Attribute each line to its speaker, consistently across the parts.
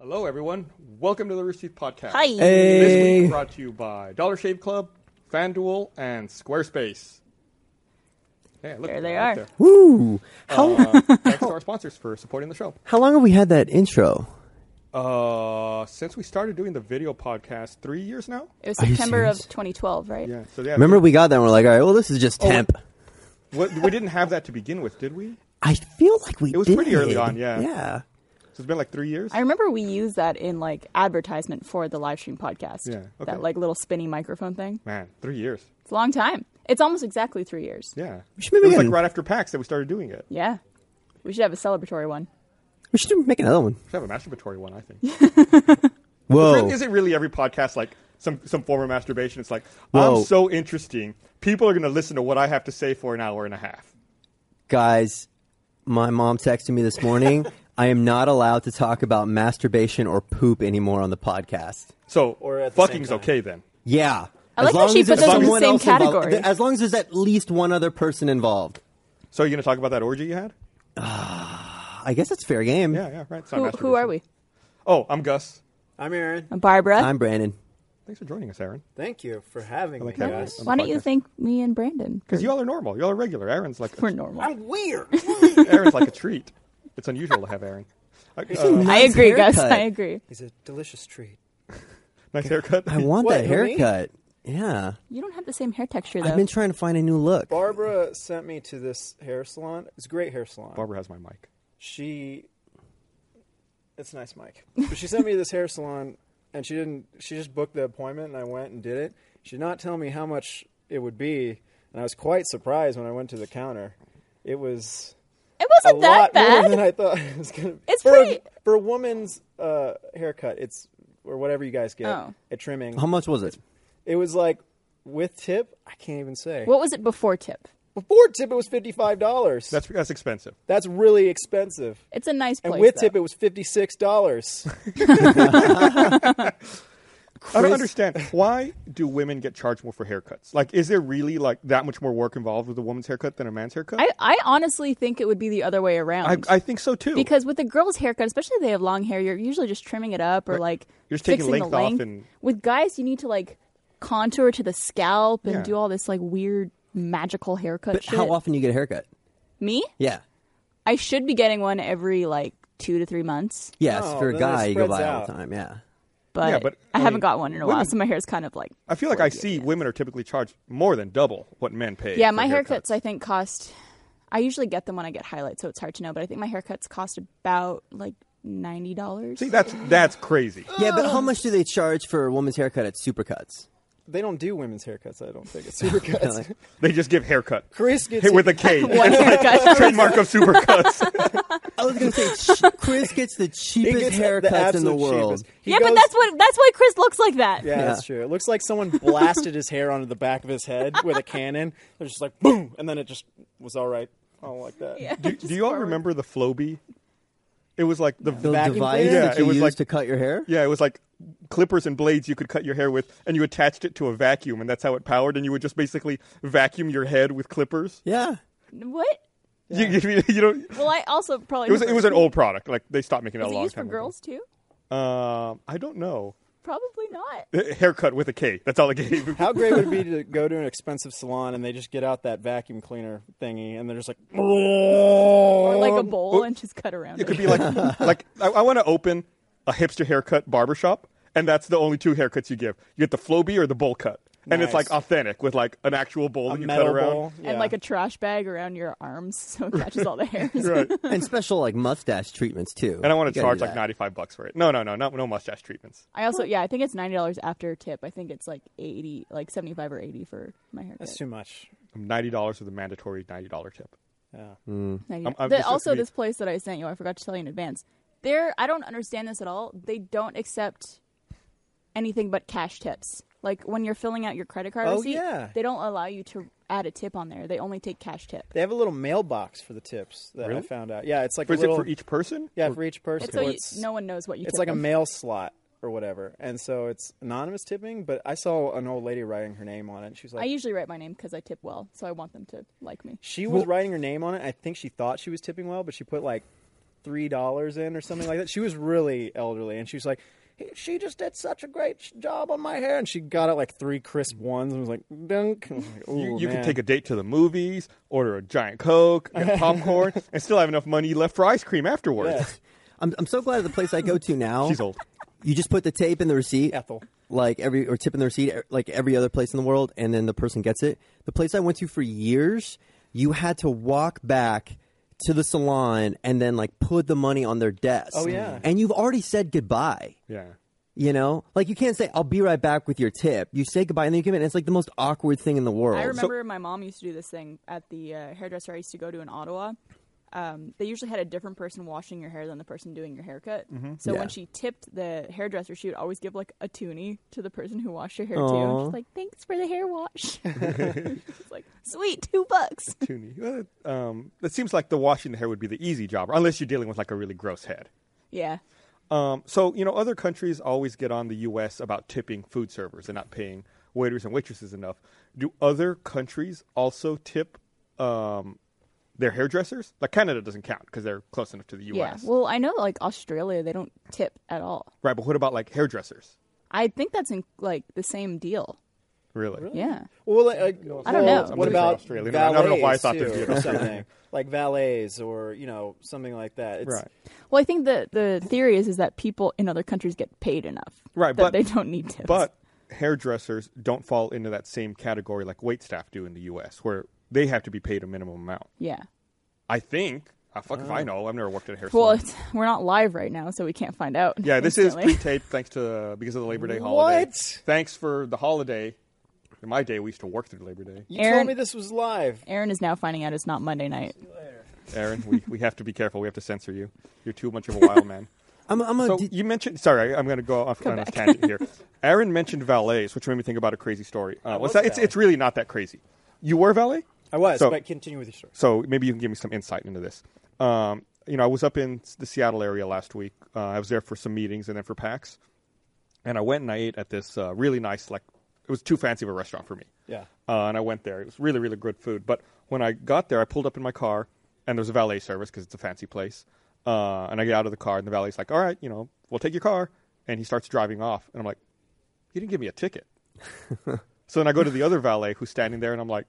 Speaker 1: Hello, everyone. Welcome to the Rooster Teeth Podcast.
Speaker 2: Hi.
Speaker 1: This
Speaker 3: Hey.
Speaker 1: week brought to you by Dollar Shave Club, FanDuel, and Squarespace. Yeah, look,
Speaker 2: There they
Speaker 1: right
Speaker 2: are.
Speaker 1: There.
Speaker 3: Woo! How
Speaker 1: Uh, thanks to our sponsors for supporting the show.
Speaker 3: how long have we had that intro?
Speaker 1: Uh, since we started doing the video podcast three years now.
Speaker 2: It was
Speaker 3: Are you
Speaker 2: September of
Speaker 3: serious?
Speaker 2: 2012, right?
Speaker 1: Yeah. So yeah.
Speaker 3: Remember, we got that and we're like, all right, well, this is just
Speaker 1: Oh,
Speaker 3: temp.
Speaker 1: what, we didn't have that to begin with, did we?
Speaker 3: I feel like we
Speaker 1: It was
Speaker 3: did.
Speaker 1: pretty early on, yeah.
Speaker 3: Yeah.
Speaker 1: So it's been like three years.
Speaker 2: I remember we used that in like advertisement for the live stream podcast.
Speaker 1: Yeah, okay.
Speaker 2: That like little spinny microphone thing.
Speaker 1: Man, three years.
Speaker 2: It's a long time. It's almost exactly three years.
Speaker 1: Yeah.
Speaker 3: should maybe
Speaker 1: it was
Speaker 3: get
Speaker 1: like
Speaker 3: an-
Speaker 1: right after PAX that we started doing it. We
Speaker 2: Yeah. We should have a celebratory one.
Speaker 3: We should do- make another one.
Speaker 1: should have a masturbatory one, I think.
Speaker 3: Whoa.
Speaker 1: Is it really every podcast like some some form of masturbation? It's like I'm
Speaker 3: Whoa.
Speaker 1: so interesting. People are going to listen to what I have to say for an hour and a half.
Speaker 3: Guys, my mom texted me this morning. I am not allowed to talk about masturbation or poop anymore on the podcast.
Speaker 1: So
Speaker 4: Or at the same
Speaker 1: fucking's
Speaker 4: time.
Speaker 1: okay then.
Speaker 3: Yeah.
Speaker 2: I like how she
Speaker 3: as
Speaker 2: put
Speaker 3: there's
Speaker 2: those in the
Speaker 3: someone
Speaker 2: same
Speaker 3: else involved-
Speaker 2: category.
Speaker 3: th- as long as there's at least one other person involved.
Speaker 1: So you're going to talk about that orgy you had?
Speaker 3: I guess that's fair game.
Speaker 1: Yeah, yeah, right. It's not
Speaker 2: Who, who are
Speaker 1: masturbation.
Speaker 2: we?
Speaker 1: Oh, I'm Gus.
Speaker 4: I'm Aaron.
Speaker 2: Barbara.
Speaker 3: I'm Brandon.
Speaker 1: Thanks for joining us, Aaron.
Speaker 4: Thank you for having me,
Speaker 1: that one.
Speaker 4: guys.
Speaker 2: Why don't you
Speaker 1: podcast.
Speaker 2: thank me and Brandon?
Speaker 1: Because you all are normal. You all are regular. Aaron's like
Speaker 2: We're normal.
Speaker 4: I'm weird.
Speaker 1: Aaron's like a treat. It's unusual to have Aaron. Uh, uh,
Speaker 2: I agree, Gus.
Speaker 3: haircut.
Speaker 2: I agree.
Speaker 4: He's a delicious treat.
Speaker 1: nice haircut.
Speaker 3: I want
Speaker 4: What,
Speaker 3: that
Speaker 4: who, me?
Speaker 3: haircut. Yeah.
Speaker 2: You don't have the same hair texture though.
Speaker 3: I've been trying to find a new look.
Speaker 4: Barbara sent me to this hair salon. It's a great hair salon.
Speaker 1: Barbara has my mic.
Speaker 4: She, it's a nice, Mike. But she sent me to this hair salon, and she didn't. She just booked the appointment, and I went and did it. She did not tell me how much it would be, and I was quite surprised when I went to the counter. It was
Speaker 2: it
Speaker 4: a
Speaker 2: wasn't that
Speaker 4: lot more
Speaker 2: bad.
Speaker 4: than I thought it was going to be.
Speaker 2: It's
Speaker 4: for
Speaker 2: pretty-
Speaker 4: a, for a woman's uh, haircut. It's or whatever you guys get
Speaker 2: Oh.
Speaker 4: a trimming.
Speaker 3: How much was it?
Speaker 4: It was like with tip. I can't even say.
Speaker 2: What was it before tip?
Speaker 4: Before tip, it was fifty five dollars.
Speaker 1: That's that's expensive.
Speaker 4: that's really expensive.
Speaker 2: It's a nice place.
Speaker 4: And with
Speaker 2: though.
Speaker 4: tip, it was fifty six dollars.
Speaker 1: I don't understand. Why do women get charged more for haircuts? Like, is there really like that much more work involved with a woman's haircut than a man's haircut?
Speaker 2: I, I honestly think it would be the other way
Speaker 1: I,
Speaker 2: around.
Speaker 1: I think so too.
Speaker 2: Because with a girl's haircut, especially if they have long hair, you're usually just trimming it up or
Speaker 1: Right.
Speaker 2: like
Speaker 1: You're just taking
Speaker 2: fixing
Speaker 1: length
Speaker 2: the
Speaker 1: off
Speaker 2: length.
Speaker 1: and-
Speaker 2: With guys, you need to like contour to the scalp and
Speaker 1: Yeah.
Speaker 2: do all this like weird magical haircut
Speaker 3: But
Speaker 2: shit.
Speaker 3: how often do you get a haircut?
Speaker 2: Me?
Speaker 3: Yeah.
Speaker 2: I should be getting one every like two to three months,
Speaker 3: Yes,
Speaker 4: No,
Speaker 3: for a
Speaker 4: Oh, then it
Speaker 3: guy, you go
Speaker 4: spreads
Speaker 3: by all
Speaker 4: out.
Speaker 3: the time. Yeah.
Speaker 2: but,
Speaker 1: Yeah, but,
Speaker 2: I,
Speaker 1: I
Speaker 2: haven't
Speaker 1: mean,
Speaker 2: got one in a while, so my hair's kind of like.
Speaker 1: I feel like I see women are typically charged more than double what men pay.
Speaker 2: Yeah,
Speaker 1: for
Speaker 2: my haircuts,
Speaker 1: haircuts.
Speaker 2: I think cost. I usually get them when I get highlights, so it's hard to know. But I think my haircuts cost about like ninety dollars.
Speaker 1: See, that's that's crazy.
Speaker 3: Yeah, but how much do they charge for a woman's haircut at Supercuts?
Speaker 4: they don't do women's haircuts. I don't think it's supercuts.
Speaker 3: Really?
Speaker 1: They just give haircut
Speaker 4: Chris gets
Speaker 1: Hit with a K.
Speaker 2: One haircut.
Speaker 1: Trademark of supercuts.
Speaker 3: I was going to say, ch- Chris gets the
Speaker 4: he
Speaker 3: cheapest
Speaker 4: gets the
Speaker 3: haircuts in the
Speaker 4: absolute
Speaker 3: world.
Speaker 4: cheapest. He
Speaker 2: yeah, but
Speaker 4: goes-
Speaker 2: that's what that's why Chris looks like that.
Speaker 4: Yeah, that's
Speaker 3: Yeah.
Speaker 4: true. It looks like someone blasted his hair onto the back of his head with a cannon. They're just like boom, and then it just was all right, all like that.
Speaker 1: do, do you all remember the Floby? It was like the
Speaker 3: The
Speaker 4: Vacuum
Speaker 3: device
Speaker 4: cleaner?
Speaker 3: that
Speaker 1: Yeah,
Speaker 3: you
Speaker 1: it was
Speaker 3: use
Speaker 1: like-
Speaker 3: to cut your hair?
Speaker 1: Yeah, it was like clippers and blades you could cut your hair with, and you attached it to a vacuum, and that's how it powered. And you would just basically vacuum your head with clippers.
Speaker 3: Yeah.
Speaker 2: What?
Speaker 1: You, you, you don't.
Speaker 2: Well, I also probably
Speaker 1: It was it
Speaker 2: remember-
Speaker 1: was an old product. Like they stopped making that
Speaker 2: Is
Speaker 1: a
Speaker 2: it
Speaker 1: long
Speaker 2: used for
Speaker 1: time
Speaker 2: girls too?
Speaker 1: ago. Um, I don't know.
Speaker 2: Probably not.
Speaker 1: Haircut with a K. That's all it gave.
Speaker 4: How great would it be to go to an expensive salon and they just get out that vacuum cleaner thingy and they're just like,
Speaker 2: Or
Speaker 4: or
Speaker 2: like a bowl and just cut around
Speaker 1: Um, It
Speaker 2: it.
Speaker 1: could be like like I, I want to open a hipster haircut barbershop, and that's the only two haircuts you give. You get the Floby or the bowl cut, and it's
Speaker 4: Nice.
Speaker 1: like authentic with like an actual bowl
Speaker 4: a
Speaker 1: that you
Speaker 4: metal
Speaker 1: cut around.
Speaker 4: bowl. Yeah.
Speaker 2: And like a trash bag around your arms so it catches all the hairs.
Speaker 1: Right.
Speaker 3: And special, like, mustache treatments, too.
Speaker 1: And I want to
Speaker 3: You gotta
Speaker 1: charge
Speaker 3: do
Speaker 1: like
Speaker 3: that.
Speaker 1: ninety five bucks for it. No, no, no, no, no mustache treatments.
Speaker 2: I also yeah, I think it's ninety dollars after tip. I think it's like eighty like seventy five or eighty for my haircut.
Speaker 4: that's too much.
Speaker 1: Ninety dollars with a mandatory ninety dollar tip.
Speaker 4: Yeah.
Speaker 1: Hmm.
Speaker 2: Ninety-
Speaker 1: I'm- I'm
Speaker 2: The-
Speaker 1: just-
Speaker 2: also
Speaker 1: we-
Speaker 2: this place that I sent you, I forgot to tell you in advance. There I don't understand this at all. They don't accept anything but cash tips. Like when you're filling out your credit card
Speaker 4: Oh,
Speaker 2: receipt,
Speaker 4: yeah.
Speaker 2: they don't allow you to add a tip on there. They only take cash tip.
Speaker 4: They have a little mailbox for the tips that I
Speaker 1: Really?
Speaker 4: found out. Yeah, it's like
Speaker 1: For,
Speaker 4: a
Speaker 1: is
Speaker 4: little
Speaker 1: it for each person?
Speaker 4: yeah
Speaker 1: Or-
Speaker 4: for each person.
Speaker 2: It's so
Speaker 4: Or
Speaker 2: you,
Speaker 4: it's,
Speaker 2: no one knows what you.
Speaker 4: it's
Speaker 2: tip
Speaker 4: like a
Speaker 2: them.
Speaker 4: mail slot or whatever, and so it's anonymous tipping. But I saw an old lady writing her name on it. and She was
Speaker 2: I
Speaker 4: like,
Speaker 2: usually write my name because I tip well, so I want them to like me.
Speaker 4: she was writing her name on it. I think she thought she was tipping well, but she put like three dollars in or something like that. She was really elderly, and she was like, "Hey, "She just did such a great sh- job on my hair," and she got out like three crisp ones and was like, "Dunk." I was like,
Speaker 1: You,
Speaker 4: "Ooh,
Speaker 1: you
Speaker 4: man."
Speaker 1: can take a date to the movies, order a giant Coke, get popcorn, and still have enough money left for ice cream afterwards.
Speaker 4: Yeah.
Speaker 3: I'm, I'm so glad the place I go to now.
Speaker 1: She's old.
Speaker 3: You just put the tape in the receipt,
Speaker 4: Ethel.
Speaker 3: like every or tip in the receipt, e- like every other place in the world, and then the person gets it. The place I went to for years, you had to walk back to the salon and then like put the money on their desk.
Speaker 4: Oh, yeah.
Speaker 3: and you've already said goodbye.
Speaker 1: Yeah.
Speaker 3: You know, like you can't say "I'll be right back" with your tip. You say goodbye and then you give it. And it's like the most awkward thing in the world.
Speaker 2: I remember my mom used to do this thing at the uh, hairdresser I used to go to in Ottawa. Um, they usually had a different person washing your hair than the person doing your haircut. So
Speaker 3: Yeah.
Speaker 2: when she tipped the hairdresser, she would always give like a toonie to the person who washed your hair
Speaker 3: Aw.
Speaker 2: too. She's like, "Thanks for the hair wash." it's like, "Sweet, two bucks."
Speaker 1: Toonie. Well, that- Um, that seems like the washing the hair would be the easy job, unless you're dealing with like a really gross head.
Speaker 2: Yeah,
Speaker 1: Um, so you know, other countries always get on the U.S. about tipping food servers and not paying waiters and waitresses enough. Do other countries also tip um, their hairdressers? Like Canada doesn't count because they're close enough to the
Speaker 2: yeah.
Speaker 1: U.S.
Speaker 2: Well, I know like Australia, they don't tip at all.
Speaker 1: right, but what about like hairdressers?
Speaker 2: I think that's in, like the same deal.
Speaker 1: Really?
Speaker 2: Yeah.
Speaker 4: Well, like, like,
Speaker 2: I don't
Speaker 4: well,
Speaker 2: know.
Speaker 4: What
Speaker 1: I'm
Speaker 4: about
Speaker 1: Australian. I don't know why I
Speaker 4: valets,
Speaker 1: thought there'd
Speaker 4: too,
Speaker 1: be an
Speaker 4: or
Speaker 1: Australian.
Speaker 4: something like valets or you know something like that. It's,
Speaker 1: Right.
Speaker 2: Well, I think the the theory is is that people in other countries get paid enough,
Speaker 1: Right,
Speaker 2: That
Speaker 1: but-
Speaker 2: they don't need tips.
Speaker 1: But hairdressers don't fall into that same category like wait staff do in the U.S., where they have to be paid a minimum amount.
Speaker 2: yeah.
Speaker 1: I think. I fuck if I know. I've never worked at a hair
Speaker 2: Uh.
Speaker 1: salon.
Speaker 2: Well, it's, we're not live right now, so we can't find out.
Speaker 1: Yeah, this
Speaker 2: instantly.
Speaker 1: is pre-taped thanks to uh, because of the Labor Day holiday.
Speaker 4: What?
Speaker 1: Thanks for the holiday. In my day, we used to work through Labor Day.
Speaker 4: You told
Speaker 2: Aaron-
Speaker 4: me this was live.
Speaker 2: Aaron is now finding out it's not Monday night.
Speaker 1: Aaron, we, we have to be careful. We have to censor you. You're too much of a wild man.
Speaker 3: I'm, I'm a
Speaker 1: So
Speaker 3: d-
Speaker 1: you mentioned. Sorry, I- I'm going to go off on a
Speaker 2: back.
Speaker 1: tangent here. Aaron mentioned valets, which made me think about a crazy story. Uh, what's
Speaker 4: was
Speaker 1: that? It's
Speaker 4: valet.
Speaker 1: it's really not that crazy. You were a valet.
Speaker 4: I was,
Speaker 1: So-
Speaker 4: but continue with your story.
Speaker 1: so maybe you can give me some insight into this. Um, you know, I was up in s- the Seattle area last week. Uh, I was there for some meetings and then for PAX, and I went and I ate at this uh, really nice, like it was too fancy of a restaurant for me.
Speaker 4: Yeah.
Speaker 1: Uh, and I went there. It was really, really good food. But when I got there, I pulled up in my car, and there was a valet service because it's a fancy place. Uh, and I get out of the car, and the valet's like, "All right, you know, we'll take your car." And he starts driving off, and I'm like, "He didn't give me a ticket." so then I go to the other valet who's standing there, and I'm like,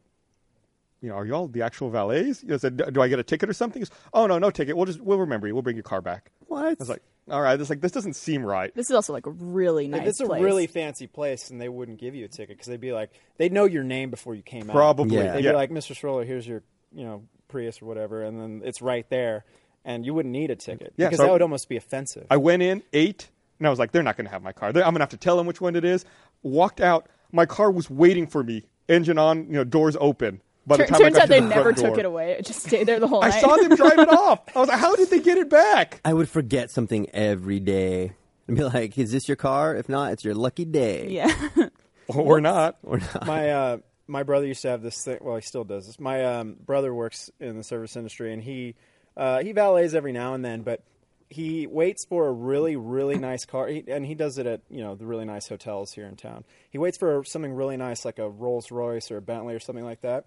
Speaker 1: "You know, are you all the actual valets?" You know, I said, "Do- "Do I get a ticket or something?" He goes, "Oh no, no ticket. We'll just we'll remember you. We'll bring your car back."
Speaker 3: what?
Speaker 1: I was like, "All right." It's like this doesn't seem right.
Speaker 2: This is also like a really
Speaker 4: Like,
Speaker 2: nice.
Speaker 4: it's a
Speaker 2: place.
Speaker 4: really fancy place, and they wouldn't give you a ticket because they'd be like, they'd know your name before you came
Speaker 1: Probably,
Speaker 4: out.
Speaker 3: Yeah.
Speaker 4: They'd
Speaker 1: yeah.
Speaker 4: be like, Mr. Stroller, here's your, you know, Prius or whatever, and then it's right there, and you wouldn't need a ticket
Speaker 1: Yeah,
Speaker 4: because
Speaker 1: so-
Speaker 4: that would almost be offensive.
Speaker 1: I went in, ate, and I was like, they're not going to have my car. They're- I'm going to have to tell them which one it is. Walked out. My car was waiting for me, engine on, you know, doors open. By the
Speaker 2: Tur-
Speaker 1: time I
Speaker 2: turns
Speaker 1: got
Speaker 2: out
Speaker 1: to the
Speaker 2: they never
Speaker 1: front
Speaker 2: took
Speaker 1: door.
Speaker 2: it away. It just stayed there the whole
Speaker 1: I
Speaker 2: night.
Speaker 1: saw them drive it off. I was like, how did they get it back?
Speaker 3: I would forget something every day and be like, "Is this your car? If not, it's your lucky day."
Speaker 2: yeah.
Speaker 1: Or not.
Speaker 3: Or not.
Speaker 4: my uh, my brother used to have this thing. Well, he still does this. My um, brother works in the service industry, and he uh, he valets every now and then, but he waits for a really really nice car, he, and he does it at you know the really nice hotels here in town. He waits for something really nice, like a Rolls Royce or a Bentley or something like that.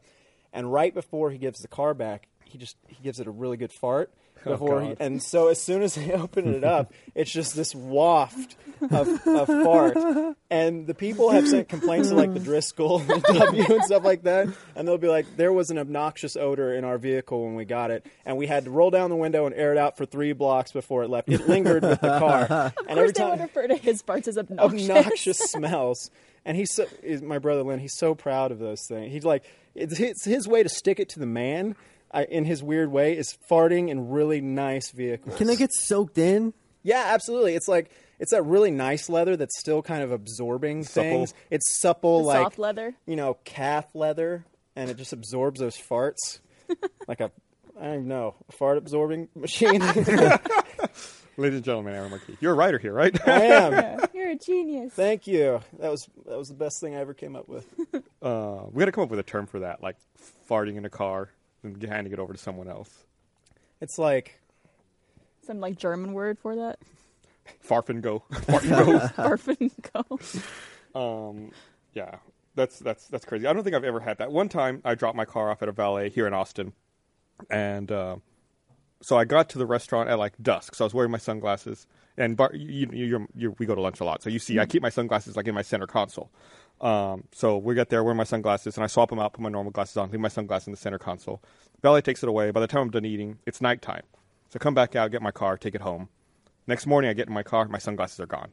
Speaker 4: And right before he gives the car back, he just he gives it a really good fart before he,
Speaker 1: God.
Speaker 4: and so as soon as they open it up, it's just this waft of, of fart. And the people have sent complaints to like the Driscoll and W and stuff like that, and they'll be like, "There was an obnoxious odor in our vehicle when we got it, and we had to roll down the window and air it out for three blocks before it left. It lingered with the car,
Speaker 2: Of
Speaker 4: and
Speaker 2: course, they would refer to his parts as obnoxious.
Speaker 4: obnoxious smells. And he's so, is my brother Lynn. He's so proud of those things. He's like, it's, it's his way to stick it to the man. I, in his weird way, is farting in really nice vehicles.
Speaker 3: Can they get soaked in?
Speaker 4: Yeah, absolutely. It's like it's that really nice leather that's still kind of absorbing
Speaker 1: Supple.
Speaker 4: things. It's supple,
Speaker 2: The
Speaker 4: like
Speaker 2: soft leather?
Speaker 4: you know, calf leather, and it just absorbs those farts, like a I don't even know a fart absorbing machine. I
Speaker 1: Ladies and gentlemen, Aaron McKee. You're a writer here, right?
Speaker 4: am.
Speaker 2: You're a genius.
Speaker 4: Thank you. That was that was the best thing I ever came up with.
Speaker 1: uh, we got to come up with a term for that, like farting in a car and handing it over to someone else.
Speaker 4: It's like
Speaker 2: Some like German word for that.
Speaker 1: Farf and go.
Speaker 2: Barf and go.
Speaker 1: Um, yeah, that's that's that's crazy. I don't think I've ever had that. One time, I dropped my car off at a valet here in Austin, and uh, so I got to the restaurant at like dusk. So I was wearing my sunglasses, and bar, you, you, you're, you're, we go to lunch a lot. So you see, I keep my sunglasses like in my center console. Um, so we get there, wear my sunglasses, and I swap them out, put my normal glasses on, leave my sunglasses in the center console. Valet takes it away. By the time I'm done eating, it's nighttime. So I come back out, get my car, take it home. Next morning, I get in my car, my sunglasses are gone.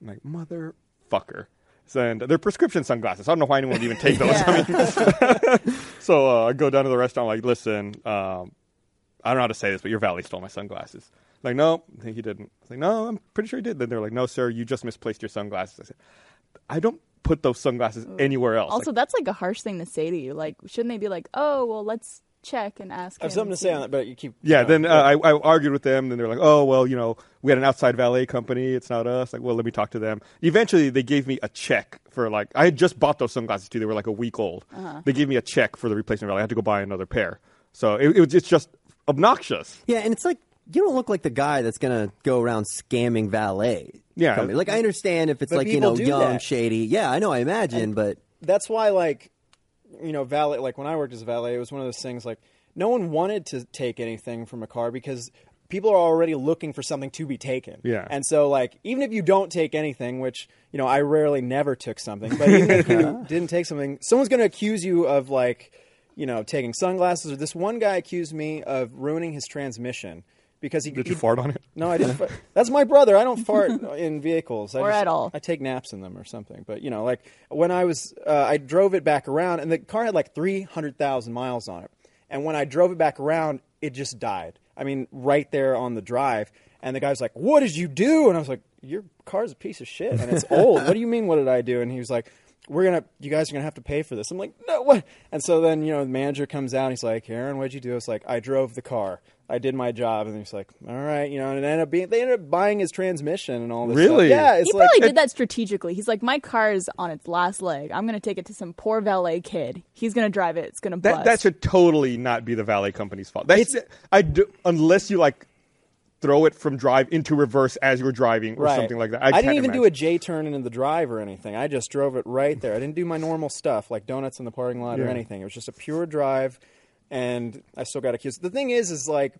Speaker 1: I'm like, motherfucker. So, and they're prescription sunglasses. I don't know why anyone would even take those. I mean, so uh, I go down to the restaurant, like, listen, um, I don't know how to say this, but your valet stole my sunglasses. Like, no, he didn't. I was like, no, I'm pretty sure he did. Then they're like, no, sir, you just misplaced your sunglasses. I said, I don't put those sunglasses anywhere else.
Speaker 2: Also,
Speaker 1: Like,
Speaker 2: that's like a harsh thing to say to you. Like, shouldn't they be like, "Oh, well, let's check and ask"?
Speaker 4: I have
Speaker 2: him
Speaker 4: something to
Speaker 2: and
Speaker 4: say
Speaker 2: see."
Speaker 4: on that, but you keep.
Speaker 1: yeah,
Speaker 4: no,
Speaker 1: then uh, I, I argued with them. Then they're like, oh, well, you know, we had an outside valet company. It's not us. Like, well, let me talk to them. Eventually, they gave me a check for like, I had just bought those sunglasses too. They were like a week old. They gave me a check for the replacement valet. I had to go buy another pair. So it, it was, it's just obnoxious.
Speaker 3: Yeah, and it's like you don't look like the guy that's gonna go around scamming valet.
Speaker 1: Yeah.
Speaker 3: company. like I understand if it's
Speaker 4: But
Speaker 3: like you
Speaker 4: people
Speaker 3: know
Speaker 4: do
Speaker 3: young,
Speaker 4: that.
Speaker 3: shady. Yeah, I know. I imagine, but
Speaker 4: that's why like you know valet like when i worked as a valet it was one of those things like no one wanted to take anything from a car because people are already looking for something to be taken
Speaker 1: Yeah.
Speaker 4: and so like even if you don't take anything which you know i rarely never took something but even if you didn't take something someone's going to accuse you of like you know taking sunglasses or this one guy accused me of ruining his transmission because he
Speaker 1: Did you
Speaker 4: he-
Speaker 1: fart on it?
Speaker 4: no, I didn't. fart. That's my brother. I don't fart in vehicles I
Speaker 2: Or
Speaker 4: just-
Speaker 2: at all.
Speaker 4: I take naps in them or something. But you know, like when I was, uh, I drove it back around, and the car had like three hundred thousand miles on it. And when I drove it back around, it just died. I mean, right there on the drive. And the guy was like, "What did you do?" And I was like, "Your car's a piece of shit, and it's old. what do you mean? What did I do?" And he was like. We're gonna, you guys are gonna have to pay for this. I'm like, no, what? And so then, you know, the manager comes out and he's like, Aaron, what'd you do? It's like, I drove the car, I did my job. And he's like, all right, you know, and it ended up being, they ended up buying his transmission and all this
Speaker 1: Really?
Speaker 4: stuff. Yeah, it's
Speaker 2: he
Speaker 4: like,
Speaker 2: probably did that strategically. He's like, my car is on its last leg. I'm gonna take it to some poor valet kid. He's gonna drive it. It's gonna
Speaker 1: That
Speaker 2: bust.
Speaker 1: that should totally not be the valet company's fault. That's I do, unless you like throw it from drive into reverse as you're driving or something like that. I,
Speaker 4: didn't even do a J turn into the drive or anything. I just drove it right there. I didn't do my normal stuff like donuts in the parking lot or
Speaker 1: Yeah.
Speaker 4: anything. It was just a pure drive, and I still got accused. The thing is, is like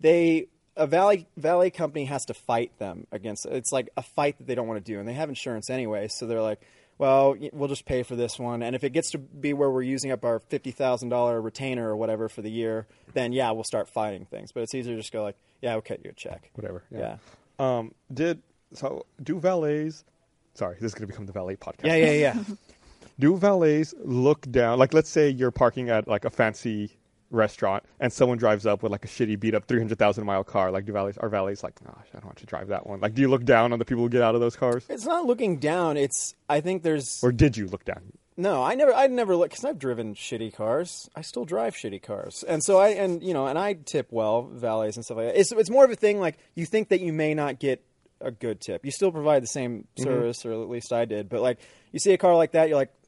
Speaker 4: they a valet valet company has to fight them against. It's like a fight that they don't want to do, and they have insurance anyway, so they're like. Well, y- we'll just pay for this one, and if it gets to be where we're using up our fifty thousand dollar retainer or whatever for the year, then yeah, we'll start fighting things. But it's easier to just go like, yeah, we'll cut you a check,
Speaker 1: whatever.
Speaker 4: yeah.
Speaker 1: Um, did so do valets? Sorry, this is going to become the valet podcast.
Speaker 4: yeah, yeah, yeah.
Speaker 1: Do valets look down? Like, let's say you're parking at like a fancy restaurant and someone drives up with like a shitty beat up 300,000 mile car. Like, do valets are valets like, gosh, I don't want to drive that one. Like, do you look down on the people who get out of those cars?
Speaker 4: It's not looking down. It's I think there's
Speaker 1: Or did you look down?
Speaker 4: no. I never I never look because I've driven shitty cars. I still drive shitty cars, and so I and you know and I tip well valets and stuff like that. It's it's more of a thing like you think that you may not get a good tip. You still provide the same service, or at least I did. But like you see a car like that, you're like.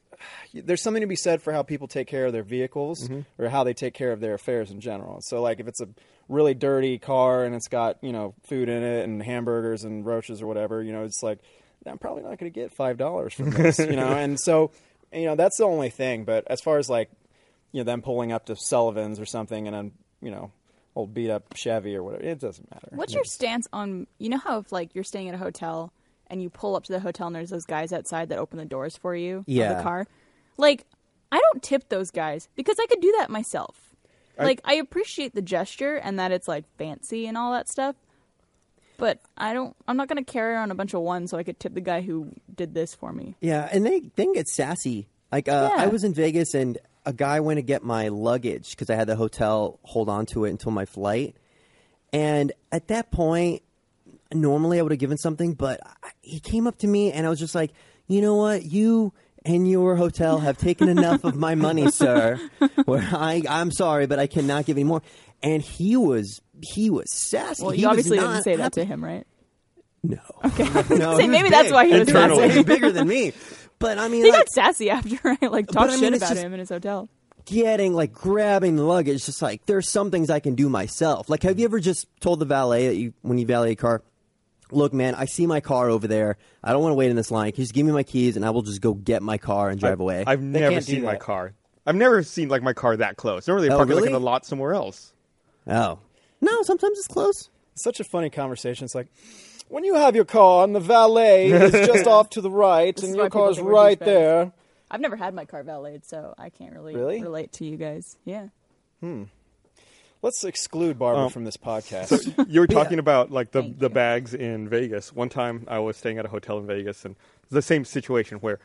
Speaker 4: There's something to be said for how people take care of their vehicles or how they take care of their affairs in general. So, like, if it's a really dirty car and it's got, you know, food in it and hamburgers and roaches or whatever, you know, it's like, I'm probably not going to get five dollars from this, you know. And so, you know, that's the only thing. But as far as like, you know, them pulling up to Sullivan's or something, and then you know, old beat up Chevy or whatever, it doesn't matter.
Speaker 2: What's your stance on you know how if like you're staying at a hotel and you pull up to the hotel and there's those guys outside that open the doors for you of
Speaker 3: Yeah.
Speaker 2: the car? Like I don't tip those guys because I could do that myself. like I appreciate the gesture and that it's like fancy and all that stuff. But I don't I'm not going to carry around a bunch of ones so I could tip the guy who did this for me.
Speaker 3: Yeah, and they they can get sassy. Like uh,
Speaker 2: Yeah.
Speaker 3: I was in Vegas, and a guy went to get my luggage because I had the hotel hold on to it until my flight. And at that point, normally I would have given something, but I, he came up to me, and I was just like, you know what, you. And your hotel have taken enough of my money, sir. Where I, I'm sorry, but I cannot give any more. And he was, he was sassy.
Speaker 2: Well,
Speaker 3: He
Speaker 2: you
Speaker 3: was
Speaker 2: obviously
Speaker 3: not
Speaker 2: didn't say that
Speaker 3: happy.
Speaker 2: to him, right?
Speaker 3: No. Okay. no,
Speaker 2: Say,
Speaker 3: he was
Speaker 2: maybe that's
Speaker 3: big.
Speaker 2: why he was
Speaker 3: Internally.
Speaker 2: sassy.
Speaker 3: He was bigger than me. But I mean,
Speaker 2: He
Speaker 3: like,
Speaker 2: got sassy after I like
Speaker 3: I
Speaker 2: talked
Speaker 3: mean,
Speaker 2: shit
Speaker 3: it's
Speaker 2: about
Speaker 3: just-
Speaker 2: him in his hotel.
Speaker 3: getting like grabbing the luggage just like there's some things i can do myself like have you ever just told the valet that you when you valet a car look man i see my car over there i don't want to wait in this line can you just give me my keys and i will just go get my car and drive away
Speaker 1: I've
Speaker 4: They
Speaker 1: never
Speaker 4: can't do
Speaker 1: seen my
Speaker 4: that.
Speaker 1: car. I've never seen like my car that close. Normally, they
Speaker 3: Oh,
Speaker 1: park it,
Speaker 3: really?
Speaker 1: like in a lot somewhere else.
Speaker 3: oh No, sometimes it's close.
Speaker 4: It's such a funny conversation. It's like, when you have your car and the valet is just off to the right
Speaker 2: is
Speaker 4: and
Speaker 2: why
Speaker 4: your
Speaker 2: people
Speaker 4: car's
Speaker 2: get work
Speaker 4: right
Speaker 2: douchebags.
Speaker 4: there.
Speaker 2: I've never had my car valeted, so I can't really,
Speaker 4: Really?
Speaker 2: relate to you guys. Yeah.
Speaker 4: Let's exclude Barbara from this podcast.
Speaker 1: you were talking about like the,
Speaker 2: Thank
Speaker 1: the
Speaker 2: you.
Speaker 1: bags in Vegas. One time I was staying at a hotel in Vegas and it was the same situation where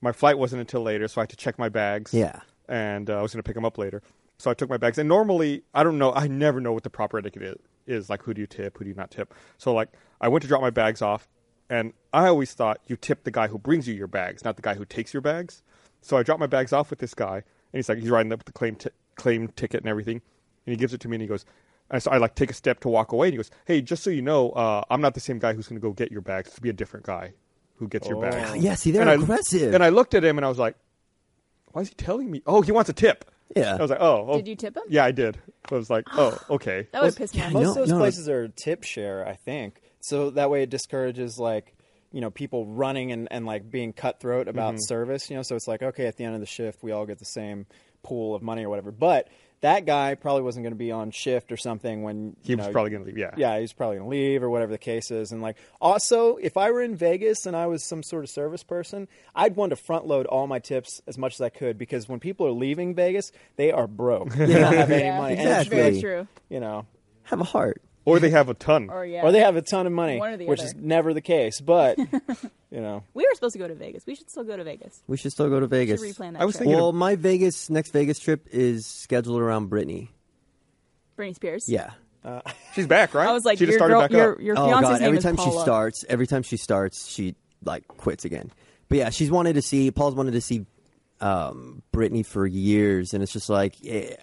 Speaker 1: my flight wasn't until later, so I had to check my bags.
Speaker 3: Yeah.
Speaker 1: And uh, I was going to pick them up later. So I took my bags. And normally, I don't know, I never know what the proper etiquette is, is like who do you tip, who do you not tip. So like I went to drop my bags off and I always thought you tip the guy who brings you your bags, not the guy who takes your bags. So I dropped my bags off with this guy and he's like he's riding up with the claim t- claim ticket and everything and he gives it to me and he goes and so I like take a step to walk away and he goes, "Hey, just so you know, uh, I'm not the same guy who's going to go get your bags. It's be a different guy who gets your
Speaker 4: Oh.
Speaker 1: bags."
Speaker 3: Yeah, see, they're
Speaker 1: And I-
Speaker 3: aggressive.
Speaker 1: and I looked at him and I was like, "Why is he telling me? Oh, he wants a tip."
Speaker 3: Yeah.
Speaker 1: I was like, "Oh, oh."
Speaker 2: Did you tip him?
Speaker 1: Yeah, I did. I was like, "Oh, okay."
Speaker 2: That would piss me off.
Speaker 3: I
Speaker 4: Most
Speaker 3: know.
Speaker 4: of those
Speaker 3: no.
Speaker 4: places are tip share, I think. So that way it discourages like you know people running and, and like being cutthroat about service. You know, so it's like okay, at the end of the shift, we all get the same pool of money or whatever. But that guy probably wasn't going to be on shift or something when
Speaker 1: He
Speaker 4: you
Speaker 1: was
Speaker 4: know,
Speaker 1: probably going to leave. Yeah.
Speaker 4: yeah, he's probably gonna leave or whatever the case is. And like, also, if I were in Vegas and I was some sort of service person, I'd want to front load all my tips as much as I could because when people are leaving Vegas, they are broke. They don't have any money. And it's
Speaker 2: that's very
Speaker 3: Exactly.
Speaker 2: true.
Speaker 4: You know,
Speaker 3: Have a heart.
Speaker 1: Or they have a ton.
Speaker 2: Or yeah.
Speaker 4: or they have a ton of money,
Speaker 2: One or the
Speaker 4: which
Speaker 2: other.
Speaker 4: is never the case. But you know,
Speaker 2: we were supposed to go to Vegas. We should still go to Vegas.
Speaker 3: We should still go to
Speaker 2: We
Speaker 3: Vegas.
Speaker 2: should replan that
Speaker 1: I was
Speaker 2: trip.
Speaker 1: thinking-
Speaker 3: Well, my Vegas next Vegas trip is scheduled around Britney.
Speaker 2: Britney Spears.
Speaker 3: Yeah.
Speaker 1: She's back, right?
Speaker 2: I was like,
Speaker 1: she just
Speaker 2: your
Speaker 1: started
Speaker 2: girl,
Speaker 1: back
Speaker 2: your,
Speaker 1: up.
Speaker 2: your
Speaker 3: Oh
Speaker 2: fiance's
Speaker 3: god!
Speaker 2: name
Speaker 3: Every
Speaker 2: is
Speaker 3: time she
Speaker 2: Paula.
Speaker 3: starts, every time she starts, she like quits again. But yeah, she's wanted to see Paul's wanted to see um, Brittany for years, and it's just like yeah,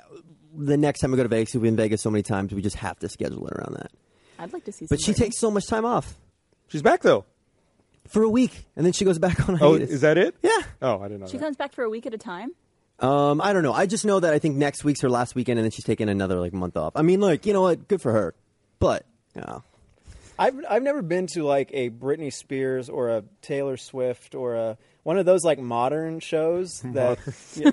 Speaker 3: the next time we go to Vegas, we've been in Vegas so many times, we just have to schedule it around that.
Speaker 2: I'd like to see.
Speaker 3: But
Speaker 2: some
Speaker 3: she
Speaker 2: Britney.
Speaker 3: takes so much time off
Speaker 1: She's back though.
Speaker 3: for a week, and then she goes back on
Speaker 1: Oh,
Speaker 3: hiatus.
Speaker 1: is that it?
Speaker 3: Yeah.
Speaker 1: Oh, I didn't know.
Speaker 2: She
Speaker 1: that.
Speaker 2: comes back for a week at a time.
Speaker 3: Um, I don't know. I just know that I think next week's her last weekend, and then she's taking another like month off. I mean, like you know what? Good for her, but yeah,
Speaker 4: I've I've never been to like a Britney Spears or a Taylor Swift or a one of those like modern shows that. Yeah.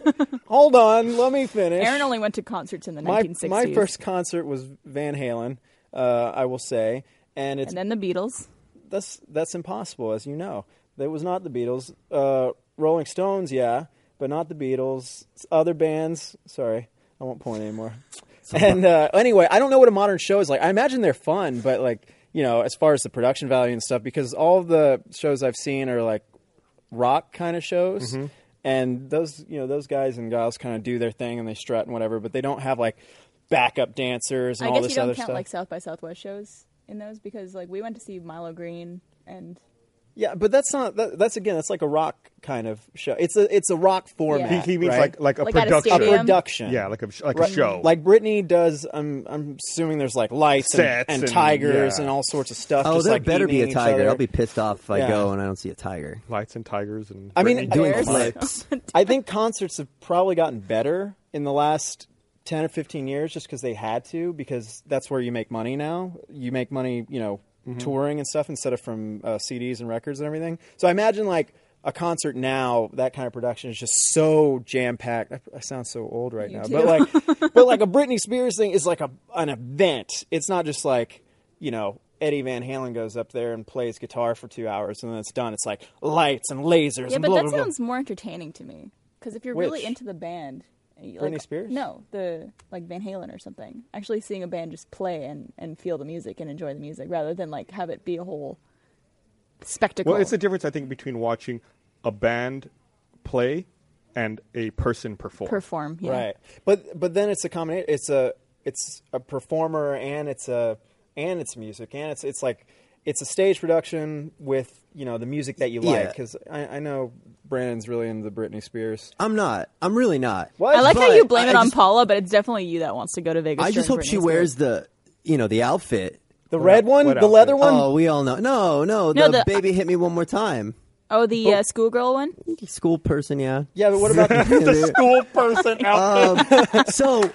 Speaker 4: hold on, let me finish.
Speaker 2: Aaron only went to concerts in the
Speaker 4: my,
Speaker 2: 1960s.
Speaker 4: my first concert was Van Halen, uh, I will say, and it's
Speaker 2: and then the Beatles.
Speaker 4: that's that's impossible, as you know. That was not the Beatles. Uh, Rolling Stones, yeah, but not the Beatles. Other bands, sorry, I won't point anymore. and uh, anyway, I don't know what a modern show is like. I imagine they're fun, but like you know, as far as the production value and stuff, because all the shows I've seen are like rock kind of shows. And those, you know, those guys and gals kind of do their thing and they strut and whatever, but they don't have like backup dancers and
Speaker 2: I
Speaker 4: all
Speaker 2: guess
Speaker 4: this
Speaker 2: you don't
Speaker 4: other
Speaker 2: count
Speaker 4: stuff.
Speaker 2: like South by Southwest shows in those because like we went to see Milo Green and
Speaker 4: Yeah, but that's not that, that's again that's like a rock kind of show. It's a it's a rock format.
Speaker 1: He, he means like
Speaker 4: right?
Speaker 1: like a
Speaker 2: Like at a
Speaker 1: production.
Speaker 4: a
Speaker 2: stadium.
Speaker 4: production.
Speaker 1: Yeah, like a sh- like
Speaker 4: Right.
Speaker 1: a show.
Speaker 4: Like Britney does. I'm I'm assuming there's like lights and,
Speaker 1: Sets
Speaker 4: and
Speaker 1: and-
Speaker 4: tigers
Speaker 1: yeah.
Speaker 4: and all sorts of stuff.
Speaker 3: Oh,
Speaker 4: just
Speaker 3: there
Speaker 4: like
Speaker 3: better be
Speaker 4: eating
Speaker 3: a
Speaker 4: each
Speaker 3: tiger.
Speaker 4: other.
Speaker 3: I'll be pissed off if I
Speaker 4: Yeah.
Speaker 3: go and I don't see a tiger.
Speaker 1: lights and tigers and
Speaker 4: I mean,
Speaker 1: Britney.
Speaker 4: I-
Speaker 3: Doing
Speaker 2: Bears?
Speaker 3: flips.
Speaker 4: I think concerts have probably gotten better in the last 10 or 15 years just because they had to, because that's where you make money now. You make money, you know, touring and stuff instead of from uh, CDs and records and everything. So I imagine like a concert now, that kind of production is just so jam packed. I, I sound so old right
Speaker 2: You
Speaker 4: now,
Speaker 2: do.
Speaker 4: but like, but like a Britney Spears thing is like a, an event. It's not just like, you know, Eddie Van Halen goes up there and plays guitar for two hours and then it's done. It's like lights and lasers
Speaker 2: yeah,
Speaker 4: and
Speaker 2: but
Speaker 4: blah,
Speaker 2: that
Speaker 4: blah, blah.
Speaker 2: sounds more entertaining to me because if you're really
Speaker 4: Which?
Speaker 2: into the band, you-
Speaker 4: Britney
Speaker 2: like,
Speaker 4: Spears?
Speaker 2: no, the like Van Halen or something. Actually, seeing a band just play and and feel the music and enjoy the music rather than like have it be a whole spectacle.
Speaker 1: Well, it's the difference I think between watching a band play and a person perform.
Speaker 2: perform, yeah.
Speaker 4: Right. But but then it's a combination. It's a it's a performer and it's a and it's music and it's it's like it's a stage production with you know the music that you like
Speaker 3: Yeah.
Speaker 4: because I, I know Brandon's really into the Britney Spears.
Speaker 3: I'm not. I'm really not.
Speaker 4: What?
Speaker 2: I like how
Speaker 3: But
Speaker 2: you blame
Speaker 3: I
Speaker 2: it on
Speaker 3: just-
Speaker 2: Paula, but it's definitely you that wants to go to Vegas.
Speaker 3: I just hope
Speaker 2: during
Speaker 3: she
Speaker 2: Britney's
Speaker 3: wears
Speaker 2: gig.
Speaker 3: the, you know, the outfit.
Speaker 4: The red one,
Speaker 1: what
Speaker 4: the leather
Speaker 1: outfit?
Speaker 4: one.
Speaker 3: Oh, we all know. No, no,
Speaker 2: No,
Speaker 3: the,
Speaker 2: the- uh,
Speaker 3: baby hit me one more time.
Speaker 2: oh the uh, schoolgirl one.
Speaker 3: School person, yeah.
Speaker 4: Yeah, but what about the,
Speaker 1: School person out.
Speaker 3: Um, so,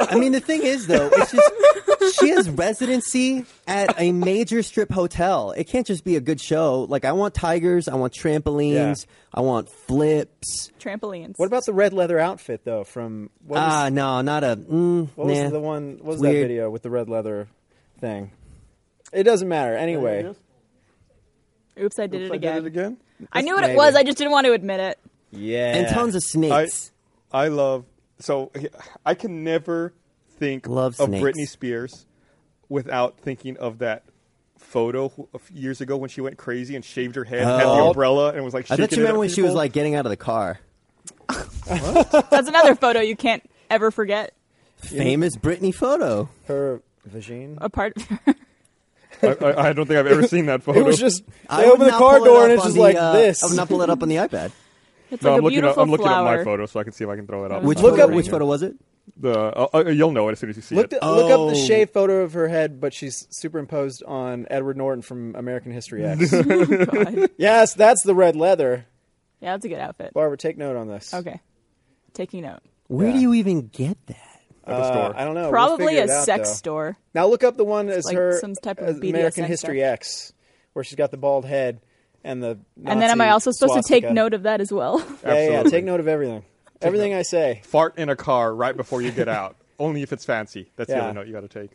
Speaker 3: I mean, the thing is, though, it's just she has residency at a major strip hotel. It can't just be a good show. Like I want tigers, I want trampolines,
Speaker 4: Yeah.
Speaker 3: I want flips.
Speaker 2: Trampolines.
Speaker 4: What about the red leather outfit though? From what was,
Speaker 3: Ah, no, not a. Mm,
Speaker 4: what was
Speaker 3: nah.
Speaker 4: the one? What was that
Speaker 3: Weird.
Speaker 4: video with the red leather thing? It doesn't matter anyway.
Speaker 2: Oops, I did, it, again.
Speaker 1: I did it again.
Speaker 2: I knew what
Speaker 4: Maybe.
Speaker 2: it was. I just didn't want to admit it.
Speaker 4: Yeah,
Speaker 3: And tons of
Speaker 1: I,
Speaker 3: snakes.
Speaker 1: I love so I can never think
Speaker 3: Love
Speaker 1: of
Speaker 3: snakes.
Speaker 1: Britney Spears without thinking of that photo of years ago when she went crazy and shaved her head, and had the
Speaker 3: Oh.
Speaker 1: umbrella, and was like.
Speaker 3: I, bet
Speaker 1: shaking
Speaker 3: you
Speaker 1: it at
Speaker 3: remember when she was
Speaker 1: people.
Speaker 3: like getting out of the car.
Speaker 2: That's another photo you can't ever forget.
Speaker 3: Famous Britney photo.
Speaker 4: her vagine.
Speaker 2: Apart,
Speaker 1: I, I, I don't think I've ever seen that photo.
Speaker 4: It was just
Speaker 3: I
Speaker 4: they
Speaker 3: would
Speaker 4: open the
Speaker 3: not
Speaker 4: car
Speaker 3: pull it
Speaker 4: door
Speaker 3: up
Speaker 4: and it's
Speaker 3: on
Speaker 4: just
Speaker 3: the,
Speaker 4: like
Speaker 3: uh,
Speaker 4: this.
Speaker 3: I would not pull it up on the iPad.
Speaker 2: it's
Speaker 1: no,
Speaker 2: like
Speaker 1: I'm
Speaker 2: a
Speaker 1: looking up.
Speaker 2: beautiful
Speaker 1: I'm looking up
Speaker 2: flower.
Speaker 1: my photo so I can see if I can throw it up.
Speaker 3: Which
Speaker 4: Look
Speaker 3: photo,
Speaker 4: up-
Speaker 3: which photo was it?
Speaker 1: The uh, uh, you'll know it as soon as you see
Speaker 4: Look,
Speaker 1: it.
Speaker 4: the, look up the
Speaker 3: Oh.
Speaker 4: shaved photo of her head, but she's superimposed on Edward Norton from American History X.
Speaker 2: God.
Speaker 4: yes, that's the red leather.
Speaker 2: Yeah, that's a good outfit.
Speaker 4: Barbara, take note on this.
Speaker 2: Okay, taking note.
Speaker 3: Where
Speaker 4: Yeah.
Speaker 3: do you even get that?
Speaker 1: at the
Speaker 4: Uh,
Speaker 1: store.
Speaker 4: I don't know. We'll
Speaker 2: Probably
Speaker 4: figure
Speaker 2: a
Speaker 4: it out,
Speaker 2: sex
Speaker 4: though.
Speaker 2: store.
Speaker 4: Now look up the one as
Speaker 2: like
Speaker 4: her
Speaker 2: some type of
Speaker 4: as
Speaker 2: BDSM
Speaker 4: American History
Speaker 2: stuff.
Speaker 4: X, where she's got the bald head and the.
Speaker 2: and then am
Speaker 4: Nazi
Speaker 2: I also supposed to take
Speaker 4: swastika.
Speaker 2: note of that as well?
Speaker 4: Yeah, yeah, yeah,
Speaker 1: Absolutely.
Speaker 4: take note of everything. Everything I say.
Speaker 1: Fart in a car right before you get out. Only if it's fancy. That's the
Speaker 4: Yeah.
Speaker 1: other note you got to take.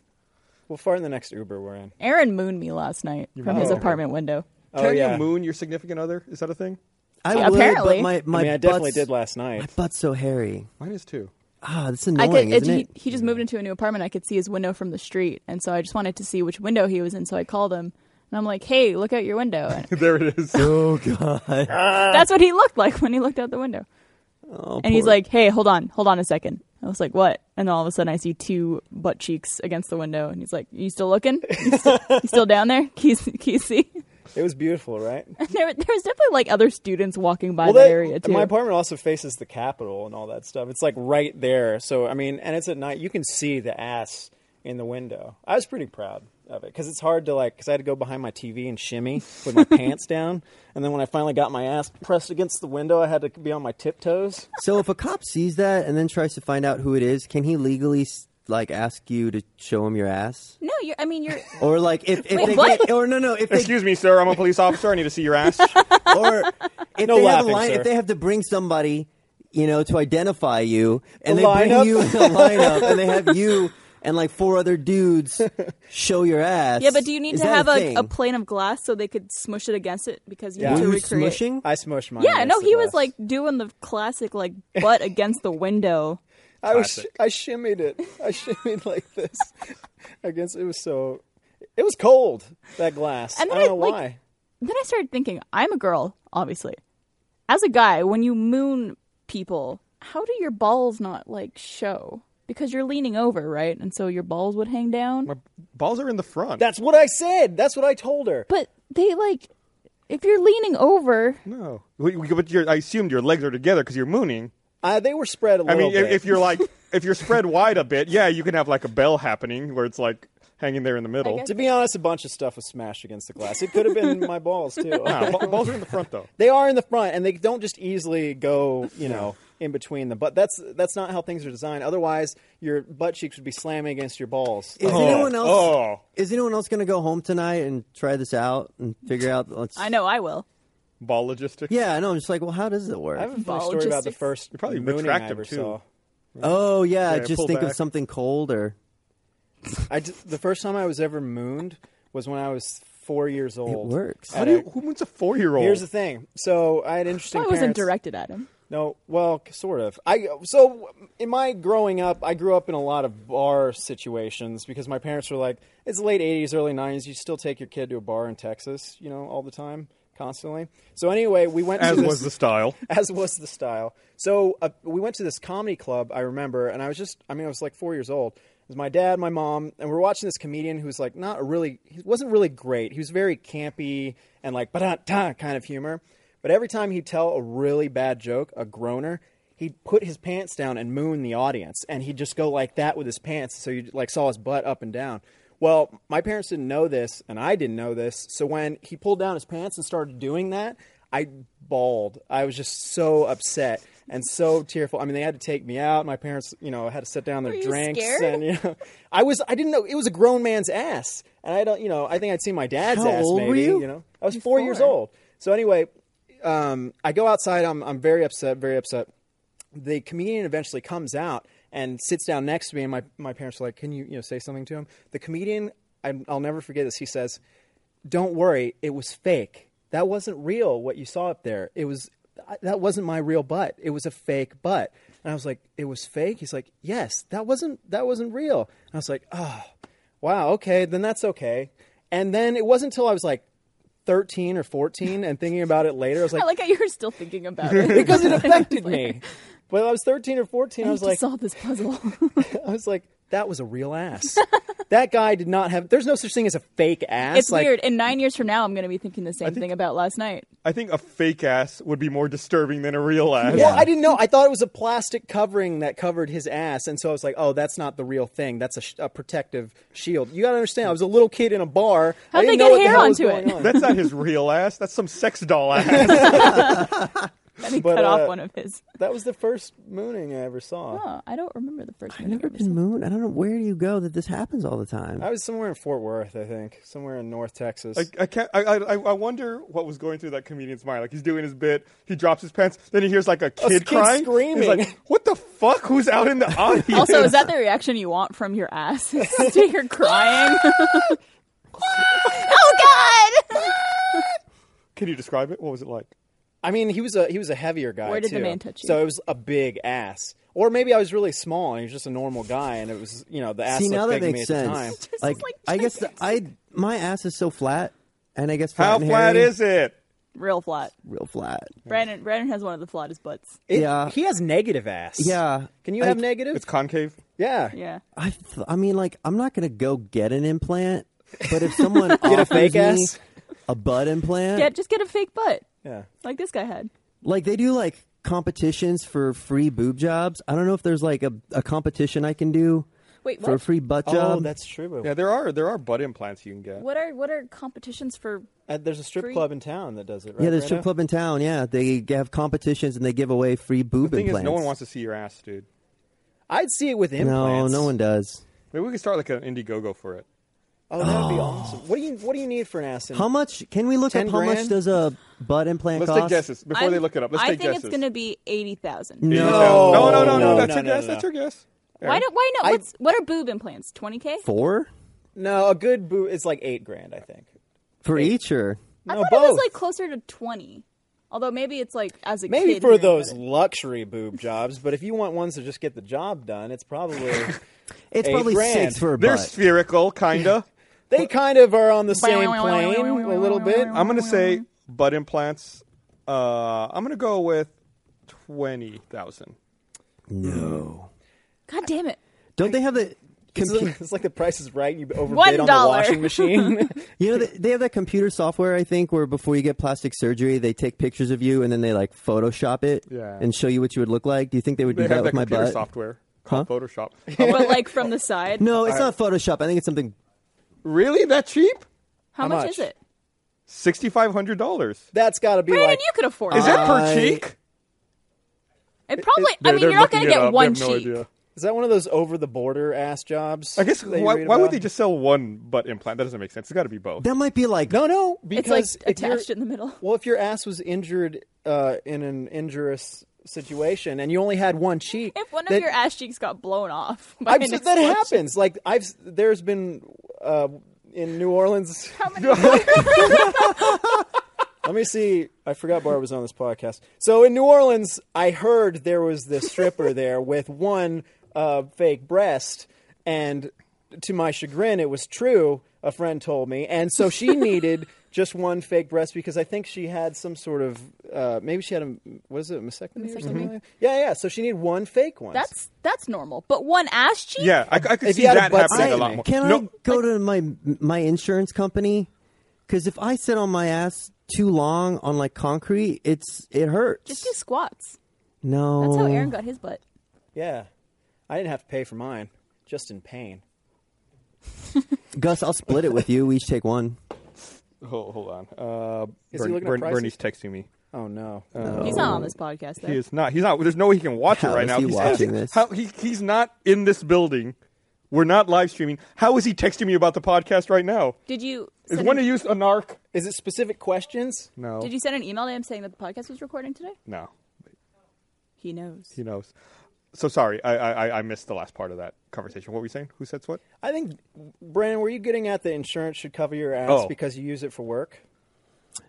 Speaker 4: We'll fart in the next Uber we're in.
Speaker 2: Aaron mooned me last night from
Speaker 1: mooned
Speaker 2: his
Speaker 1: her.
Speaker 2: apartment window.
Speaker 4: Oh
Speaker 1: Can
Speaker 4: yeah.
Speaker 1: you moon your significant other? Is that a thing?
Speaker 3: I
Speaker 2: Yeah,
Speaker 3: would,
Speaker 2: apparently.
Speaker 3: but my my
Speaker 4: I mean, I definitely
Speaker 3: butt's-
Speaker 4: did last
Speaker 3: My
Speaker 4: night.
Speaker 3: butt's so hairy.
Speaker 1: Mine is too.
Speaker 3: Ah, that's
Speaker 2: I
Speaker 3: annoying,
Speaker 2: could.
Speaker 3: isn't
Speaker 2: he,
Speaker 3: it?
Speaker 2: he just moved into a new apartment. I could see his window from the street, and so I just wanted to see which window he was in. So I called him, and I'm like, "Hey, look out your window." And
Speaker 1: there it is.
Speaker 3: Oh god.
Speaker 2: that's what he looked like when he looked out the window.
Speaker 3: Oh,
Speaker 2: And he's
Speaker 3: poor-
Speaker 2: like, "Hey, hold on, hold on a second. I was like, "What?" And all of a sudden, I see two butt cheeks against the window, and he's like, "You still looking? You still, you still down there? Can you, see- can you see?"
Speaker 4: It was beautiful, right?
Speaker 2: And there, there was definitely like other students walking by
Speaker 4: Well,
Speaker 2: that
Speaker 4: they-
Speaker 2: area too.
Speaker 4: My apartment also faces the Capitol and all that stuff. It's like right there. So I mean, and it's at night. You can see the ass in the window. I was pretty proud of it because it's hard to like because I had to go behind my TV and shimmy with my pants down, and then when I finally got my ass pressed against the window, I had to be on my tiptoes.
Speaker 3: So if a cop sees that and then tries to find out who it is, can he legally s- like ask you to show him your ass?
Speaker 2: no, you're, I mean, you're
Speaker 3: Or like if, if
Speaker 2: Wait,
Speaker 3: they
Speaker 2: what?
Speaker 3: get, or no no if they
Speaker 1: Excuse me, sir. I'm a police officer. I need to see your ass.
Speaker 3: or if they
Speaker 4: No
Speaker 3: have a
Speaker 4: laughing,
Speaker 3: line
Speaker 4: sir.
Speaker 3: if they have to bring somebody you know to identify you and
Speaker 4: The
Speaker 3: they bring
Speaker 4: lineup?
Speaker 3: you in the lineup and they have you and like four other dudes show your ass.
Speaker 2: yeah, but do you need
Speaker 3: Is
Speaker 2: to
Speaker 3: that
Speaker 2: have a,
Speaker 3: thing?
Speaker 2: a plane of glass so they could smush it against it because you
Speaker 4: Yeah.
Speaker 2: need to
Speaker 3: Were you
Speaker 2: recreate?
Speaker 3: smushing?
Speaker 4: I smushed mine.
Speaker 2: Yeah,
Speaker 4: against
Speaker 2: no,
Speaker 4: the
Speaker 2: he was
Speaker 4: glass.
Speaker 2: like doing the classic like butt against the window.
Speaker 4: I was
Speaker 1: Classic.
Speaker 4: I shimmied it. I shimmied like this. I guess it was so. It was cold that glass.
Speaker 2: And
Speaker 4: I
Speaker 2: then
Speaker 4: don't know
Speaker 2: I, like,
Speaker 4: why.
Speaker 2: then I started thinking, I'm a girl, obviously. As a guy, when you moon people, how do your balls not like show? Because you're leaning over, right? And so your balls would hang down.
Speaker 1: My balls are in the front.
Speaker 4: That's what I said. That's what I told her.
Speaker 2: But they like if you're leaning over,
Speaker 1: no. We- we- But you're, I assumed your legs are together because you're mooning.
Speaker 4: Uh, they were spread a
Speaker 1: I
Speaker 4: little
Speaker 1: mean, if,
Speaker 4: bit.
Speaker 1: if you're like, if you're spread wide a bit, yeah, you can have like a bell happening where it's like hanging there in the middle.
Speaker 2: guess-
Speaker 4: to be honest, a bunch of stuff was smashed against the glass. It could have been my balls too.
Speaker 1: Nah, ba- balls are in the front though.
Speaker 4: they are in the front, and they don't just easily go, you know, in between them. But that's that's not how things are designed. Otherwise, your butt cheeks would be slamming against your balls.
Speaker 3: Is
Speaker 4: Like that.
Speaker 3: anyone else?
Speaker 1: Oh.
Speaker 3: Is anyone else going to go home tonight and try this out and figure out? Let's,
Speaker 2: I know I will.
Speaker 1: Ball logistics.
Speaker 3: Yeah, I know. I'm just like, well, how does it work?
Speaker 4: I have a funny
Speaker 2: Ball
Speaker 4: story about the
Speaker 2: logistics.
Speaker 4: first
Speaker 1: You probably
Speaker 4: mooning
Speaker 1: retract
Speaker 4: I
Speaker 1: them,
Speaker 4: ever
Speaker 1: too.
Speaker 4: saw.
Speaker 3: Oh yeah,
Speaker 1: Yeah,
Speaker 3: just
Speaker 1: pull
Speaker 3: think of
Speaker 1: back.
Speaker 3: something cold or
Speaker 4: I d- the first time I was ever mooned was when I was four years old.
Speaker 3: works.
Speaker 1: How
Speaker 4: At
Speaker 1: do you,
Speaker 4: a-
Speaker 1: who moons a four-year-old?
Speaker 4: here's the thing. So I had interesting.
Speaker 2: I wasn't
Speaker 4: parents.
Speaker 2: directed at him.
Speaker 4: No, well, c- sort of. I so in my growing up, I grew up in a lot of bar situations because my parents were like, it's late '80s, early '90s. You still take your kid to a bar in Texas, you know, all the time, constantly. So anyway, we went
Speaker 1: As
Speaker 4: to this,
Speaker 1: was the style.
Speaker 4: as was the style. So uh, we went to this comedy club, I remember, and I was just, I mean, I was like four years old. It was my dad, my mom, and we we're watching this comedian who was like not a really, he wasn't really great. He was very campy and like, ba da kind of humor. But every time he'd tell a really bad joke, a groaner, he'd put his pants down and moon the audience. And he'd just go like that with his pants. So you like saw his butt up and down. Well, my parents didn't know this, and I didn't know this. So when he pulled down his pants and started doing that, I bawled. I was just so upset. and so tearful. I mean, they had to take me out. My parents, you know, had to set down their
Speaker 2: Were you
Speaker 4: drinks.
Speaker 2: scared?
Speaker 4: And you know, I was I didn't know it was a grown man's ass, and I don't, you know, I think I'd seen my dad's
Speaker 3: How
Speaker 4: ass.
Speaker 3: old
Speaker 4: maybe
Speaker 3: were you?
Speaker 4: know, I was
Speaker 2: You're
Speaker 4: four years
Speaker 2: four.
Speaker 4: old. So anyway, um, I go outside. I'm I'm very upset. Very upset. The comedian eventually comes out and sits down next to me, and my my parents are like, "Can you you know say something to him?" The comedian, i I'll never forget this. He says don't worry, it was fake. That wasn't real. What you saw up there, it was I- that wasn't my real butt. It was a fake butt. And I was like, it was fake. He's like, yes, that wasn't that wasn't real. And I was like, oh, wow, okay, then that's okay. And then it wasn't until I was like thirteen or fourteen and thinking about it later, I was like,
Speaker 2: I like how you're still thinking about it.
Speaker 4: because it affected me. But I was thirteen or fourteen. I,
Speaker 2: I
Speaker 4: was
Speaker 2: need to
Speaker 4: like,
Speaker 2: solve this puzzle.
Speaker 4: I was like, that was a real ass. that guy did not have. There's no such thing as a fake ass.
Speaker 2: it's
Speaker 4: like,
Speaker 2: weird. And nine years from now, I'm going to be thinking the same thing about last night.
Speaker 1: I think a fake ass would be more disturbing than a real ass.
Speaker 4: Well, I didn't know. I thought it was a plastic covering that covered his ass, and so I was like, "Oh, that's not the real thing. That's a, sh- a protective shield." You got to understand. I was a little kid in a bar. I
Speaker 2: How'd
Speaker 4: didn't
Speaker 2: they get
Speaker 4: know what the
Speaker 2: hair
Speaker 4: hell was
Speaker 2: onto
Speaker 4: going
Speaker 2: it?
Speaker 4: on.
Speaker 1: That's not his real ass. That's some sex doll ass.
Speaker 2: Let me
Speaker 4: But,
Speaker 2: cut
Speaker 4: uh,
Speaker 2: off one of his.
Speaker 4: That was the first mooning I ever saw.
Speaker 2: Oh, I don't remember the first
Speaker 3: I've never been moon. I don't know where do you go that this happens all the time.
Speaker 4: I was somewhere in Fort Worth, I think, somewhere in North Texas.
Speaker 1: I, I can't. I, I I wonder what was going through that comedian's mind. Like he's doing his bit, he drops his pants, then he hears like a kid,
Speaker 4: kid
Speaker 1: crying,
Speaker 4: screaming.
Speaker 1: He's like, "What the fuck? Who's out in the audience?"
Speaker 2: Also, is that the reaction you want from your ass? Is to hear crying? oh, God!
Speaker 1: Can you describe it? What was it like?
Speaker 4: I mean, he was a he was a heavier guy.
Speaker 2: Where did the
Speaker 4: too.
Speaker 2: man touch you?
Speaker 4: So it was a big ass, or maybe I was really small and he was just a normal guy, and it was you know the ass
Speaker 3: See
Speaker 4: looked
Speaker 3: now that
Speaker 4: big to me
Speaker 3: makes
Speaker 4: at the time.
Speaker 3: sense.
Speaker 2: Just
Speaker 3: Like,
Speaker 2: like
Speaker 3: I guess the, I my ass is so flat, and I guess flat
Speaker 1: How
Speaker 3: and
Speaker 1: flat
Speaker 3: hairy,
Speaker 1: is it?
Speaker 2: Real flat.
Speaker 3: real flat.
Speaker 2: Brandon Brandon has one of the flattest butts.
Speaker 4: It-
Speaker 3: Yeah.
Speaker 4: he has negative ass.
Speaker 3: Yeah.
Speaker 4: Can you
Speaker 3: Like,
Speaker 4: have negative?
Speaker 1: It's concave.
Speaker 4: Yeah.
Speaker 2: Yeah.
Speaker 3: I th- I mean like I'm not gonna go get an implant, but if someone get
Speaker 4: a fake ass?
Speaker 3: a butt implant,
Speaker 2: Get just get a fake butt.
Speaker 4: Yeah.
Speaker 2: Like this guy had.
Speaker 3: like they do like competitions for free boob jobs. I don't know if there's like a, a competition I can do
Speaker 2: Wait,
Speaker 3: for a
Speaker 2: what?
Speaker 3: free butt
Speaker 4: Oh,
Speaker 3: job.
Speaker 4: that's true.
Speaker 1: Yeah, there are there are butt implants you can get.
Speaker 2: what are what are competitions for
Speaker 4: Uh, there's a strip
Speaker 2: Free-
Speaker 4: club in town that does it, right?
Speaker 3: yeah, there's a
Speaker 4: right
Speaker 3: strip club in town. Yeah, they have competitions and they give away free boob
Speaker 1: The thing is,
Speaker 3: implants.
Speaker 1: no one wants to see your ass, dude.
Speaker 4: I'd see it with
Speaker 3: No,
Speaker 4: implants.
Speaker 3: no one does.
Speaker 1: Maybe we could start like an Indiegogo for it.
Speaker 4: Oh, that'd be awesome. What do you What do you need for an ass?
Speaker 3: How much? Can we look up
Speaker 4: 10
Speaker 3: how much
Speaker 4: grand?
Speaker 3: does a butt implant
Speaker 1: Let's
Speaker 3: cost?
Speaker 1: take guesses before they
Speaker 2: I'm-
Speaker 1: look it up. Let's
Speaker 2: I
Speaker 1: take
Speaker 2: think
Speaker 1: guesses.
Speaker 2: it's gonna be eighty thousand.
Speaker 3: No.
Speaker 1: No, no, no, no,
Speaker 4: No,
Speaker 1: That's
Speaker 4: no,
Speaker 1: your
Speaker 4: no,
Speaker 1: guess.
Speaker 4: no.
Speaker 1: That's your guess.
Speaker 2: Why don't why not?
Speaker 4: I-
Speaker 2: What's what are boob implants? Twenty K?
Speaker 3: Four
Speaker 4: No, a good boo is like eight grand, I think.
Speaker 3: for each, or
Speaker 2: I
Speaker 4: No,
Speaker 2: thought it
Speaker 4: both.
Speaker 2: was like closer to twenty. Although maybe it's like as a
Speaker 4: Maybe
Speaker 2: kid
Speaker 4: for
Speaker 2: hearing about
Speaker 4: those
Speaker 2: it.
Speaker 4: luxury boob jobs, but if you want ones to just get the job done, it's probably
Speaker 3: it's
Speaker 4: Eight
Speaker 3: probably
Speaker 4: grand.
Speaker 3: six for a
Speaker 1: They're
Speaker 3: butt.
Speaker 1: spherical, kinda.
Speaker 4: they kind of are on the same plane a little bit.
Speaker 1: I'm
Speaker 2: Oh,
Speaker 1: gonna say butt implants. Uh, I'm gonna go with twenty thousand.
Speaker 3: no,
Speaker 2: God damn it.
Speaker 3: don't they have the?
Speaker 4: It's
Speaker 3: Compu-
Speaker 4: like, it's like the Price is Right. You overbid
Speaker 2: One
Speaker 4: on the
Speaker 2: dollar.
Speaker 4: washing machine.
Speaker 3: you know, they, they have that computer software, I think, where before you get plastic surgery, they take pictures of you and then they like Photoshop it
Speaker 1: Yeah.
Speaker 3: and show you what you would look like. Do you think they would
Speaker 1: They
Speaker 3: do that
Speaker 1: have
Speaker 3: with
Speaker 1: that
Speaker 3: my
Speaker 1: computer
Speaker 3: butt?
Speaker 1: software called
Speaker 3: Huh?
Speaker 1: Photoshop.
Speaker 2: but like from the side.
Speaker 3: No, it's not Photoshop. I think it's something.
Speaker 1: really, that cheap?
Speaker 2: How,
Speaker 4: How
Speaker 2: much,
Speaker 4: much?
Speaker 2: is it?
Speaker 1: Sixty five hundred dollars.
Speaker 4: That's got to be
Speaker 2: Brandon,
Speaker 4: like
Speaker 2: you could afford
Speaker 1: Is
Speaker 2: it.
Speaker 1: that per
Speaker 3: I-
Speaker 1: cheek?
Speaker 2: It probably I
Speaker 1: They're-
Speaker 2: mean
Speaker 1: they're
Speaker 2: you're not
Speaker 1: looking
Speaker 2: gonna
Speaker 1: it
Speaker 2: get
Speaker 1: up. They
Speaker 2: one
Speaker 1: have no
Speaker 2: cheek.
Speaker 1: idea.
Speaker 4: Is that one of those over the border ass jobs?
Speaker 1: I guess
Speaker 4: that you
Speaker 1: why,
Speaker 4: read
Speaker 1: why
Speaker 4: about?
Speaker 1: would they just sell one butt implant? That doesn't make sense. It's got to be both.
Speaker 3: That might be like
Speaker 4: No, no,
Speaker 2: It's
Speaker 4: because
Speaker 2: like
Speaker 4: if you're-
Speaker 2: attached in the middle.
Speaker 4: Well, if your ass was injured uh, in an injurious situation and you only had one cheek,
Speaker 2: If one of
Speaker 4: that-
Speaker 2: your ass cheeks got blown off, by
Speaker 4: I've,
Speaker 2: an
Speaker 4: that
Speaker 2: explosion-
Speaker 4: happens. Like I've there's been uh, in New Orleans.
Speaker 2: How many?
Speaker 4: Let me see. I forgot Barb was on this podcast. So in New Orleans, I heard there was this stripper there with one uh, fake breast, and to my chagrin, it was true. A friend told me, and so she needed just one fake breast because I think she had some sort of uh, maybe she had a what is it a mastectomy, or something? Like that? Yeah, yeah. So she needed one fake one.
Speaker 2: That's that's normal. But one ass cheek?
Speaker 1: Yeah, I, I could
Speaker 4: If
Speaker 1: see
Speaker 4: you had a
Speaker 1: that
Speaker 4: butt
Speaker 1: happening a
Speaker 4: size-
Speaker 1: lot more.
Speaker 3: Can
Speaker 1: no,
Speaker 3: I go to my my insurance company? Because if I sit on my ass too long on like concrete, it's it hurts.
Speaker 2: Just do squats.
Speaker 3: no,
Speaker 2: That's how Aaron got his butt.
Speaker 4: yeah. I didn't have to pay for mine. Just in pain.
Speaker 3: Gus, I'll split it with you. We each take one.
Speaker 1: Hold, hold on. Uh,
Speaker 4: Is he
Speaker 1: Bernie,
Speaker 4: looking at
Speaker 1: Bern-
Speaker 4: prices?
Speaker 1: Bernie's texting me.
Speaker 4: Oh no.
Speaker 2: He's not on this podcast, though.
Speaker 1: He is not. He's not. There's no way he can watch
Speaker 3: How
Speaker 1: it right
Speaker 3: is
Speaker 1: now.
Speaker 3: he
Speaker 1: he's
Speaker 3: watching this?
Speaker 1: How, he, he's not in this building. We're not live streaming. How is he texting me about the podcast right now?
Speaker 2: Did you?
Speaker 1: Is
Speaker 2: Send
Speaker 1: one
Speaker 2: an,
Speaker 1: of you a narc?
Speaker 4: Is it specific questions?
Speaker 1: No.
Speaker 2: Did you send an email to him saying that the podcast was recording today?
Speaker 1: No.
Speaker 2: He knows.
Speaker 1: He knows. So sorry, I, I I- I missed the last part of that conversation. What were you saying? Who says what?
Speaker 4: I think, Brandon, were you getting at the insurance should cover your ass
Speaker 1: Oh.
Speaker 4: because you use it for work?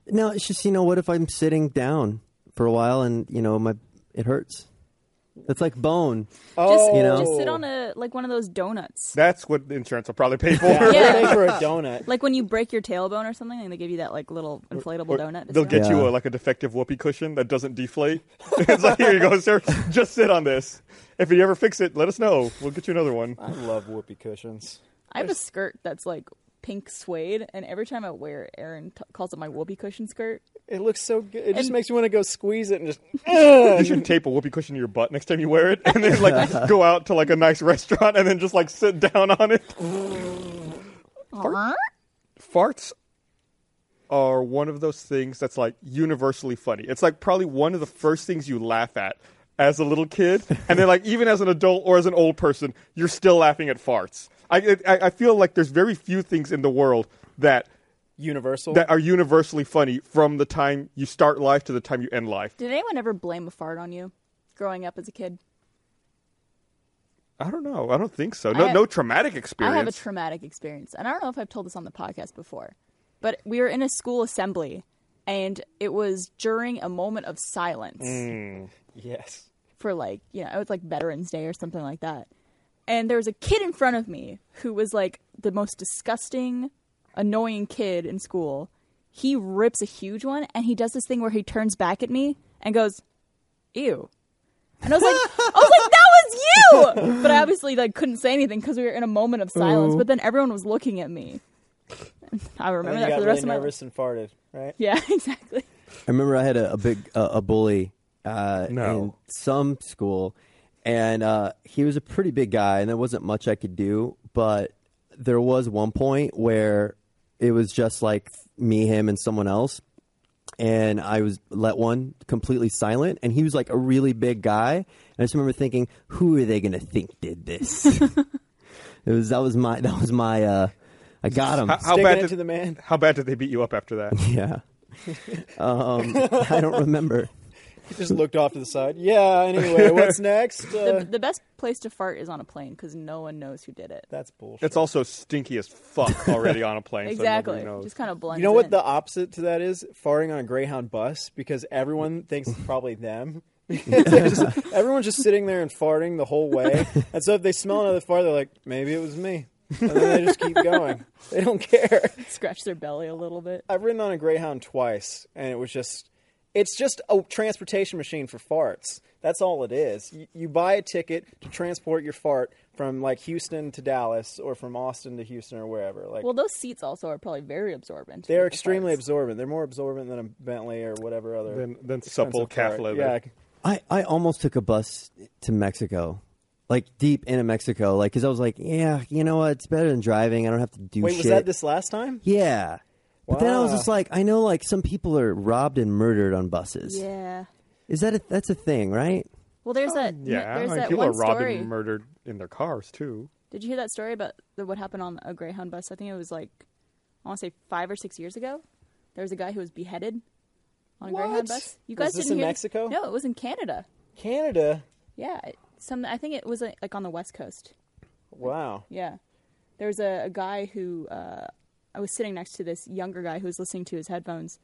Speaker 3: No, it's just you know what if I'm sitting down for a while and you know my it hurts. It's like bone.
Speaker 2: Just,
Speaker 4: Oh.
Speaker 3: You know?
Speaker 2: just sit on a like one of those donuts.
Speaker 1: That's what the insurance will probably pay for.
Speaker 4: Yeah,
Speaker 2: Yeah.
Speaker 4: Pay for a donut.
Speaker 2: Like when you break your tailbone or something, and they give you that like little inflatable
Speaker 1: Or
Speaker 2: donut. to
Speaker 1: They'll
Speaker 2: sit
Speaker 1: get
Speaker 2: on.
Speaker 1: you a,
Speaker 3: Yeah.
Speaker 1: like a defective whoopee cushion that doesn't deflate. it's like here you go, sir. Just sit on this. If you ever fix it, let us know. We'll get you another one.
Speaker 4: I love whoopee cushions.
Speaker 2: I have a skirt that's like pink suede, and every time I wear it, Aaron t- calls it my whoopee cushion skirt.
Speaker 4: It looks so good. It just
Speaker 2: And-
Speaker 4: makes you want to go squeeze it and just.
Speaker 1: You should tape a whoopee cushion to your butt next time you wear it, and then like go out to like a nice restaurant and then just like sit down on it. Farts are one of those things that's like universally funny. It's like probably one of the first things you laugh at as a little kid, and then like even as an adult or as an old person, you're still laughing at farts. I I, I feel like there's very few things in the world that
Speaker 4: Universal.
Speaker 1: that are universally funny from the time you start life to the time you end life.
Speaker 2: Did anyone ever blame a fart on you growing up as a kid?
Speaker 1: I don't know. I don't think so. No,
Speaker 2: have-
Speaker 1: no traumatic experience.
Speaker 2: I have a traumatic experience, and I don't know if I've told this on the podcast before, but we were in a school assembly, and it was during a moment of silence
Speaker 1: Mm.
Speaker 4: yes.
Speaker 2: for like you know it was like Veterans Day or something like that, and there was a kid in front of me who was like the most disgusting, annoying kid in school. He rips a huge one, and he does this thing where he turns back at me and goes, "Ew." And I was like, I was like, that was you. But I obviously like couldn't say anything because we were in a moment of silence. But then everyone was looking at me. I
Speaker 4: And
Speaker 2: remember
Speaker 4: then you
Speaker 2: that
Speaker 4: got
Speaker 2: for the
Speaker 4: really
Speaker 2: rest of my life.
Speaker 4: nervous and farted, right?
Speaker 2: Yeah, exactly.
Speaker 3: I remember I had a, a big uh, a bully uh,
Speaker 1: No.
Speaker 3: in some school, and uh, he was a pretty big guy, and there wasn't much I could do. But there was one point where it was just like me, him, and someone else, and I was let one completely silent, and he was like a really big guy, and I just remember thinking, who are they gonna think did this? it was that was my that was my uh, I got him.
Speaker 1: How- how
Speaker 4: Sticking
Speaker 1: bad
Speaker 4: it
Speaker 1: did
Speaker 4: to the man.
Speaker 1: How bad did they beat you up after that?
Speaker 3: Yeah, um, I don't remember.
Speaker 4: He just looked off to the side. Yeah, anyway, what's next? Uh,
Speaker 2: The, the best place to fart is on a plane because no one knows who did it.
Speaker 4: that's bullshit.
Speaker 1: It's also stinky as fuck already on a plane. So
Speaker 2: Exactly.
Speaker 1: nobody knows.
Speaker 2: Just kind of blends.
Speaker 4: You know what
Speaker 2: in.
Speaker 4: the opposite to that is? Farting on a Greyhound bus because everyone thinks it's probably them. It's like just- everyone's just sitting there and farting the whole way. And so if they smell another fart, they're like, maybe it was me. And then they just keep going. They don't care.
Speaker 2: scratch their belly a little bit.
Speaker 4: I've ridden on a Greyhound twice, and it was just, it's just a transportation machine for farts. That's all it is. You, you buy a ticket to transport your fart from like Houston to Dallas or from Austin to Houston or wherever. Like,
Speaker 2: Well, those seats also are probably very absorbent.
Speaker 4: They're
Speaker 2: with the
Speaker 4: extremely
Speaker 2: farts.
Speaker 4: absorbent. They're more absorbent than a Bentley or whatever other.
Speaker 1: Than- than
Speaker 4: expensive
Speaker 1: supple calf
Speaker 4: car.
Speaker 1: leather.
Speaker 4: Yeah,
Speaker 3: I, I almost took a bus to Mexico, like deep into Mexico, like because I was like, yeah, you know what, it's better than driving. I don't have to do
Speaker 4: Wait,
Speaker 3: shit.
Speaker 4: was that this last time?
Speaker 3: Yeah, but then I was
Speaker 4: Wow.
Speaker 3: just like, I know, like some people are robbed and murdered on buses.
Speaker 2: Yeah.
Speaker 3: Is that a, that's a thing, right?
Speaker 2: Well,
Speaker 4: Oh,
Speaker 2: there's that.
Speaker 1: yeah,
Speaker 2: there's
Speaker 1: I mean,
Speaker 2: that
Speaker 1: people
Speaker 2: one
Speaker 1: are robbed
Speaker 2: story.
Speaker 1: and murdered in their cars too.
Speaker 2: Did you hear that story about the, what happened on a Greyhound bus? I think it was like, I want to say five or six years ago. There was a guy who was beheaded on a Greyhound
Speaker 4: What?
Speaker 2: bus. You guys
Speaker 4: Was this
Speaker 2: didn't
Speaker 4: in
Speaker 2: hear
Speaker 4: Mexico?
Speaker 2: No, it was in Canada.
Speaker 4: Canada.
Speaker 2: Yeah, it- some. I think it was like, like on the west coast.
Speaker 4: Wow.
Speaker 2: Yeah. There was a, a guy who uh, I was sitting next to this younger guy who was listening to his headphones,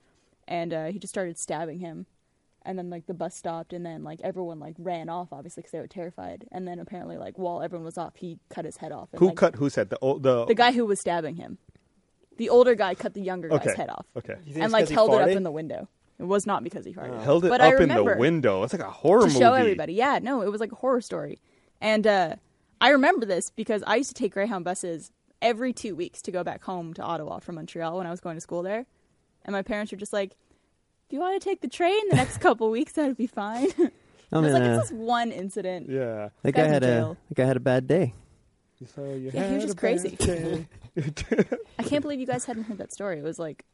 Speaker 2: and uh, he just started stabbing him. And then like the bus stopped, and then like everyone like ran off, obviously because they were terrified. And then apparently like while everyone was off, he cut his head off. And,
Speaker 1: Who
Speaker 2: like,
Speaker 1: cut whose head? The old the,
Speaker 2: the guy who was stabbing him? The older guy cut the younger guy's
Speaker 1: Okay.
Speaker 2: head off.
Speaker 1: Okay. You think
Speaker 4: it's
Speaker 2: And like
Speaker 4: 'cause he
Speaker 2: held it up
Speaker 4: farted?
Speaker 2: in the window. It was not because he farted.
Speaker 1: held it
Speaker 2: but I
Speaker 1: up in the
Speaker 2: remember-
Speaker 1: window. It's like a horror
Speaker 2: to
Speaker 1: movie.
Speaker 2: show everybody. Yeah, no, it was like a horror story. And uh, I remember this because I used to take Greyhound buses every two weeks to go back home to Ottawa from Montreal when I was going to school there. And my parents were just like, if you want to take the train the next couple weeks, that'd be fine. I
Speaker 3: I
Speaker 2: was
Speaker 3: mean,
Speaker 2: like,
Speaker 3: uh,
Speaker 2: it's just one incident.
Speaker 1: Yeah.
Speaker 3: like
Speaker 2: guy's
Speaker 3: I
Speaker 2: in
Speaker 3: had a
Speaker 2: jail.
Speaker 3: like I had a bad day.
Speaker 1: So you
Speaker 2: Yeah, he
Speaker 1: had
Speaker 2: was just
Speaker 1: a
Speaker 2: crazy.
Speaker 1: bad day.
Speaker 2: I can't believe you guys hadn't heard that story. It was like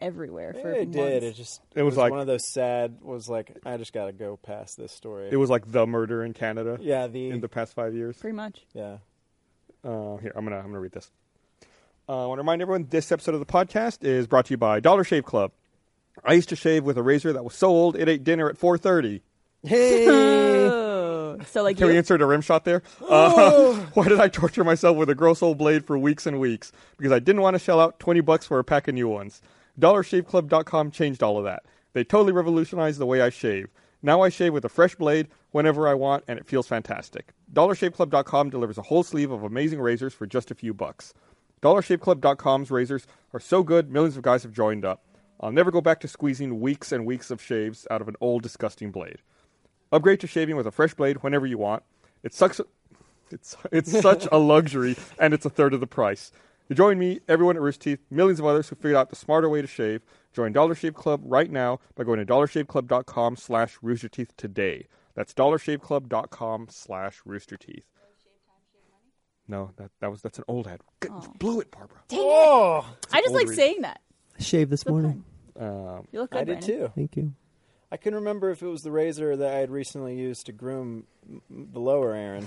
Speaker 2: everywhere for
Speaker 4: it did. It
Speaker 2: months.
Speaker 4: just
Speaker 1: It was like-
Speaker 4: one of those sad. Was like I just got to go past this story.
Speaker 1: It was like the murder in Canada
Speaker 4: yeah the,
Speaker 1: in the past five years.
Speaker 2: Pretty much.
Speaker 4: yeah
Speaker 1: Uh, here, I'm gonna I'm gonna read this. Uh, I want to remind everyone this episode of the podcast is brought to you by Dollar Shave Club. I used to shave with a razor that was so old it ate dinner at 4:30.
Speaker 3: Hey,
Speaker 2: Oh. So like
Speaker 1: Can we
Speaker 2: you,
Speaker 1: insert a rim shot there? Uh, why did I torture myself with a gross old blade for weeks and weeks? Because I didn't want to shell out 20 bucks for a pack of new ones. DollarShaveClub.com changed all of that. They totally revolutionized the way I shave. Now I shave with a fresh blade whenever I want, and it feels fantastic. DollarShaveClub.com delivers a whole sleeve of amazing razors for just a few bucks. DollarShaveClub.com's razors are so good, millions of guys have joined up. I'll never go back to squeezing weeks and weeks of shaves out of an old, disgusting blade. Upgrade to shaving with a fresh blade whenever you want. It sucks. It's it's such a luxury, and it's a third of the price. Join me, everyone at Roost Teeth, millions of others who figured out the smarter way to shave. Join Dollar Shave Club right now by going to dollarshaveclub.com slash roosterteeth today. That's dollarshaveclub.com slash roosterteeth. No, that, that was that's an old ad. G- Blew it, Barbara.
Speaker 4: oh
Speaker 2: I just like
Speaker 1: older-
Speaker 2: saying that.
Speaker 3: shave this morning.
Speaker 1: Um,
Speaker 2: You look good.
Speaker 4: I did
Speaker 2: Brandon.
Speaker 4: too.
Speaker 3: Thank you.
Speaker 4: I couldn't remember if it was the razor that I had recently used to groom m- m- the lower Aaron,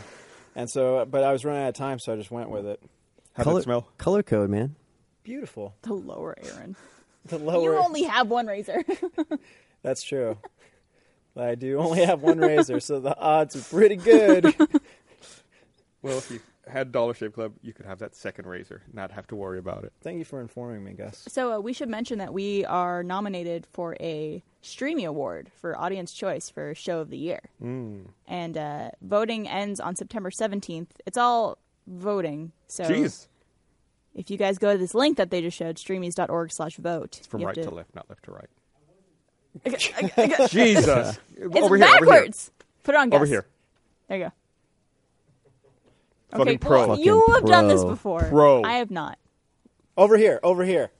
Speaker 4: and so but I was running out of time, so I just went with it.
Speaker 1: how did
Speaker 3: color
Speaker 1: it smell?
Speaker 3: Color code, man.
Speaker 4: Beautiful.
Speaker 2: The lower Aaron.
Speaker 4: The lower.
Speaker 2: You only have one razor.
Speaker 4: That's true. I do only have one razor, so the odds are pretty good.
Speaker 1: Well, if you had Dollar Shave Club, you could have that second razor, not have to worry about it.
Speaker 4: Thank you for informing me, Gus.
Speaker 2: so uh, we should mention that we are nominated for a Streamy Award for Audience Choice for Show of the Year,
Speaker 1: Hmm.
Speaker 2: and uh, voting ends on September seventeenth. It's all voting. So
Speaker 1: Jeez.
Speaker 2: if you guys go to this link that they just showed, streamies.org slash vote.
Speaker 1: From
Speaker 2: you
Speaker 1: right
Speaker 2: have
Speaker 1: to...
Speaker 2: to
Speaker 1: left, not left to right.
Speaker 2: it's
Speaker 1: Jesus. over here,
Speaker 2: backwards. Put it on, Gus.
Speaker 1: Over here. Over here.
Speaker 2: There you go.
Speaker 1: Fucking
Speaker 2: okay,
Speaker 1: pro.
Speaker 2: well, you
Speaker 3: Fucking
Speaker 2: have done this
Speaker 3: pro.
Speaker 2: before.
Speaker 1: Pro.
Speaker 2: I have not.
Speaker 4: Over here, over here.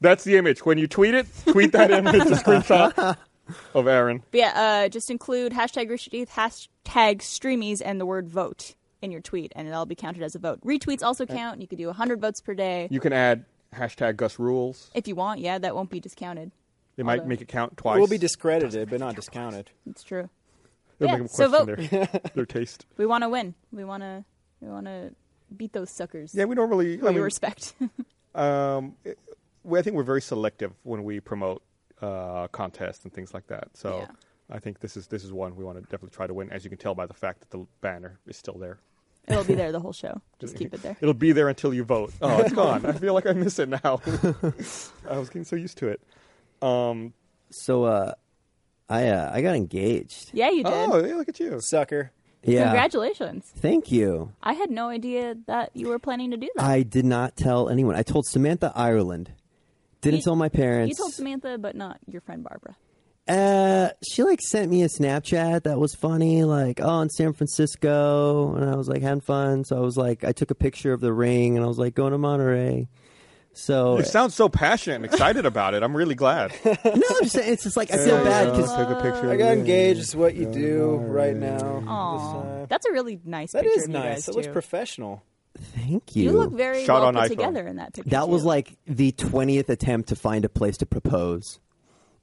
Speaker 1: That's the image. When you tweet it, tweet that image, a screenshot of Aaron.
Speaker 2: But yeah, uh, just include hashtag Rooster Teeth, hashtag Streamies, and the word vote in your tweet, and it'll be counted as a vote. Retweets also count. You could do 100 votes per day
Speaker 1: You can add hashtag Gus Rules.
Speaker 2: if you want. Yeah, that won't be discounted.
Speaker 1: It might
Speaker 2: Although-
Speaker 1: make it count twice.
Speaker 4: We'll be discredited, but not discounted.
Speaker 2: It's true.
Speaker 1: It'll make
Speaker 2: Yeah,
Speaker 1: them
Speaker 2: so
Speaker 1: question their, their taste.
Speaker 2: We want to win. We want to. We want to beat those suckers.
Speaker 1: Yeah, we normally.
Speaker 2: who
Speaker 1: I
Speaker 2: we
Speaker 1: mean,
Speaker 2: respect.
Speaker 1: um, it- we- I think we're very selective when we promote uh, contests and things like that. So
Speaker 2: Yeah.
Speaker 1: I think this is this is one we want to definitely try to win. As you can tell by the fact that the banner is still there.
Speaker 2: It'll be there the whole show. Just keep it there.
Speaker 1: It'll be there until you vote. Oh, it's gone. I feel like I miss it now. I was getting so used to it. Um,
Speaker 3: So, uh, I uh, I got engaged.
Speaker 2: Yeah, you did.
Speaker 1: oh, hey, look at you.
Speaker 4: Sucker.
Speaker 3: Yeah.
Speaker 2: Congratulations.
Speaker 3: Thank you.
Speaker 2: I had no idea that you were planning to do that.
Speaker 3: I did not tell anyone. I told Samantha Ireland. Didn't
Speaker 2: You-
Speaker 3: tell my parents.
Speaker 2: you told Samantha, but not your friend Barbara.
Speaker 3: Uh, she like sent me a Snapchat that was funny, like, oh, in San Francisco, and I was like having fun. So I was like, I took a picture of the ring, and I was like going to Monterey. So
Speaker 1: You sound so passionate and excited about it. I'm really glad.
Speaker 3: no, I'm just saying, it's just like I feel bad because
Speaker 1: Take a picture
Speaker 4: I
Speaker 1: of
Speaker 4: got
Speaker 1: it.
Speaker 4: engaged. It's what you do right now.
Speaker 2: Aw,
Speaker 4: This, uh,
Speaker 2: that's a really nice.
Speaker 4: that
Speaker 2: picture
Speaker 4: is
Speaker 2: of you
Speaker 4: nice.
Speaker 2: Guys,
Speaker 4: It looks
Speaker 2: too.
Speaker 4: professional.
Speaker 3: thank you.
Speaker 2: You look very
Speaker 1: Shot
Speaker 2: well
Speaker 1: on
Speaker 2: put
Speaker 1: iPhone.
Speaker 2: together in that picture.
Speaker 3: that was
Speaker 2: too.
Speaker 3: like the twentieth attempt to find a place to propose.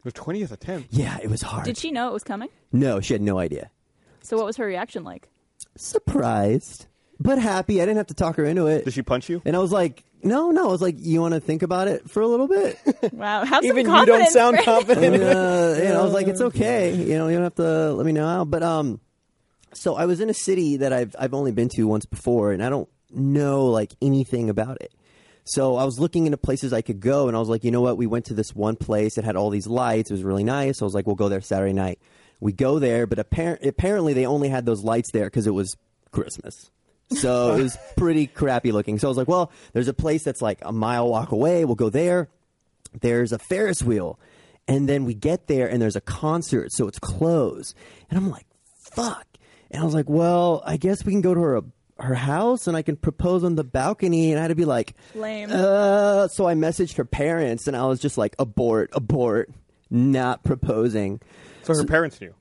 Speaker 1: The 20th attempt.
Speaker 3: Yeah, it was hard.
Speaker 2: Did she know it was coming?
Speaker 3: No, she had no idea.
Speaker 2: So what was her reaction like?
Speaker 3: Surprised, but happy. I didn't have to talk her into it.
Speaker 1: Did she punch you?
Speaker 3: and I was like, no, no. I was like, you want to think about it for a little bit?
Speaker 2: Wow, have some
Speaker 4: Even you
Speaker 2: confidence.
Speaker 4: don't sound
Speaker 2: Brandon.
Speaker 4: confident.
Speaker 3: and, uh, you know, I was like, it's okay. You know, you don't have to let me know out. But um, so I was in a city that I've I've only been to once before, and I don't know like anything about it. So I was looking into places I could go, and I was like, you know what? We went to this one place that had all these lights. It was really nice. I was like, we'll go there Saturday night. We go there, but appar- apparently they only had those lights there because it was Christmas. So it was pretty crappy looking. So I was like, well, there's a place that's like a mile walk away. We'll go there there's a Ferris wheel. And then we get there and there's a concert, so it's closed. And I'm like, fuck. And I was like, well, I guess we can go to her her house and I can propose on the balcony. And I had to be like,
Speaker 2: Lame.
Speaker 3: Uh, so I messaged her parents and I was just like, abort, abort, not proposing.
Speaker 1: So her parents knew.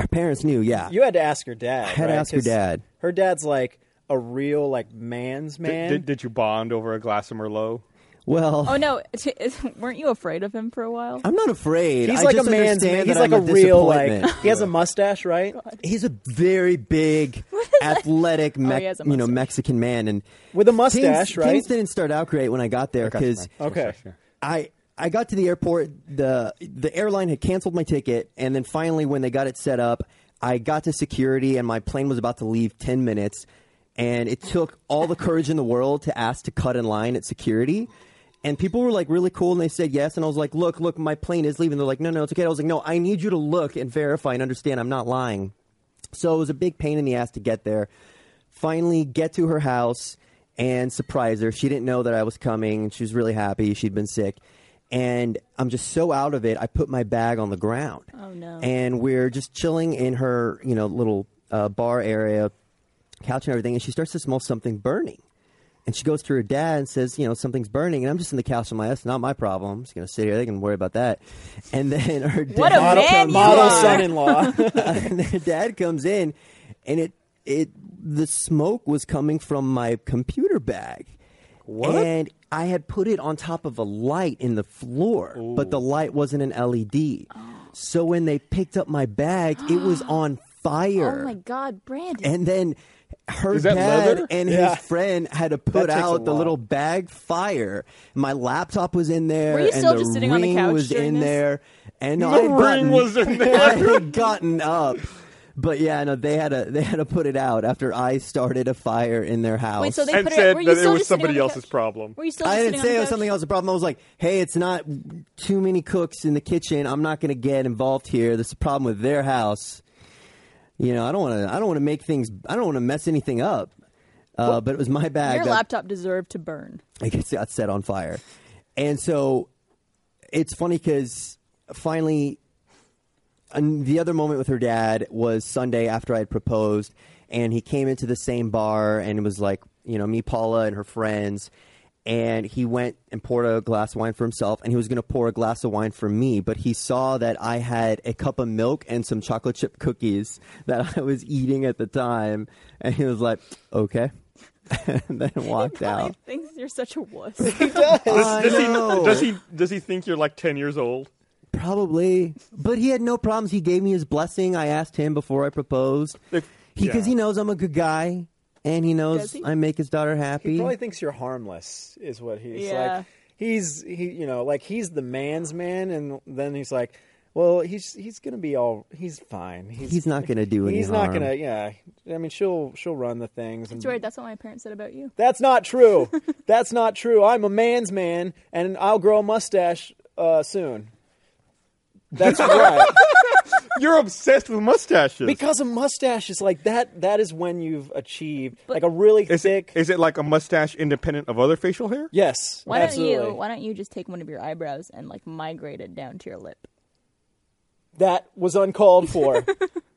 Speaker 3: Her parents knew, yeah.
Speaker 4: You had to ask her dad. I
Speaker 3: had to ask her dad.
Speaker 4: Her dad's like a real like man's man.
Speaker 1: Did, did you bond over a glass of Merlot?
Speaker 3: Well,
Speaker 2: Oh no, t- weren't you afraid of him for a while?
Speaker 3: I'm not afraid.
Speaker 4: He's
Speaker 3: I
Speaker 4: like a
Speaker 3: just
Speaker 4: man's
Speaker 3: understand that
Speaker 4: man. He's like
Speaker 3: I'm
Speaker 4: a, real
Speaker 3: disappointment.
Speaker 4: like. He has a mustache, right?
Speaker 3: He's a very big, athletic, Me-
Speaker 2: Oh, he has a
Speaker 3: you know,
Speaker 2: mustache.
Speaker 3: Mexican man, and
Speaker 4: With a mustache,
Speaker 3: things,
Speaker 4: right?
Speaker 3: Things didn't start out great when I got there
Speaker 1: Gotcha,
Speaker 3: because
Speaker 1: man.
Speaker 4: Okay.
Speaker 1: Yeah.
Speaker 3: I I got to the airport. the The airline had canceled my ticket, and then finally, when they got it set up, I got to security, and my plane was about to leave ten minutes, and it took all the courage in the world to ask to cut in line at security. And people were like really cool, and they said yes. And I was like, "Look, look, my plane is leaving." They're like, "No, no, it's okay." I was like, "No, I need you to look and verify and understand. I'm not lying." So it was a big pain in the ass to get there. Finally, get to her house and surprise her. She didn't know that I was coming. She was really happy. She'd been sick. And I'm just so out of it. I put my bag on the ground.
Speaker 2: Oh, no.
Speaker 3: And we're just chilling in her, you know, little uh, bar area, couch and everything. And she starts to smell something burning. And she goes to her dad and says, you know, something's burning. And I'm just in the couch. I'm like, that's not my problem. I'm just going to sit here. They can worry about that. And then her dad.
Speaker 2: What a
Speaker 4: Model,
Speaker 2: Man, you
Speaker 4: model
Speaker 2: are.
Speaker 4: son-in-law.
Speaker 3: and their dad comes in and it it the smoke was coming from my computer bag
Speaker 4: What?
Speaker 3: and i had put it on top of a light in the floor but the light wasn't an led so when they picked up my bag it was on fire
Speaker 2: Oh my God, Brandon!
Speaker 3: and then her
Speaker 1: Is that
Speaker 3: dad
Speaker 1: leather?
Speaker 3: and
Speaker 4: Yeah.
Speaker 3: his friend had to
Speaker 4: That
Speaker 3: put
Speaker 4: takes a
Speaker 3: out the
Speaker 4: lot.
Speaker 3: little bag fire. My laptop was in there.
Speaker 2: Were you
Speaker 3: and
Speaker 2: still
Speaker 3: the
Speaker 2: just sitting on the
Speaker 3: ring
Speaker 2: couch
Speaker 3: was
Speaker 2: during
Speaker 3: in
Speaker 2: this?
Speaker 3: there, and no,
Speaker 1: The
Speaker 3: I had
Speaker 1: ring
Speaker 3: gotten,
Speaker 1: was in there.
Speaker 3: I had gotten up. But yeah, no, they had to they had to put it out after I started a fire in their house.
Speaker 2: Wait, so they
Speaker 1: And
Speaker 2: put
Speaker 1: said
Speaker 2: it. Were you
Speaker 1: that it
Speaker 2: still
Speaker 1: was
Speaker 2: just sitting on
Speaker 1: somebody
Speaker 2: the
Speaker 1: else's
Speaker 2: couch?
Speaker 1: problem.
Speaker 2: Were you still? Just
Speaker 3: I
Speaker 2: sitting
Speaker 3: didn't
Speaker 2: on
Speaker 3: say
Speaker 2: the
Speaker 3: it was
Speaker 2: couch?
Speaker 3: something else. The problem I was like, hey, it's not too many cooks in the kitchen. I'm not going to get involved here. This is a problem with their house. You know, I don't want to. I don't want to make things. I don't want to mess anything up. Uh, but it was my bag.
Speaker 2: Your
Speaker 3: that-
Speaker 2: laptop deserved to burn.
Speaker 3: I guess it got set on fire. And so it's funny because finally, and the other moment with her dad was Sunday after I had proposed, and he came into the same bar and it was like, you know, me, Paula, and her friends. And he went and poured a glass of wine for himself, and he was going to pour a glass of wine for me. But he saw that I had a cup of milk and some chocolate chip cookies that I was eating at the time, and he was like, "Okay," and then walked
Speaker 2: Probably
Speaker 3: out.
Speaker 2: thinks you're such a wuss.
Speaker 3: I
Speaker 1: Does he,
Speaker 3: know.
Speaker 1: does he does he think you're like ten years old?
Speaker 3: Probably, but he had no problems. He gave me his blessing. I asked him before I proposed.
Speaker 1: If-
Speaker 3: He because
Speaker 1: yeah.
Speaker 3: he knows I'm a good guy, and he knows
Speaker 2: Does he?
Speaker 3: I make his daughter happy.
Speaker 4: He probably thinks you're harmless, is what he's
Speaker 2: Yeah.
Speaker 4: like. He's he, you know, like he's the man's man, and then he's like, well, he's he's gonna be all, he's fine. He's,
Speaker 3: He's not gonna do any
Speaker 4: He's not
Speaker 3: harm.
Speaker 4: gonna, yeah. I mean, she'll she'll run the things. And
Speaker 2: That's right. That's what my parents said about you.
Speaker 4: That's not true. That's not true. I'm a man's man, and I'll grow a mustache uh, soon. That's right.
Speaker 1: You're obsessed with mustaches.
Speaker 4: Because a mustache is like that. That is when you've achieved like a really
Speaker 1: is it,
Speaker 4: thick.
Speaker 1: is it like a mustache independent of other facial hair?
Speaker 4: yes.
Speaker 2: Why
Speaker 4: absolutely.
Speaker 2: don't you? Why don't you just take one of your eyebrows and like migrate it down to your lip?
Speaker 4: That was uncalled for.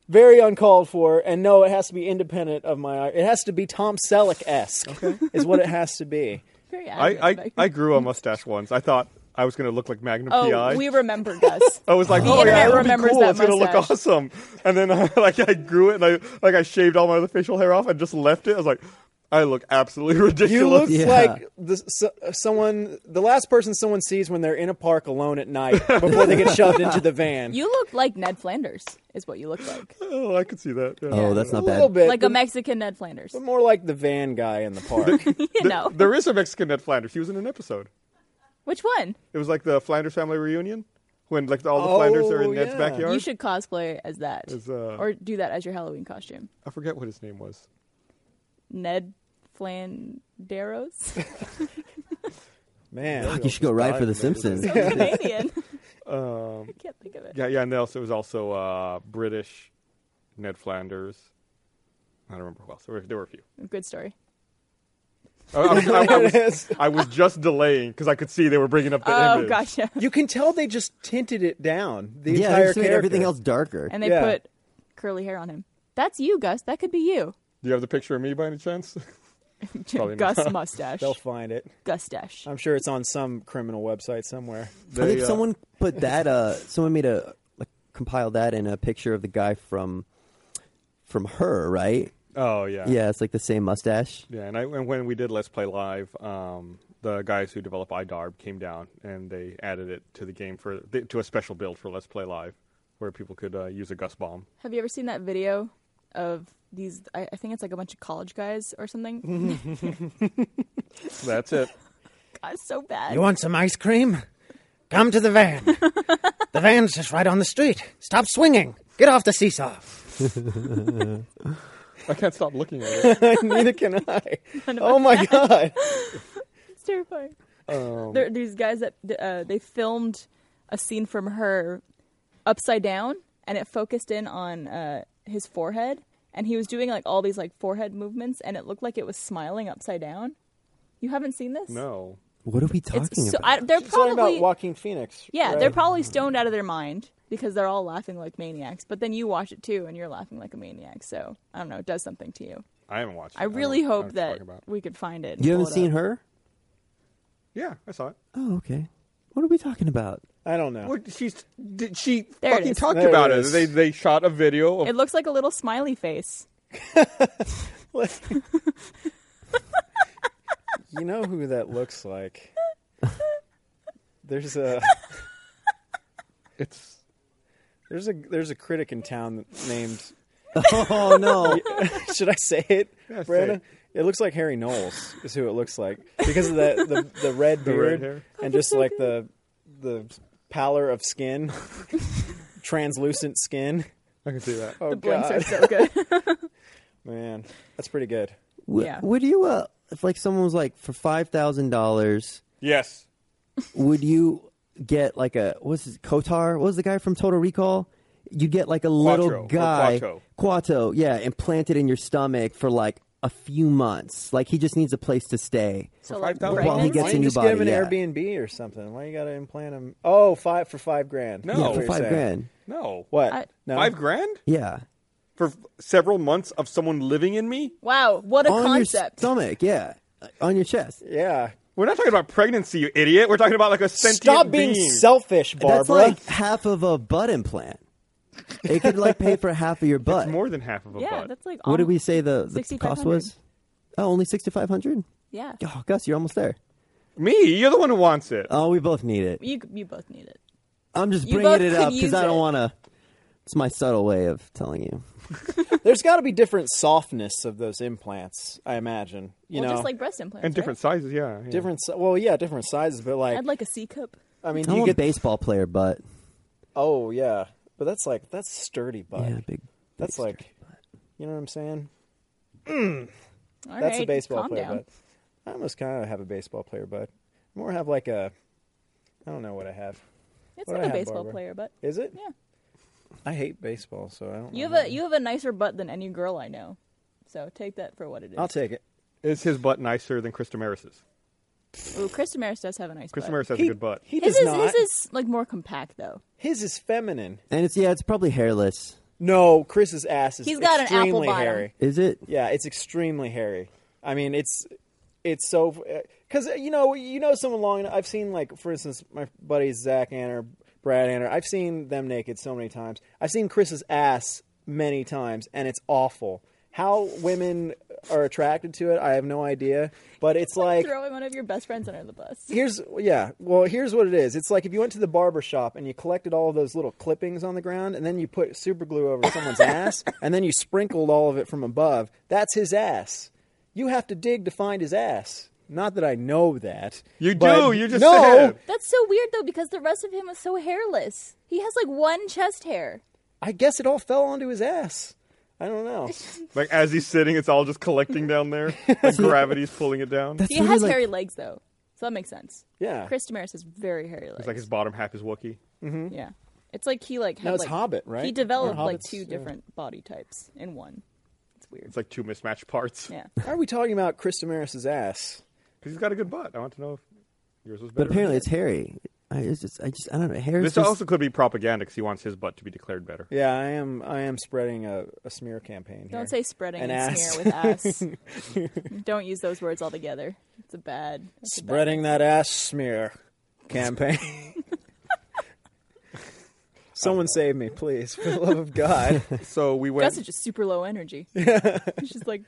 Speaker 4: Very uncalled for. And no, it has to be independent of my. It has to be Tom Selleck esque. Is what it has to be.
Speaker 2: Very accurate.
Speaker 1: I, I,
Speaker 2: back-
Speaker 1: I grew a mustache once. I thought I was going to look like Magnum
Speaker 2: oh,
Speaker 1: PI.
Speaker 2: we remember Gus.
Speaker 1: I was like,
Speaker 2: The
Speaker 1: oh yeah,
Speaker 2: internet
Speaker 1: it'll be
Speaker 2: remembers
Speaker 1: cool.
Speaker 2: that
Speaker 1: It's gonna look
Speaker 2: mustache.
Speaker 1: awesome. And then I, like I grew it, and I like I shaved all my other facial hair off and just left it. I was like, I look absolutely
Speaker 4: You
Speaker 1: ridiculous.
Speaker 4: look
Speaker 3: Yeah.
Speaker 4: like the, so, someone, the last person someone sees when they're in a park alone at night before they get shoved into the van.
Speaker 2: You looked like Ned Flanders, is what you look like.
Speaker 1: oh, I could see that. yeah.
Speaker 3: oh, that's
Speaker 4: a
Speaker 3: not
Speaker 4: little
Speaker 3: bad.
Speaker 4: bit,
Speaker 2: Like a
Speaker 4: but-
Speaker 2: Mexican Ned Flanders.
Speaker 4: but more like the van guy in the park.
Speaker 2: You
Speaker 1: There-
Speaker 2: know.
Speaker 1: there is a Mexican Ned Flanders. He was in an episode.
Speaker 2: Which one?
Speaker 1: It was like the Flanders family reunion when like all the
Speaker 4: Oh,
Speaker 1: Flanders are in Ned's
Speaker 4: yeah.
Speaker 1: backyard.
Speaker 2: You should cosplay as that.
Speaker 1: As, uh,
Speaker 2: or do that as your Halloween costume.
Speaker 1: I forget what his name was.
Speaker 2: Ned Flanderos?
Speaker 4: Man,
Speaker 3: Fuck, you should go ride for The
Speaker 1: Dive, maybe.
Speaker 3: Simpsons.
Speaker 2: Canadian. I can't think of it.
Speaker 1: Yeah, yeah, and also it was also uh, British Ned Flanders. I don't remember who else. There were, there were a few.
Speaker 2: Good story.
Speaker 1: I, I was, I- I was-
Speaker 4: It is.
Speaker 1: I was just delaying because I could see they were bringing up the
Speaker 2: Oh,
Speaker 1: image.
Speaker 2: gotcha.
Speaker 4: you can tell they just tinted it down. The
Speaker 3: yeah, they
Speaker 4: entire
Speaker 3: just made everything
Speaker 4: character.
Speaker 3: else darker.
Speaker 2: And they
Speaker 4: Yeah.
Speaker 2: put curly hair on him. That's you, Gus. That could be you.
Speaker 1: Do you have the picture of me by any chance? Probably not.
Speaker 2: Gus mustache.
Speaker 4: They'll find it.
Speaker 2: Gustache.
Speaker 4: I'm sure it's on some criminal website somewhere.
Speaker 3: I
Speaker 1: They,
Speaker 3: think
Speaker 1: uh,
Speaker 3: someone put that. Uh, someone made a like, compiled that in a picture of the guy from from her. Right?
Speaker 1: Oh yeah,
Speaker 4: Uh.
Speaker 3: Yeah, it's like the same mustache.
Speaker 1: yeah. And, I, and when we did Let's Play Live, um, the guys who develop iDarb came down and they added it to the game for to a special build for Let's Play Live, where people could uh, use a Gus bomb.
Speaker 2: Have you ever seen that video of these? I, I think it's like a bunch of college guys or something.
Speaker 1: That's it.
Speaker 2: God, it's so bad.
Speaker 5: You want some ice cream? Come to the van. the van's just right on the street. Stop swinging. Get off the seesaw.
Speaker 1: I can't stop looking at it.
Speaker 4: Neither can I. Oh my god.
Speaker 2: It's terrifying. there are these guys that uh, they filmed a scene from her upside down, and it focused in on uh, his forehead, and he was doing like all these like forehead movements, and it looked like it was smiling upside down. You haven't seen this?
Speaker 1: No.
Speaker 3: What are we talking
Speaker 2: It's so
Speaker 3: about?
Speaker 2: I, they're
Speaker 4: She's
Speaker 2: probably
Speaker 4: talking about Walking Phoenix.
Speaker 2: yeah,
Speaker 4: right?
Speaker 2: they're probably stoned out of their mind because they're all laughing like maniacs. But then you watch it too, and you're laughing like a maniac. So I don't know, it does something to you.
Speaker 1: I haven't watched. it.
Speaker 2: I really
Speaker 1: don't- I
Speaker 2: hope
Speaker 1: don't know what
Speaker 2: that
Speaker 1: you're talking about.
Speaker 2: we could find it. and
Speaker 3: you
Speaker 2: pull
Speaker 3: haven't
Speaker 2: it
Speaker 3: seen
Speaker 2: up.
Speaker 3: her?
Speaker 1: Yeah, I saw it.
Speaker 3: Oh, okay. What are we talking about?
Speaker 4: I don't know.
Speaker 1: Well, she's did she
Speaker 2: There it
Speaker 1: fucking
Speaker 2: is.
Speaker 1: talked
Speaker 4: There it
Speaker 1: about it.
Speaker 4: is.
Speaker 1: They they shot a video of
Speaker 2: It looks like a little smiley face.
Speaker 4: you know who that looks like? There's a
Speaker 1: it's
Speaker 4: there's a there's a critic in town that named.
Speaker 3: Oh no!
Speaker 4: Should I say it,
Speaker 1: Yeah, say
Speaker 4: Brandon?
Speaker 1: it.
Speaker 4: It looks like Harry Knowles is who it looks like because of the the, the red
Speaker 1: The red
Speaker 4: beard
Speaker 1: hair.
Speaker 4: and just like the the pallor of skin, translucent skin.
Speaker 1: I can see that.
Speaker 4: Oh
Speaker 2: The blinks are
Speaker 4: god,
Speaker 2: so good.
Speaker 4: man, that's pretty good.
Speaker 3: W-
Speaker 2: Yeah.
Speaker 3: Would you uh, if like someone was like for five thousand dollars,
Speaker 1: Yes.
Speaker 3: would you get like a what's his Kotar? What was the guy from Total Recall? You get like a
Speaker 1: Quattro,
Speaker 3: little
Speaker 1: or
Speaker 3: guy,
Speaker 1: Quatto.
Speaker 3: Quato, yeah, implanted in your stomach for like a few months. Like he just needs a place to stay.
Speaker 2: so like
Speaker 1: 5,000
Speaker 3: While he
Speaker 2: pregnant?
Speaker 3: gets a
Speaker 4: Why don't you
Speaker 3: new
Speaker 4: just
Speaker 3: body,
Speaker 4: give him an
Speaker 3: yeah.
Speaker 4: Airbnb or something? Why you gotta implant him? Oh, five for five grand.
Speaker 1: No.
Speaker 4: That's
Speaker 1: Yeah,
Speaker 4: what
Speaker 3: for
Speaker 4: Oh, you're
Speaker 3: five
Speaker 4: saying.
Speaker 3: grand.
Speaker 1: No.
Speaker 4: What?
Speaker 2: I-
Speaker 4: no.
Speaker 1: Five grand
Speaker 3: Yeah,
Speaker 1: for f- several months of someone living in me?
Speaker 2: Wow, what a
Speaker 3: on
Speaker 2: concept!
Speaker 3: your stomach. Yeah, Uh, on your chest.
Speaker 4: Yeah.
Speaker 1: We're not talking about pregnancy, you idiot. We're talking about like a sentient
Speaker 4: Stop being
Speaker 1: being.
Speaker 4: selfish, Barbara.
Speaker 3: That's like half of a butt implant. It could like pay for half of your butt.
Speaker 1: It's more than half of a
Speaker 2: yeah,
Speaker 1: butt.
Speaker 2: that's like
Speaker 3: what did
Speaker 2: almo-
Speaker 3: we say the, the cost
Speaker 2: 6,500.
Speaker 3: was? Oh, only sixty five hundred.
Speaker 2: Yeah,
Speaker 3: Oh, Gus, you're almost there.
Speaker 1: Me, you're the one who wants it.
Speaker 3: Oh, we both need it.
Speaker 2: you you both need it.
Speaker 3: I'm just
Speaker 2: You both
Speaker 3: bringing it
Speaker 2: could
Speaker 3: up
Speaker 2: use
Speaker 3: because I don't
Speaker 2: it.
Speaker 3: want to. It's my subtle way of telling you.
Speaker 4: There's got to be different softness of those implants, I imagine. You
Speaker 2: well,
Speaker 4: know,
Speaker 2: just like breast implants,
Speaker 1: and different sizes, yeah. yeah.
Speaker 4: different. si- Well, yeah, different sizes, but
Speaker 2: Right?
Speaker 4: like,
Speaker 2: I'd like a C cup.
Speaker 4: I mean,
Speaker 3: I
Speaker 4: do you
Speaker 3: want a
Speaker 4: get.
Speaker 3: baseball player butt.
Speaker 4: oh yeah, but that's like that's sturdy, bud.
Speaker 3: Yeah, big.
Speaker 4: that's
Speaker 3: big
Speaker 4: like,
Speaker 3: strap.
Speaker 4: you know what I'm saying?
Speaker 2: All
Speaker 4: that's a
Speaker 2: right,
Speaker 4: baseball
Speaker 2: calm
Speaker 4: player,
Speaker 2: down.
Speaker 4: bud. I almost kind of have a baseball player, bud. More have like a. I don't know what I have.
Speaker 2: It's
Speaker 4: What do
Speaker 2: not
Speaker 4: I
Speaker 2: a
Speaker 4: have,
Speaker 2: baseball
Speaker 4: Barbara?
Speaker 2: player, but
Speaker 4: Is it?
Speaker 2: yeah,
Speaker 4: I hate baseball, so I don't.
Speaker 2: you
Speaker 4: know
Speaker 2: have a you have a nicer butt than any girl I know. So take that for what it is.
Speaker 4: I'll take it.
Speaker 1: Is his butt nicer than Chris Damaris's?
Speaker 2: Ooh, Chris Damaris does have a nice
Speaker 1: Chris
Speaker 2: butt.
Speaker 1: Damaris has a good butt.
Speaker 4: He
Speaker 2: his
Speaker 4: does
Speaker 2: is
Speaker 4: not.
Speaker 2: his is like more compact though.
Speaker 4: His is feminine.
Speaker 3: And it's yeah, it's probably hairless.
Speaker 4: No, Chris's ass is
Speaker 2: He's got an apple
Speaker 4: extremely
Speaker 2: bottom.
Speaker 4: hairy.
Speaker 3: Is it?
Speaker 4: Yeah, it's extremely hairy. I mean, it's it's so because you know you know someone long enough. I've seen like for instance my buddies Zach Anner, Brad Anner. I've seen them naked so many times. I've seen Chris's ass many times, and it's awful. How women are attracted to it, I have no idea. But it's like
Speaker 2: Throwing one of your best friends under the bus.
Speaker 4: here's yeah well here's what it is it's like if you went to the barber shop and you collected all of those little clippings on the ground and then you put super glue over someone's ass and then you sprinkled all of it from above that's his ass you have to dig to find his ass not that i know that
Speaker 1: You
Speaker 4: but-
Speaker 1: do, you just
Speaker 4: no
Speaker 1: said.
Speaker 2: That's so weird though because the rest of him is so hairless. He has like one chest hair.
Speaker 4: i guess it all fell onto his ass i don't know
Speaker 1: Like as he's sitting, it's all just collecting down there. Like gravity's pulling it down.
Speaker 3: That's
Speaker 2: He
Speaker 3: really
Speaker 2: has
Speaker 3: like,
Speaker 2: hairy legs though, so that makes sense.
Speaker 4: yeah
Speaker 2: Chris Damaris has very hairy legs.
Speaker 1: It's like his bottom half is Wookiee.
Speaker 2: yeah, it's like he like had,
Speaker 4: "Hmm?" no it's
Speaker 2: like,
Speaker 4: hobbit right
Speaker 2: He developed
Speaker 4: Or
Speaker 2: like
Speaker 4: Hobbits,
Speaker 2: two
Speaker 4: yeah.
Speaker 2: different body types in one. It's weird.
Speaker 1: It's like two mismatched parts.
Speaker 2: Yeah,
Speaker 4: why are we talking about chris damaris's ass
Speaker 1: Because he's got a good butt. I want to know if yours was better.
Speaker 3: But apparently, it's hairy. I it's just, I just, I don't know. Hair is
Speaker 1: this
Speaker 3: just-
Speaker 1: also could be propaganda because he wants his butt to be declared better.
Speaker 4: yeah i am i am spreading a, a smear campaign here.
Speaker 2: don't say spreading
Speaker 4: An
Speaker 2: and
Speaker 4: ass.
Speaker 2: smear with ass. don't use those words altogether. It's a bad. It's a bad-
Speaker 4: spreading that ass smear campaign. Someone save me, please, for the love of God.
Speaker 1: So we went.
Speaker 2: Gus is just super low energy. She's like,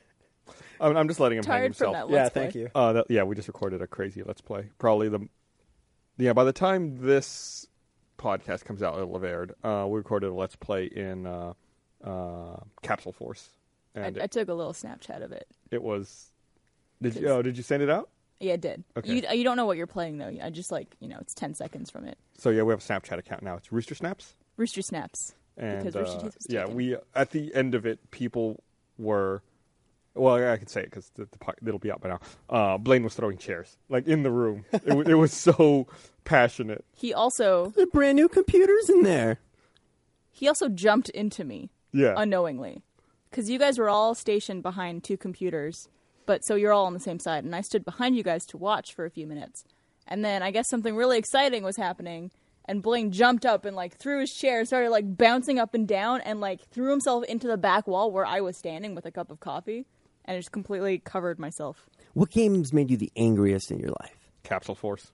Speaker 1: I'm, I'm just letting him hang
Speaker 2: Tired from
Speaker 1: himself.
Speaker 2: that.
Speaker 4: yeah,
Speaker 2: Let's
Speaker 4: thank
Speaker 2: play.
Speaker 4: you.
Speaker 1: Uh, that, yeah, we just recorded a crazy let's play. Probably the yeah. By the time this podcast comes out, it'll have aired. Uh, we recorded a let's play in uh, uh, Capsule Force,
Speaker 2: I,
Speaker 1: and
Speaker 2: I
Speaker 1: it,
Speaker 2: took a little Snapchat of it.
Speaker 1: it was. Did you, oh, did you send it out?
Speaker 2: Yeah, it did.
Speaker 1: Okay.
Speaker 2: You you don't know what you're playing though. I just like you know it's ten seconds from it.
Speaker 1: So yeah, we have a Snapchat account now. It's Rooster Snaps,
Speaker 2: Rooster snaps
Speaker 1: and
Speaker 2: because Rooster
Speaker 1: uh,
Speaker 2: Teeth was
Speaker 1: yeah,
Speaker 2: taken.
Speaker 1: we at the end of it, people were. Well, I can say it because the, the, po- it'll be out by now. Uh, Blaine was throwing chairs, like in the room. It, w- it was so passionate.
Speaker 2: He also
Speaker 3: The brand new computers in there.
Speaker 2: he also jumped into me
Speaker 1: Yeah,
Speaker 2: unknowingly because you guys were all stationed behind two computers, but so you're all on the same side, and I stood behind you guys to watch for a few minutes, and then I guess something really exciting was happening. And Blaine jumped up and like threw his chair, started like bouncing up and down, and like threw himself into the back wall where I was standing with a cup of coffee, and it just completely covered myself.
Speaker 3: What games made you the angriest in your life?
Speaker 1: Capsule Force.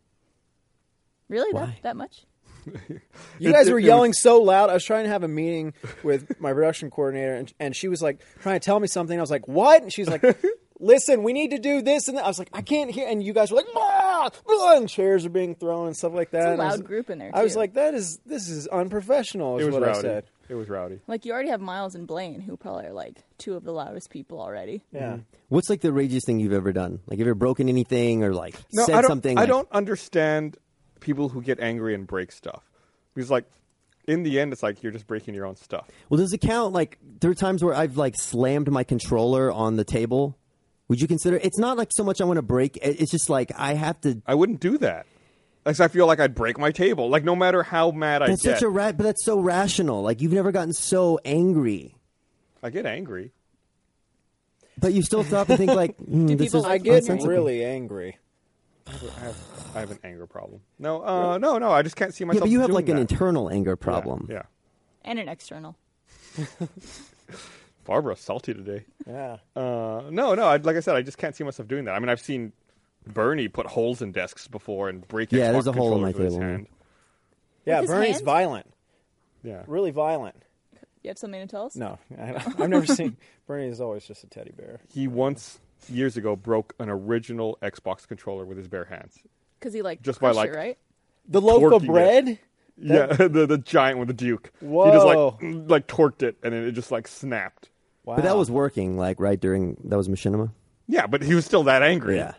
Speaker 2: Really, that,
Speaker 3: Why?
Speaker 2: that much?
Speaker 4: You guys were yelling so loud. I was trying to have a meeting with my production coordinator, and, and she was like trying to tell me something. I was like, "What?" And she's like, "Listen, we need to do this." And that. I was like, "I can't hear." And you guys were like, "Blah!" blah," and chairs are being thrown and stuff like that. And
Speaker 2: loud
Speaker 4: I was-
Speaker 2: group in there,
Speaker 4: I was
Speaker 2: too.
Speaker 4: like, "That is this is unprofessional."
Speaker 1: It
Speaker 4: Is
Speaker 1: was
Speaker 4: what
Speaker 1: rowdy. Mm-hmm.
Speaker 4: I said.
Speaker 1: It was rowdy.
Speaker 2: Like you already have Miles and Blaine, who probably are like two of the loudest people already.
Speaker 4: Yeah,
Speaker 3: What's like the ragiest thing you've ever done? Like, have you ever broken anything or like
Speaker 1: No,
Speaker 3: said
Speaker 1: I don't,
Speaker 3: something?
Speaker 1: I
Speaker 3: like-
Speaker 1: don't understand people who get angry and break stuff because, like, in the end, it's like you're just breaking your own stuff.
Speaker 3: Well, does it count? Like, there are times where I've like slammed my controller on the table. Would you consider? It's not like so much I want to break. it- It's just like I have to.
Speaker 1: I wouldn't do that. Like, I feel like I'd break my table. Like, no matter how mad I
Speaker 3: That's
Speaker 1: get,
Speaker 3: such a rat, but that's so rational. Like you've never gotten so angry,
Speaker 1: I get angry.
Speaker 3: but you still stop and think like, hmm,
Speaker 2: Do
Speaker 3: this
Speaker 2: people
Speaker 3: is
Speaker 4: I get
Speaker 3: unsensical.
Speaker 4: really angry.
Speaker 1: I have, I have an anger problem. No, uh, no, no. I just can't see
Speaker 3: Yeah,
Speaker 1: myself.
Speaker 3: but you have
Speaker 1: doing
Speaker 3: like an
Speaker 1: that.
Speaker 3: internal anger
Speaker 1: Yeah,
Speaker 3: problem.
Speaker 1: Yeah,
Speaker 2: And an external.
Speaker 1: Barbara's salty today.
Speaker 4: Yeah,
Speaker 1: Uh, no, no. I, like I said, I just can't see myself doing that. I mean, I've seen Bernie put holes in desks before and break.
Speaker 3: Yeah,
Speaker 1: Xbox
Speaker 3: there's a hole in my
Speaker 1: controllers with his
Speaker 3: table.
Speaker 1: hand.
Speaker 4: yeah.
Speaker 2: his
Speaker 4: Bernie's
Speaker 2: hands?
Speaker 4: violent,
Speaker 1: Yeah.
Speaker 4: really violent.
Speaker 2: You have something to tell us?
Speaker 4: No, I, I've never seen Bernie is always just a teddy bear.
Speaker 1: he once years ago broke an original Xbox controller with his bare hands.
Speaker 2: because he like
Speaker 1: Just
Speaker 2: just
Speaker 1: by,
Speaker 2: by
Speaker 1: like-
Speaker 2: it, right.
Speaker 4: The loaf
Speaker 1: Torquing
Speaker 4: of
Speaker 1: it.
Speaker 4: bread.
Speaker 1: yeah, the the giant one, the Duke. He just like mm,
Speaker 4: Whoa.
Speaker 1: like torqued it, and then it just like snapped.
Speaker 4: Wow,
Speaker 3: But that was working, like right during that was machinima.
Speaker 1: Yeah, but he was still that angry.
Speaker 3: Yeah,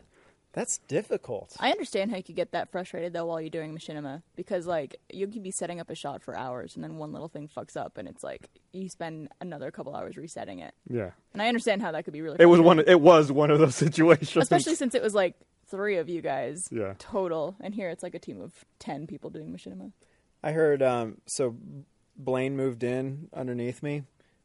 Speaker 4: that's difficult.
Speaker 2: I understand how you could get that frustrated though while you're doing machinima because like you could be setting up a shot for hours and then one little thing fucks up and it's like you spend another couple hours resetting it.
Speaker 1: yeah.
Speaker 2: And I understand how that could be really.
Speaker 1: It was one.
Speaker 2: frustrating.
Speaker 1: It was one of those situations.
Speaker 2: especially since it was like three of you guys
Speaker 1: Yeah.
Speaker 2: total, and here it's like a team of ten people doing machinima.
Speaker 4: I heard um, so Blaine moved in underneath me,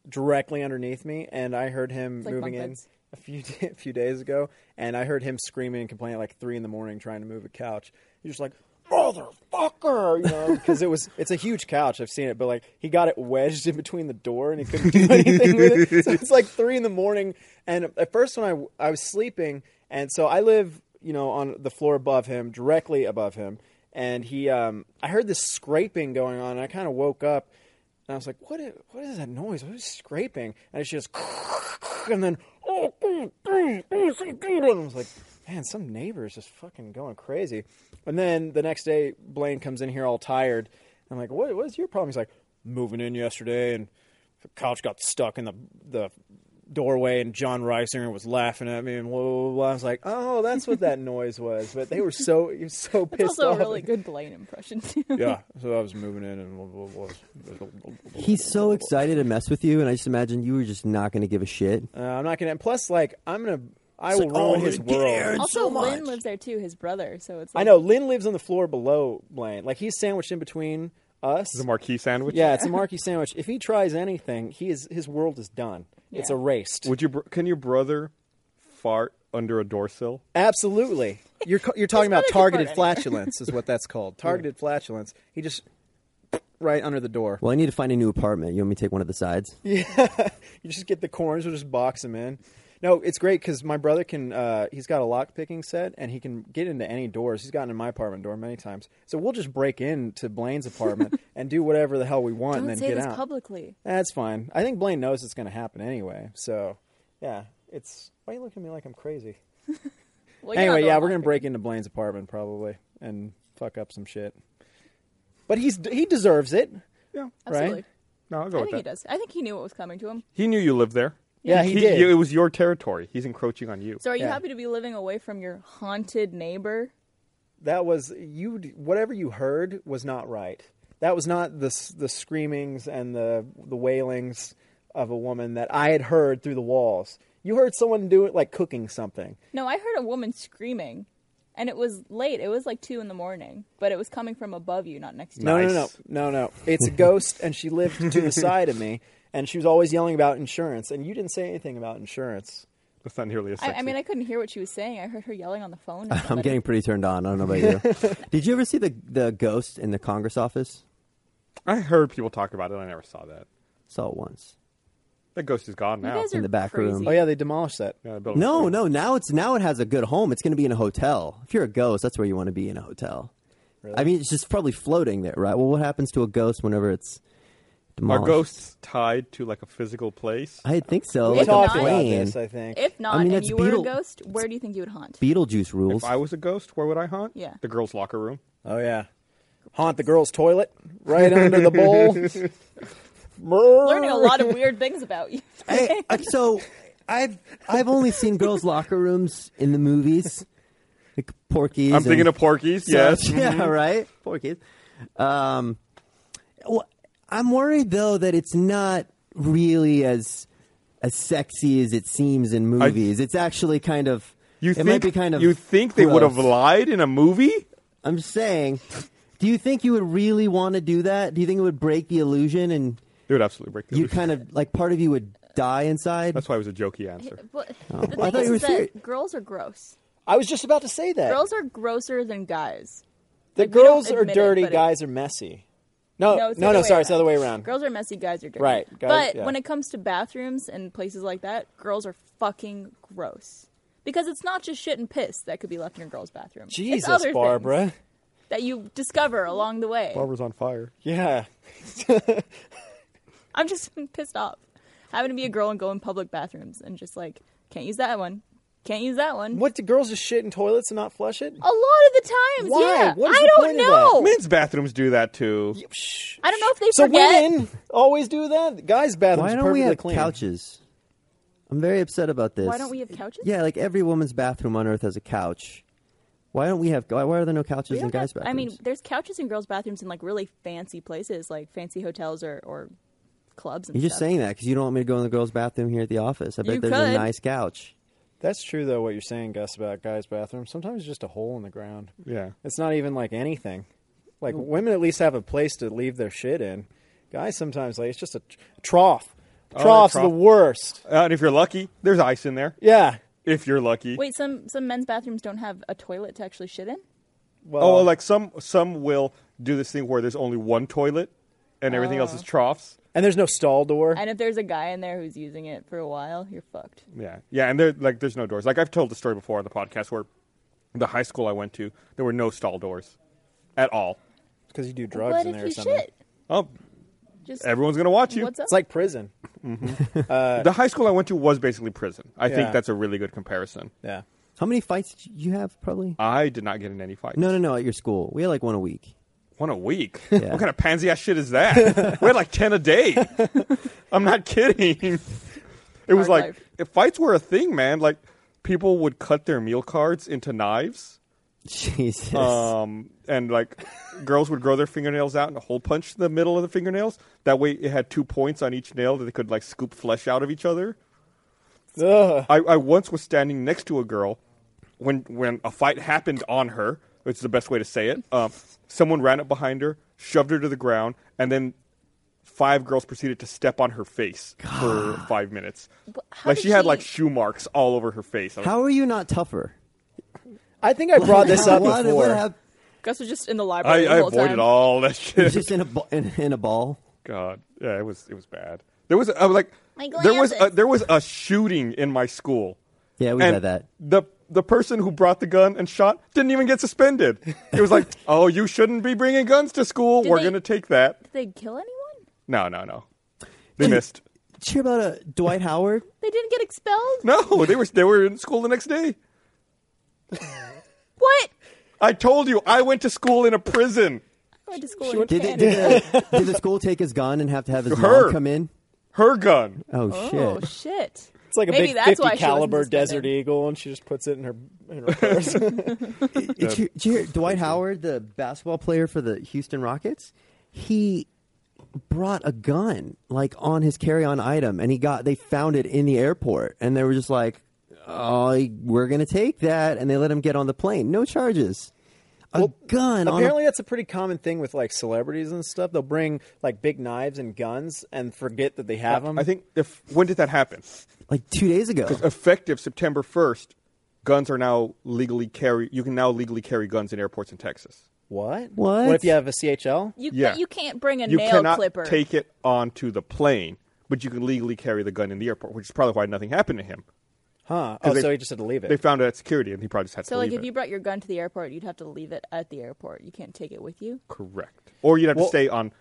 Speaker 4: directly underneath me, and I heard him
Speaker 2: It's like
Speaker 4: moving
Speaker 2: bunk
Speaker 4: in
Speaker 2: beds.
Speaker 4: a few da- a few days ago, and I heard him screaming and complaining at like three in the morning trying to move a couch. He was like. Motherfucker, you know, because it was it's a huge couch. I've seen it, but like he got it wedged in between the door and he couldn't do anything with it. So it's like three in the morning. And at first, when I I was sleeping, and so I live, you know, on the floor above him, directly above him, and he um I heard this scraping going on, and I kind of woke up, and I was like, what is, what is that noise? What is scraping? And she just, and then, "Oh, and I was like, man, some neighbor is just fucking going crazy. And then the next day, Blaine comes in here all tired. I'm like, what, what is your problem? He's like, moving in yesterday and the couch got stuck in the, the doorway and John Reisinger was laughing at me and blah, blah, blah, blah. I was like, oh, that's what that noise was. But they were so, he was so pissed
Speaker 2: It's also
Speaker 4: off.
Speaker 2: a really good Blaine impression too.
Speaker 4: yeah, so I was moving in and blah, blah, blah, blah.
Speaker 3: he's so excited to mess with you, and I just imagine you were just not going to give a shit.
Speaker 4: Uh, I'm not gonna. And plus, like, I'm gonna. I will ruin his world.
Speaker 2: also, Lynn lives there too, his brother. So it's like,
Speaker 4: I know. Lynn lives on the floor below Blaine. Like he's sandwiched in between us.
Speaker 1: the marquee sandwich.
Speaker 4: yeah, it's a Marky sandwich. If he tries anything, he is his world is done. It's
Speaker 2: Yeah.
Speaker 4: erased.
Speaker 1: Would you? br- Can your brother fart under a door sill?
Speaker 4: Absolutely. You're ca- you're talking about
Speaker 2: His brother could
Speaker 4: targeted
Speaker 2: fart
Speaker 4: flatulence is what that's called. Targeted flatulence. He just right under the door.
Speaker 3: Well, I need to find a new apartment. You want me to take one of the sides?
Speaker 4: You just get the corners or just box them in. No, it's great because my brother can. Uh, he's got a lock picking set and he can get into any doors. He's gotten in my apartment door many times. So we'll just break into Blaine's apartment and do whatever the hell we want
Speaker 2: don't
Speaker 4: and then
Speaker 2: say
Speaker 4: get
Speaker 2: this
Speaker 4: out.
Speaker 2: publicly.
Speaker 4: That's fine. I think Blaine knows it's going to happen anyway. So, yeah, It's why are you looking at me like I'm crazy?
Speaker 2: Well, you're not
Speaker 4: anyway,
Speaker 2: the
Speaker 4: yeah,
Speaker 2: one
Speaker 4: we're gonna
Speaker 2: laughing.
Speaker 4: break into Blaine's apartment probably and fuck up some shit. But he's he deserves it.
Speaker 1: Yeah.
Speaker 2: Absolutely.
Speaker 1: No, I'll
Speaker 2: I
Speaker 1: go
Speaker 2: think
Speaker 1: with
Speaker 2: he
Speaker 1: that.
Speaker 2: does. I think he knew what was coming to him.
Speaker 1: He, knew you lived there.
Speaker 4: Yeah, he did.
Speaker 1: It was your territory. He's encroaching on you.
Speaker 2: So, are you
Speaker 4: Yeah.
Speaker 2: happy to be living away from your haunted neighbor?
Speaker 4: That was you. Whatever you heard was not right. That was not the s- the screamings and the the wailings of a woman that I had heard through the walls. You heard someone do it like cooking something.
Speaker 2: No, I heard a woman screaming, and it was late. It was like two in the morning, but it was coming from above you, not next to
Speaker 4: No,
Speaker 2: you.
Speaker 4: no, no,
Speaker 1: Nice.
Speaker 4: no, no. It's a ghost, and she lived to the side of me, and she was always yelling about insurance. And you didn't say anything about insurance.
Speaker 1: That's not nearly as
Speaker 2: I,
Speaker 1: sexy.
Speaker 2: I mean, I couldn't hear what she was saying. I heard her yelling on the phone. to
Speaker 3: I'm
Speaker 2: somebody.
Speaker 3: getting pretty turned on. I don't know about you. Did you ever see the the ghost in the Congress office?
Speaker 1: I heard people talk about it. I never saw that.
Speaker 3: Saw it once.
Speaker 1: That ghost is gone
Speaker 2: You
Speaker 1: now.
Speaker 2: guys are
Speaker 3: in the back
Speaker 2: crazy.
Speaker 3: room.
Speaker 4: Oh yeah, they demolished that.
Speaker 1: Yeah, the building's
Speaker 3: No,
Speaker 1: gone.
Speaker 3: no. Now it's now it has a good home. It's going to be in a hotel. If you're a ghost, that's where you want to be in a hotel. I mean, it's just probably floating there, right? Well, what happens to a ghost whenever it's
Speaker 1: Are
Speaker 3: demolished?
Speaker 1: ghosts tied to like a physical place?
Speaker 3: I think so.
Speaker 4: We
Speaker 3: like
Speaker 4: talked
Speaker 3: a
Speaker 2: not-
Speaker 4: about
Speaker 3: plane.
Speaker 4: this, I think.
Speaker 2: If not,
Speaker 3: mean,
Speaker 2: and
Speaker 3: it's
Speaker 2: you
Speaker 3: Beetle-
Speaker 2: were a ghost, where do you think you would haunt?
Speaker 3: Beetlejuice rules.
Speaker 1: If I was a ghost, where would I haunt?
Speaker 2: Yeah.
Speaker 1: The girls' locker room.
Speaker 4: oh yeah, haunt the girls' toilet right under the bowl.
Speaker 2: Learning a lot of weird things about you.
Speaker 3: Hey, uh, so I've I've only seen girls' locker rooms in the movies, like Porky's.
Speaker 1: I'm thinking
Speaker 3: and
Speaker 1: of Porky's.
Speaker 3: such.
Speaker 1: Yes. Mm-hmm.
Speaker 3: yeah, right. Porky's. Um, well, I'm worried though that it's not really as as sexy as it seems in movies. it's actually kind of.
Speaker 1: You
Speaker 3: it
Speaker 1: think
Speaker 3: might be kind of.
Speaker 1: you think they would have
Speaker 3: gross.
Speaker 1: lied in a movie?
Speaker 3: I'm just saying. Do you think you would really want to do that? Do you think it would break the illusion and
Speaker 1: It would absolutely break the
Speaker 3: you
Speaker 1: illusion.
Speaker 3: kind of like part of you would die inside?
Speaker 1: That's why it was a jokey answer.
Speaker 2: But the
Speaker 3: Oh, I
Speaker 2: thing
Speaker 3: thought
Speaker 2: is,
Speaker 3: you were
Speaker 2: that
Speaker 3: serious.
Speaker 2: girls are gross.
Speaker 4: I was just about to say that.
Speaker 2: Girls are grosser than guys.
Speaker 4: the
Speaker 2: like, we don't
Speaker 4: girls are
Speaker 2: admit it,
Speaker 4: dirty,
Speaker 2: but it-
Speaker 4: guys are messy.
Speaker 2: No,
Speaker 4: No, no,
Speaker 2: it's the
Speaker 4: Oh, no,
Speaker 2: other way
Speaker 4: sorry,
Speaker 2: around.
Speaker 4: it's the other way around.
Speaker 2: Girls are messy, guys are dirty.
Speaker 4: Right, guys-
Speaker 2: but
Speaker 4: yeah.
Speaker 2: when it comes to bathrooms and places like that, girls are fucking gross. Because it's not just shit and piss that could be left in a girl's bathroom. It's
Speaker 4: Jesus,
Speaker 2: other things
Speaker 4: Barbara.
Speaker 2: that you discover along the way.
Speaker 1: Barbara's on fire.
Speaker 4: Yeah.
Speaker 2: I'm just pissed off. Having to be a girl and go in public bathrooms and just like, can't use that one. Can't use that one.
Speaker 4: What do girls just shit in toilets and not flush it?
Speaker 2: A lot of the times,
Speaker 4: Why?
Speaker 2: yeah.
Speaker 4: What is
Speaker 2: I
Speaker 4: the
Speaker 2: don't
Speaker 4: point of that?
Speaker 2: know.
Speaker 1: Men's bathrooms do that too.
Speaker 4: Shh.
Speaker 2: I don't know if they
Speaker 4: So
Speaker 2: forget.
Speaker 4: women always do that. Guys' bathrooms
Speaker 3: Why
Speaker 4: are
Speaker 3: don't we
Speaker 4: perfectly
Speaker 3: have
Speaker 4: clean.
Speaker 3: couches? I'm very upset about this.
Speaker 2: Why don't we have couches?
Speaker 3: Yeah, like every woman's bathroom on Earth has a couch. Why don't we have? Why why are there no couches in
Speaker 2: We don't
Speaker 3: guys'
Speaker 2: have-
Speaker 3: bathrooms?
Speaker 2: I mean, there's couches in girls' bathrooms in like really fancy places, like fancy hotels or, or clubs. And
Speaker 3: you're just
Speaker 2: stuff.
Speaker 3: saying that because you don't want me to go in the girls' bathroom here at the office. I bet
Speaker 2: You
Speaker 3: there's a
Speaker 2: could.
Speaker 3: nice couch.
Speaker 4: That's true, though, what you're saying, Gus, about guys' bathrooms. Sometimes it's just a hole in the ground.
Speaker 1: Yeah.
Speaker 4: It's not even like anything. Like, women at least have a place to leave their shit in. Guys sometimes, like, it's just a tr- trough.
Speaker 3: Oh,
Speaker 1: that
Speaker 4: Trough's the
Speaker 1: trough.
Speaker 4: worst.
Speaker 1: Uh, and if you're lucky, there's ice in there.
Speaker 4: Yeah.
Speaker 1: If you're lucky.
Speaker 2: Wait, some some men's bathrooms don't have a toilet to actually shit in.
Speaker 4: Well,
Speaker 1: Oh, well, like some some will do this thing where there's only one toilet, and everything else
Speaker 2: Oh.
Speaker 1: is troughs.
Speaker 4: and there's no stall door.
Speaker 2: And if there's a guy in there who's using it for a while, you're fucked.
Speaker 1: Yeah, yeah, and there like there's no doors. Like I've told the story before on the podcast where the high school I went to, there were no stall doors at all.
Speaker 4: Because you do drugs
Speaker 2: what if
Speaker 4: in there or
Speaker 2: you
Speaker 4: something.
Speaker 2: shit?
Speaker 1: Oh,
Speaker 2: Just
Speaker 1: everyone's gonna watch you.
Speaker 2: what's up?
Speaker 4: It's like prison.
Speaker 1: the high school I went to was basically prison. I
Speaker 4: Yeah.
Speaker 1: think that's a really good comparison.
Speaker 4: Yeah.
Speaker 3: How many fights did you have? Probably.
Speaker 1: I did not get in any fights.
Speaker 3: No, no, no. At your school, we had like one a week.
Speaker 1: One a week.
Speaker 3: Yeah.
Speaker 1: What kind of pansy ass shit is that? we had like ten a day. I'm not kidding. It was
Speaker 2: Hard
Speaker 1: like
Speaker 2: life.
Speaker 1: if fights were a thing, man. Like people would cut their meal cards into knives.
Speaker 3: Jesus.
Speaker 4: Oh.
Speaker 1: Um, and like girls would grow their fingernails out and hole punch the middle of the fingernails. That way it had two points on each nail that they could like scoop flesh out of each other.
Speaker 4: Ugh.
Speaker 1: I, I once was standing next to a girl when when a fight happened on her, which is the best way to say it. Um, someone ran up behind her, shoved her to the ground, and then five girls proceeded to step on her face for five minutes.
Speaker 2: how
Speaker 1: Like
Speaker 2: did
Speaker 1: she had like
Speaker 2: she-
Speaker 1: shoe marks all over her face. I was
Speaker 3: How are you not tougher?
Speaker 4: I think I brought this up
Speaker 3: What- what
Speaker 4: before.
Speaker 3: hap-
Speaker 2: Gus was just in the
Speaker 1: I,
Speaker 2: library.
Speaker 1: I
Speaker 2: the whole
Speaker 1: avoided
Speaker 2: time.
Speaker 1: all that
Speaker 3: It
Speaker 1: shit.
Speaker 3: was just in a bu- in, in a ball.
Speaker 1: God, yeah, it was it was bad. There was I was like
Speaker 2: My glances.
Speaker 1: there was a, there was a shooting in my school.
Speaker 3: Yeah, we
Speaker 1: and
Speaker 3: had that.
Speaker 1: The the person who brought the gun and shot didn't even get suspended. It was like, oh, you shouldn't be bringing guns to school.
Speaker 2: Did
Speaker 1: We're
Speaker 2: they-
Speaker 1: gonna take that.
Speaker 2: Did they kill anyone?
Speaker 1: No, no, no. They
Speaker 3: Did-
Speaker 1: missed.
Speaker 3: Did you hear about uh, Dwight Howard?
Speaker 2: They didn't get expelled?
Speaker 1: No, they were they were in school the next day.
Speaker 2: What?
Speaker 1: I told you, I went to school in a prison.
Speaker 2: Oh, I went to school in
Speaker 3: Did, it,
Speaker 2: Canada.
Speaker 3: did, uh, did the school take his gun and have to have his
Speaker 1: Her.
Speaker 3: mom come in?
Speaker 1: Her gun.
Speaker 3: Oh,
Speaker 2: Oh,
Speaker 3: shit!
Speaker 2: shit.
Speaker 4: It's like a
Speaker 2: Maybe
Speaker 4: big
Speaker 2: that's why she
Speaker 4: 50
Speaker 2: wasn't
Speaker 4: caliber
Speaker 2: suspended.
Speaker 4: Desert Eagle, and she just puts it in her in her purse. Uh,
Speaker 3: Did you, did you hear Dwight Howard, the basketball player for the Houston Rockets? He brought a gun like on his carry-on item, and he got they found it in the airport, and they were just like, "Oh, we're gonna take that," and they let him get on the plane, no charges. A gun on a
Speaker 4: Apparently, that's a pretty common thing with like celebrities and stuff. They'll bring like big knives and guns and forget that they have them.
Speaker 1: I think if when did that happen?
Speaker 3: like two days ago.
Speaker 1: Effective September first, guns are now legally carry. You can now legally carry guns in airports in Texas.
Speaker 4: what?
Speaker 3: What?
Speaker 4: What if you have a CHL?
Speaker 2: You,
Speaker 1: Yeah.
Speaker 2: you can't bring a
Speaker 1: you
Speaker 2: nail
Speaker 1: cannot
Speaker 2: clipper.
Speaker 1: take it onto the plane, but you can legally carry the gun in the airport, which is probably why nothing happened to him.
Speaker 4: Huh? Oh,
Speaker 1: they-
Speaker 4: so he just had to leave it.
Speaker 1: They found it at security, and he probably just had
Speaker 2: so,
Speaker 1: to
Speaker 2: like,
Speaker 1: leave
Speaker 2: if
Speaker 1: it.
Speaker 2: you brought your gun to the airport, you'd have to leave it at the airport. You can't take it with you.
Speaker 1: Correct. Or you'd have
Speaker 4: Well-
Speaker 1: to stay on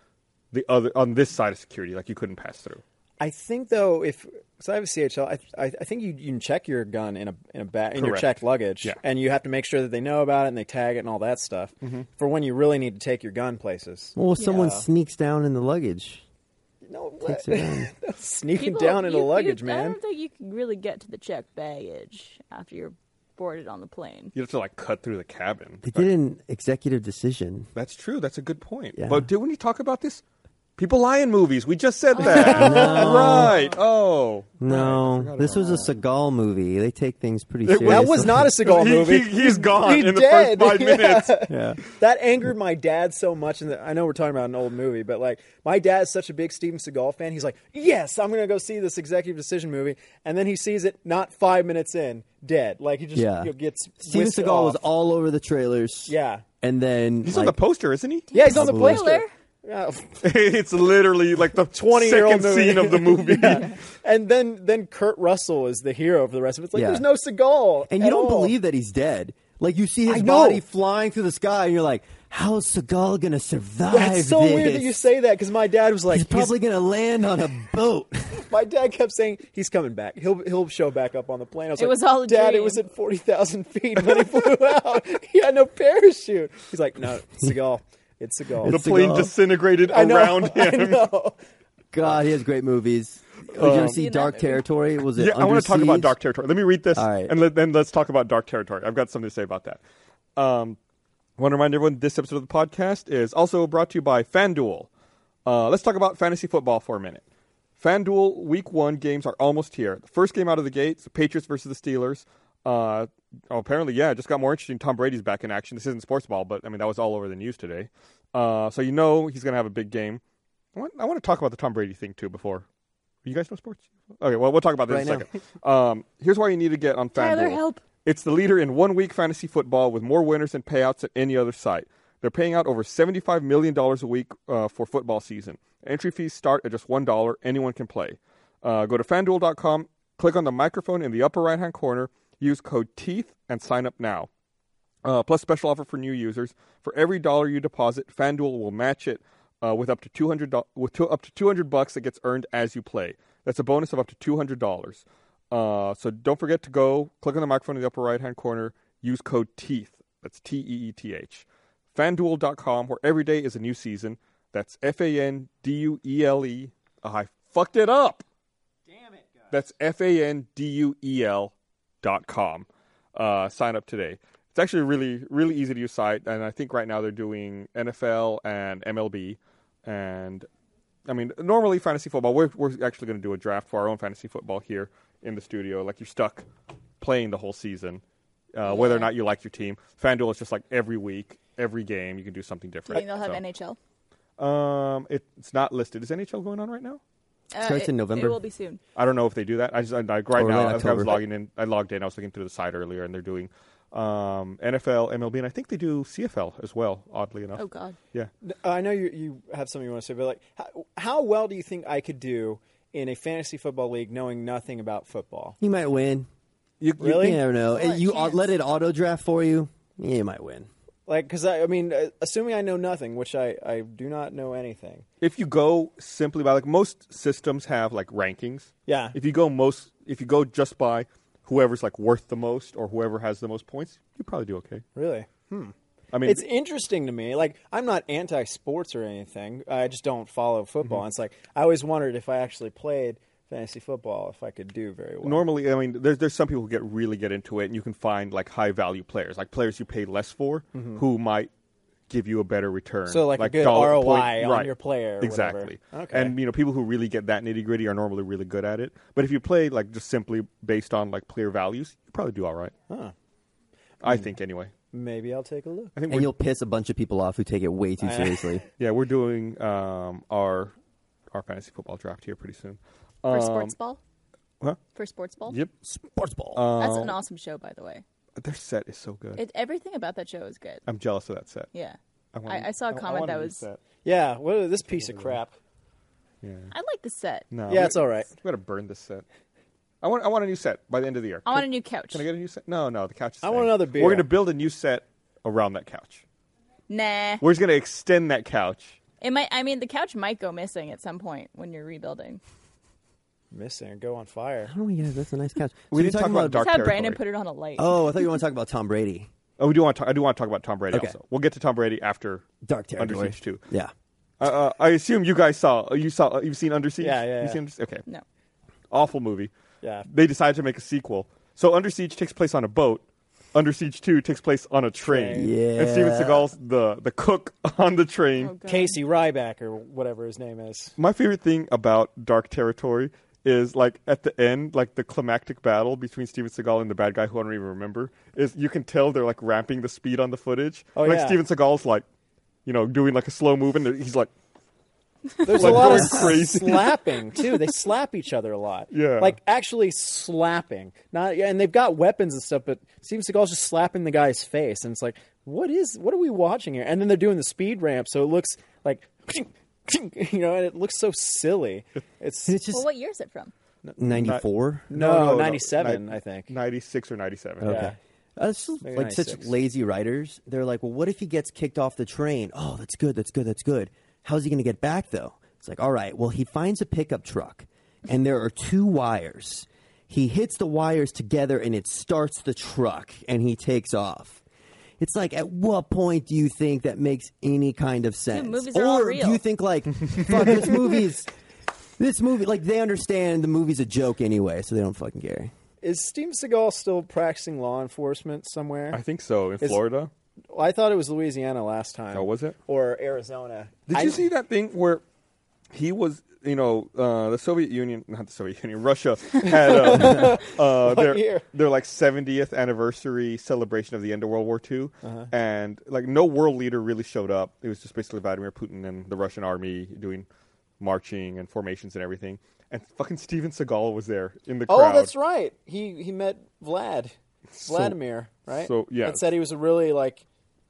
Speaker 1: the other on this side of security, like you couldn't pass through.
Speaker 4: I think though, if so, I have a CHL. I, I, I think you, you can check your gun in a in a bag in your
Speaker 1: Correct.
Speaker 4: checked luggage,
Speaker 1: Yeah.
Speaker 4: and you have to make sure that they know about it and they tag it and all that stuff
Speaker 1: Mm-hmm.
Speaker 4: for when you really need to take your gun places.
Speaker 3: well, if someone
Speaker 4: Yeah.
Speaker 3: sneaks down in the luggage. um,
Speaker 4: No,
Speaker 3: Takes
Speaker 4: what?
Speaker 3: it down.
Speaker 4: sneaking
Speaker 2: People-
Speaker 4: down in
Speaker 2: you-
Speaker 4: the
Speaker 2: you-
Speaker 4: luggage,
Speaker 2: I
Speaker 4: man.
Speaker 2: don't think you can really get to the checked baggage after you're boarded on the plane.
Speaker 1: You'd have to like cut through the cabin.
Speaker 3: They did an executive decision.
Speaker 1: That's true. That's a good point.
Speaker 3: Yeah.
Speaker 1: But didn't you talk about this? People lie in movies. We just said that. Right. Oh.
Speaker 3: No, this was a Seagal movie. They take things pretty seriously.
Speaker 4: That was not a Seagal
Speaker 1: He,
Speaker 4: movie.
Speaker 1: he, has gone
Speaker 4: He
Speaker 1: in the first
Speaker 4: did,
Speaker 1: five
Speaker 4: yeah.
Speaker 1: minutes.
Speaker 3: Yeah.
Speaker 4: That angered my dad so much, and I know we're talking about an old movie, but like my dad's such a big Steven Seagal fan. He's like, "Yes, I'm going to go see this Executive Decision movie," and then he sees it not five minutes in, dead. Like he just
Speaker 3: Yeah.
Speaker 4: you know, gets
Speaker 3: Steven
Speaker 4: whisked
Speaker 3: Seagal
Speaker 4: off.
Speaker 3: was all over the trailers.
Speaker 4: Yeah.
Speaker 3: And then
Speaker 1: He's on the
Speaker 3: like,
Speaker 1: poster, isn't he?
Speaker 4: Yeah, he's on the
Speaker 3: Probably.
Speaker 4: poster. Yeah.
Speaker 1: it's literally like the 20 year old
Speaker 4: 20-year-old movie.
Speaker 1: scene of the movie.
Speaker 4: And then then Kurt Russell is the hero for the rest of it. It's like
Speaker 3: Yeah.
Speaker 4: there's no Seagal.
Speaker 3: and you
Speaker 4: at
Speaker 3: don't
Speaker 4: all.
Speaker 3: believe that he's dead. Like you see
Speaker 4: I
Speaker 3: his
Speaker 4: know.
Speaker 3: body flying through the sky, and you're like, "How's Seagal gonna survive?"
Speaker 4: That's so
Speaker 3: this?
Speaker 4: weird that you say that because my dad was like,
Speaker 3: He's probably gonna land on a boat.
Speaker 4: My dad kept saying he's coming back. He'll he'll show back up on the plane. I was
Speaker 2: It
Speaker 4: like,
Speaker 2: was all a
Speaker 4: Dad,
Speaker 2: dream."
Speaker 4: it was at forty thousand feet when he flew out. He had no parachute. He's like, no, Seagal, it's Seagal.
Speaker 1: The
Speaker 3: It's
Speaker 1: plane
Speaker 3: Seagal.
Speaker 1: disintegrated
Speaker 4: I know,
Speaker 1: around
Speaker 4: I
Speaker 1: him.
Speaker 4: know.
Speaker 3: God, he has great movies. Oh, Did
Speaker 4: Um,
Speaker 3: you ever see
Speaker 2: Seen that
Speaker 3: Dark
Speaker 2: movie.
Speaker 3: Territory? Was it?
Speaker 1: Yeah, I want
Speaker 3: Under
Speaker 1: to talk about
Speaker 3: Siege?
Speaker 1: Dark Territory. Let me read this,
Speaker 3: All right.
Speaker 1: and let, then let's talk about Dark Territory. I've got something to say about that. Um, want to remind everyone this episode of the podcast is also brought to you by FanDuel. Uh, let's talk about fantasy football for a minute. FanDuel Week One games are almost here. The first game out of the gates: the Patriots versus the Steelers. Uh, oh, apparently, yeah, it just got more interesting. Tom Brady's back in action. This isn't sports ball, but I mean that was all over the news today. Uh, so you know he's going to have a big game. I want, I want to talk about the Tom Brady thing too before. You guys know sports? Okay, well we'll talk about this in a
Speaker 3: Right
Speaker 1: second. Um, here's why you need to get on FanDuel.
Speaker 2: Tyler, help.
Speaker 1: It's the leader in one week fantasy football with more winners and payouts than any other site. They're paying out over $75 million a week uh, for football season. Entry fees start at just $1. Anyone can play. Uh, go to fanduel.com, click on the microphone in the upper right hand corner, use code TEETH, and sign up now. Uh, plus special offer for new users. For every dollar you deposit, FanDuel will match it uh, with up to two hundred do- with two, up to two hundred bucks that gets earned as you play. That's a bonus of up to two hundred dollars. Uh, so don't forget to go click on the microphone in the upper right hand corner. Use code Teeth. That's T E E T H. FanDuel.com, where every day is a new season. That's F A N D U E L E. I fucked it up. That's F A N D U E L dot com. Uh, sign up today. It's actually a really, really easy to use site, and I think right now they're doing NFL and MLB. And I mean, normally fantasy football, we're, we're actually going to do a draft for our own fantasy football here in the studio. Like you're stuck playing the whole season, uh, whether or not you like your team. FanDuel is just like every week, every game, you can do something
Speaker 2: Do you
Speaker 1: different.
Speaker 2: think they'll have
Speaker 1: So,
Speaker 2: NHL?
Speaker 1: Um, it, it's not listed. Is NHL going on right now?
Speaker 2: Uh,
Speaker 3: Starts
Speaker 2: it-
Speaker 3: in November.
Speaker 2: It will be soon.
Speaker 1: I don't know if they do that. I just I, like right
Speaker 3: Or
Speaker 1: now
Speaker 3: late
Speaker 1: as I was
Speaker 3: October.
Speaker 1: logging in. I logged in. I was looking through the site earlier, and they're doing um, NFL, MLB, and I think they do CFL as well. Oddly enough,
Speaker 2: Oh, God.
Speaker 1: yeah.
Speaker 4: I know you you have something you want to say, but like, how, how well do you think I could do in a fantasy football league knowing nothing about football?
Speaker 3: You might win.
Speaker 1: You,
Speaker 4: Really?
Speaker 3: You never know.
Speaker 2: Slight
Speaker 3: you au-
Speaker 2: chance.
Speaker 3: let it auto draft for you. You might win.
Speaker 4: Like, because I, I mean, uh, assuming I know nothing, which I, I do not know anything.
Speaker 1: if you go simply by like most systems have like rankings.
Speaker 4: Yeah.
Speaker 1: If you go most, if you go just by whoever's like worth the most or whoever has the most points, you probably do okay.
Speaker 4: Really? Hmm.
Speaker 1: I mean,
Speaker 4: It's interesting to me. Like, I'm not anti sports or anything. I just don't follow football. It's like, I always wondered if I actually played fantasy football, if I could do very well.
Speaker 1: normally, I mean, there's there's some people who get really get into it, and you can find like high value players, like players you pay less for, who might give you a better return.
Speaker 4: Mm-hmm. So, like, a good
Speaker 1: dollar-
Speaker 4: ROI
Speaker 1: point-
Speaker 4: on
Speaker 1: right.
Speaker 4: your player or
Speaker 1: exactly.
Speaker 4: whatever. Okay.
Speaker 1: And you know, people who really get that nitty gritty are normally really good at it. But if you play like just simply based on like player values, you probably do all right.
Speaker 4: Huh. Hmm.
Speaker 1: I think anyway.
Speaker 4: Maybe I'll take a look.
Speaker 1: I think
Speaker 3: and
Speaker 1: we're
Speaker 3: you'll piss a bunch of people off who take it way too seriously.
Speaker 1: Yeah, we're doing um, our our fantasy football draft here pretty soon.
Speaker 2: For sports ball.
Speaker 1: huh?
Speaker 2: For sports ball.
Speaker 1: Um, Yep, Um,
Speaker 3: Sports ball.
Speaker 2: That's an awesome show, by the way.
Speaker 1: their set is so good.
Speaker 2: It, everything about that show is good.
Speaker 1: I'm jealous of that set.
Speaker 2: Yeah.
Speaker 1: wanna-
Speaker 2: I, I saw a comment
Speaker 1: wanna
Speaker 2: that
Speaker 1: use
Speaker 2: was.
Speaker 4: Yeah, what is this piece of crap?
Speaker 1: Yeah,
Speaker 2: I like the set.
Speaker 1: no,
Speaker 4: Yeah,
Speaker 1: we-
Speaker 4: it's all right.
Speaker 1: We gotta burn this set. I want I want a new set by the end of the year.
Speaker 2: I want a
Speaker 1: Can-
Speaker 2: new couch.
Speaker 1: Can I get a new set? No, no, the couch. Is
Speaker 4: I want
Speaker 1: staying.
Speaker 4: another beer.
Speaker 1: We're gonna build a new set around that couch.
Speaker 2: Nah.
Speaker 1: We're just gonna extend that couch.
Speaker 2: It might. I mean, the couch might go missing at some point when you're rebuilding.
Speaker 4: Missing or go on fire.
Speaker 3: oh yeah, that's a nice couch. So
Speaker 1: We
Speaker 3: you're
Speaker 1: didn't talk
Speaker 3: talking
Speaker 1: about dark
Speaker 2: That's how Brandon put
Speaker 1: territory.
Speaker 2: it on a light.
Speaker 3: Oh, I thought you want to talk about Tom Brady.
Speaker 1: Oh, we do want. To, I do want to talk about Tom Brady.
Speaker 3: Okay.
Speaker 1: Also, we'll get to Tom Brady after
Speaker 3: Dark
Speaker 1: Under
Speaker 3: territory.
Speaker 1: Siege Two.
Speaker 3: Yeah.
Speaker 1: Uh, uh, I assume you guys saw. uh, You saw. you've seen Under Siege.
Speaker 4: Yeah, yeah,
Speaker 1: You
Speaker 4: yeah.
Speaker 1: seen Under Siege? Okay.
Speaker 2: No.
Speaker 1: awful movie.
Speaker 4: Yeah.
Speaker 1: They decided to make a sequel. So Under Siege takes place on a boat. Under Siege 2 takes place on a train.
Speaker 3: Train.
Speaker 1: And Steven
Speaker 3: Yeah.
Speaker 1: Seagal's the, the cook on the train.
Speaker 2: Oh, God.
Speaker 4: Casey Ryback or whatever his name is.
Speaker 1: My favorite thing about Dark Territory is like at the end, like the climactic battle between Steven Seagal and the bad guy who I don't even remember, is you can tell they're like ramping the speed on the footage.
Speaker 4: Oh,
Speaker 1: like
Speaker 4: yeah.
Speaker 1: Steven Seagal's like, you know, doing like a slow move and he's like,
Speaker 4: There's
Speaker 1: Like
Speaker 4: a lot
Speaker 1: going
Speaker 4: of s-
Speaker 1: crazy.
Speaker 4: slapping too. They slap each other a lot.
Speaker 1: Yeah.
Speaker 4: like actually slapping. Not yeah, and they've got weapons and stuff, but Steven Seagal's just slapping the guy's face, and it's like, what is? What are we watching here? And then they're doing the speed ramp, so it looks like, you know, and it looks so silly. It's
Speaker 3: It's
Speaker 2: Well,
Speaker 3: just
Speaker 2: what year is it from?
Speaker 3: ninety four.
Speaker 4: no, ninety seven,
Speaker 1: Ni-
Speaker 4: I think.
Speaker 1: 96 or 97.
Speaker 3: Okay.
Speaker 4: Yeah.
Speaker 3: That's Uh, just
Speaker 4: Maybe
Speaker 3: like such
Speaker 4: 96.
Speaker 3: lazy writers. They're like, well, what if he gets kicked off the train? Oh, that's good. That's good. That's good. How's he going to get back though? It's like, all right. Well, he finds a pickup truck, and there are two wires. He hits the wires together, and it starts the truck, and he takes off. It's like, at what point do you think that makes any kind of sense?
Speaker 2: movies
Speaker 3: or
Speaker 2: are all
Speaker 3: do
Speaker 2: real.
Speaker 3: you think like, fuck, this movie's this movie? Like, they understand the movie's a joke anyway, so they don't fucking care.
Speaker 4: Is Steven Seagal still practicing law enforcement somewhere?
Speaker 1: I think so. In
Speaker 4: Is-
Speaker 1: Florida?
Speaker 4: Well, I thought it was Louisiana last time.
Speaker 1: Oh, was it?
Speaker 4: Or Arizona?
Speaker 1: Did
Speaker 4: I-
Speaker 1: you see that thing where he was, you know, uh, the Soviet Union, not the Soviet Union, Russia had uh, uh, their,
Speaker 4: year?
Speaker 1: their like 70th anniversary celebration of the end of World War II,
Speaker 4: Uh-huh.
Speaker 1: and like no world leader really showed up. It was just basically Vladimir Putin and the Russian army doing marching and formations and everything. And fucking Steven Seagal was there in the
Speaker 4: Oh,
Speaker 1: crowd.
Speaker 4: that's right. He he met Vlad, Vladimir, right?
Speaker 1: so, yeah.
Speaker 4: and said he was a really like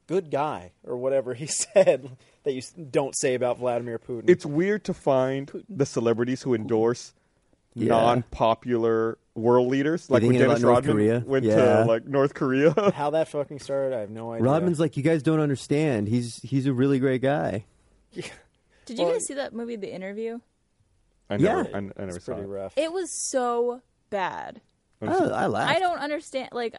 Speaker 4: good guy or whatever he said that you s- don't say about Vladimir Putin.
Speaker 1: It's weird to find the celebrities who endorse
Speaker 3: Yeah.
Speaker 1: non-popular world leaders, like when
Speaker 3: thinking about
Speaker 1: Dennis
Speaker 3: North
Speaker 1: Rodman
Speaker 3: Korea?
Speaker 1: went
Speaker 3: Yeah.
Speaker 1: to like North Korea.
Speaker 4: How that fucking started, I have no idea.
Speaker 3: Rodman's like, you guys don't understand. He's he's a really great guy.
Speaker 2: Did you
Speaker 4: Well,
Speaker 2: guys see that movie, The Interview?
Speaker 1: I
Speaker 3: Yeah.
Speaker 1: never, I, I never
Speaker 4: it's
Speaker 1: saw
Speaker 4: pretty
Speaker 1: it.
Speaker 4: rough.
Speaker 2: It was so bad.
Speaker 3: Oh, I laughed.
Speaker 2: I don't understand. Like,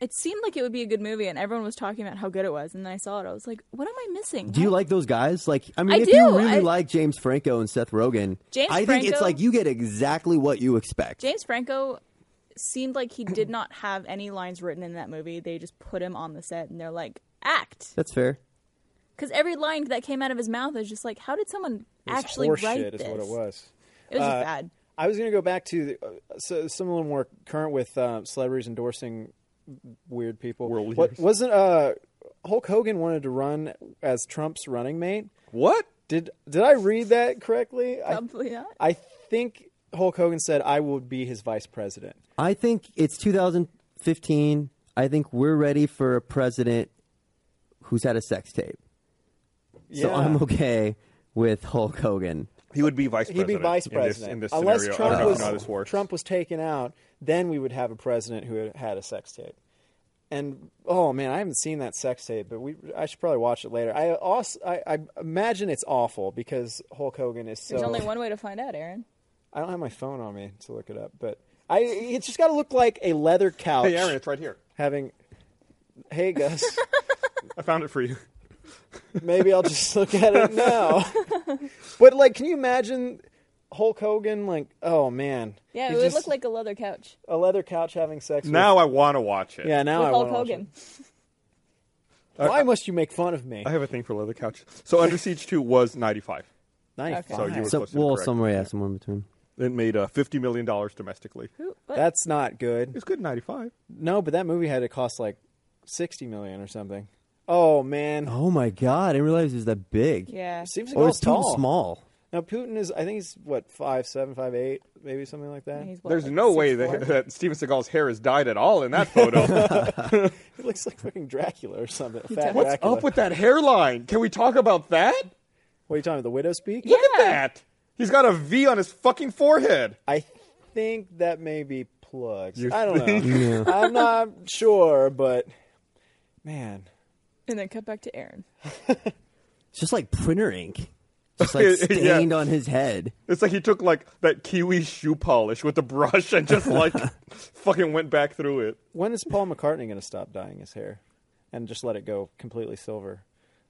Speaker 2: it seemed like it would be a good movie, and everyone was talking about how good it was. And then I saw it. I was like, what am I missing?
Speaker 3: Do you like those guys? Like, I mean,
Speaker 2: I
Speaker 3: if
Speaker 2: do.
Speaker 3: you really
Speaker 2: I-
Speaker 3: like James Franco and Seth Rogen,
Speaker 2: James
Speaker 3: I think it's
Speaker 2: Franco-
Speaker 3: like you get exactly what you expect.
Speaker 2: James Franco seemed like he did not have any lines written in that movie. They just put him on the set, and they're like, act.
Speaker 3: That's fair.
Speaker 2: Because every line that came out of his mouth is just like, how did someone
Speaker 4: It's
Speaker 2: actually
Speaker 4: horseshit
Speaker 2: write
Speaker 4: is
Speaker 2: this?
Speaker 4: what it was.
Speaker 2: It was just
Speaker 4: Uh,
Speaker 2: bad.
Speaker 4: I was going to go back to the, uh, so, some a little more current with uh, celebrities endorsing weird people.
Speaker 1: World
Speaker 4: What-
Speaker 1: leaders.
Speaker 4: wasn't uh, Hulk Hogan wanted to run as Trump's running mate?
Speaker 1: What?
Speaker 4: Did did I read that correctly? I-
Speaker 2: Probably not.
Speaker 4: I think Hulk Hogan said, "I will be his vice president."
Speaker 3: I think it's 2015. I think we're ready for a president who's had a sex tape. So
Speaker 4: Yeah.
Speaker 3: I'm okay with Hulk Hogan.
Speaker 1: He would be vice
Speaker 4: He'd
Speaker 1: president.
Speaker 4: be vice
Speaker 1: in this-
Speaker 4: president
Speaker 1: in this,
Speaker 4: unless
Speaker 1: scenario. I
Speaker 4: Trump
Speaker 1: don't know how this
Speaker 4: was
Speaker 1: works.
Speaker 4: Trump was taken out. Then we would have a president who had, had a sex tape. And oh man, I haven't seen that sex tape, but we I should probably watch it later. I also I, I imagine it's awful because Hulk Hogan is so.
Speaker 2: There's only one way to find out, Aaron.
Speaker 4: I don't have my phone on me to look it up, but I it's just got to look like a leather couch.
Speaker 1: Hey, Aaron, it's right here.
Speaker 4: having. Hey Gus,
Speaker 1: I found it for you.
Speaker 4: maybe I'll just look at it now. but like, can you imagine Hulk Hogan? Like, oh man,
Speaker 2: Yeah,
Speaker 4: He
Speaker 2: it would
Speaker 4: just-
Speaker 2: look like a leather couch
Speaker 4: a leather couch having sex. with-
Speaker 1: Now I want to watch it.
Speaker 4: yeah, now
Speaker 2: with
Speaker 4: I
Speaker 2: Hulk
Speaker 4: wanna watch
Speaker 2: Hogan.
Speaker 4: it. Why must you make fun of me?
Speaker 1: I have a thing for leather couch. So Under Siege 2 was 95.
Speaker 4: Nice.
Speaker 2: Okay.
Speaker 1: So you were
Speaker 3: So,
Speaker 1: close to the
Speaker 3: well,
Speaker 1: correct.
Speaker 3: somewhere, yeah, somewhere in between.
Speaker 1: It made uh, $50 million domestically.
Speaker 2: Who? What?
Speaker 4: That's not good.
Speaker 1: It's good in 95.
Speaker 4: No, but that movie had to cost like sixty million or something. Oh man,
Speaker 1: Uh-huh.
Speaker 3: Oh my god, I didn't realize it was that big.
Speaker 2: yeah.
Speaker 4: seems like
Speaker 3: Or
Speaker 4: all
Speaker 3: it's too
Speaker 4: tall.
Speaker 3: small.
Speaker 4: Now Putin is, I think he's what five seven, five eight, maybe something like that.
Speaker 2: He's what,
Speaker 1: There's
Speaker 2: like
Speaker 1: no way
Speaker 2: 6'4"?
Speaker 1: that, that Steven Seagal's hair has dyed at all in that photo.
Speaker 4: He looks like fucking Dracula or something. Fat
Speaker 1: What's
Speaker 4: Dracula.
Speaker 1: up with that hairline? Can we talk about that?
Speaker 4: What are you talking about? The widow's peak?
Speaker 2: Yeah.
Speaker 1: Look at that. He's got a V on his fucking forehead.
Speaker 4: I think that may be plugs.
Speaker 1: You
Speaker 4: I don't know. I'm not sure, but man,
Speaker 2: And then cut back to Aaron.
Speaker 3: It's just like printer ink, just like
Speaker 1: Yeah.
Speaker 3: stained on his head.
Speaker 1: It's like he took like that kiwi shoe polish with the brush and just like fucking went back through it.
Speaker 4: when is Paul McCartney going to stop dyeing his hair and just let it go completely silver?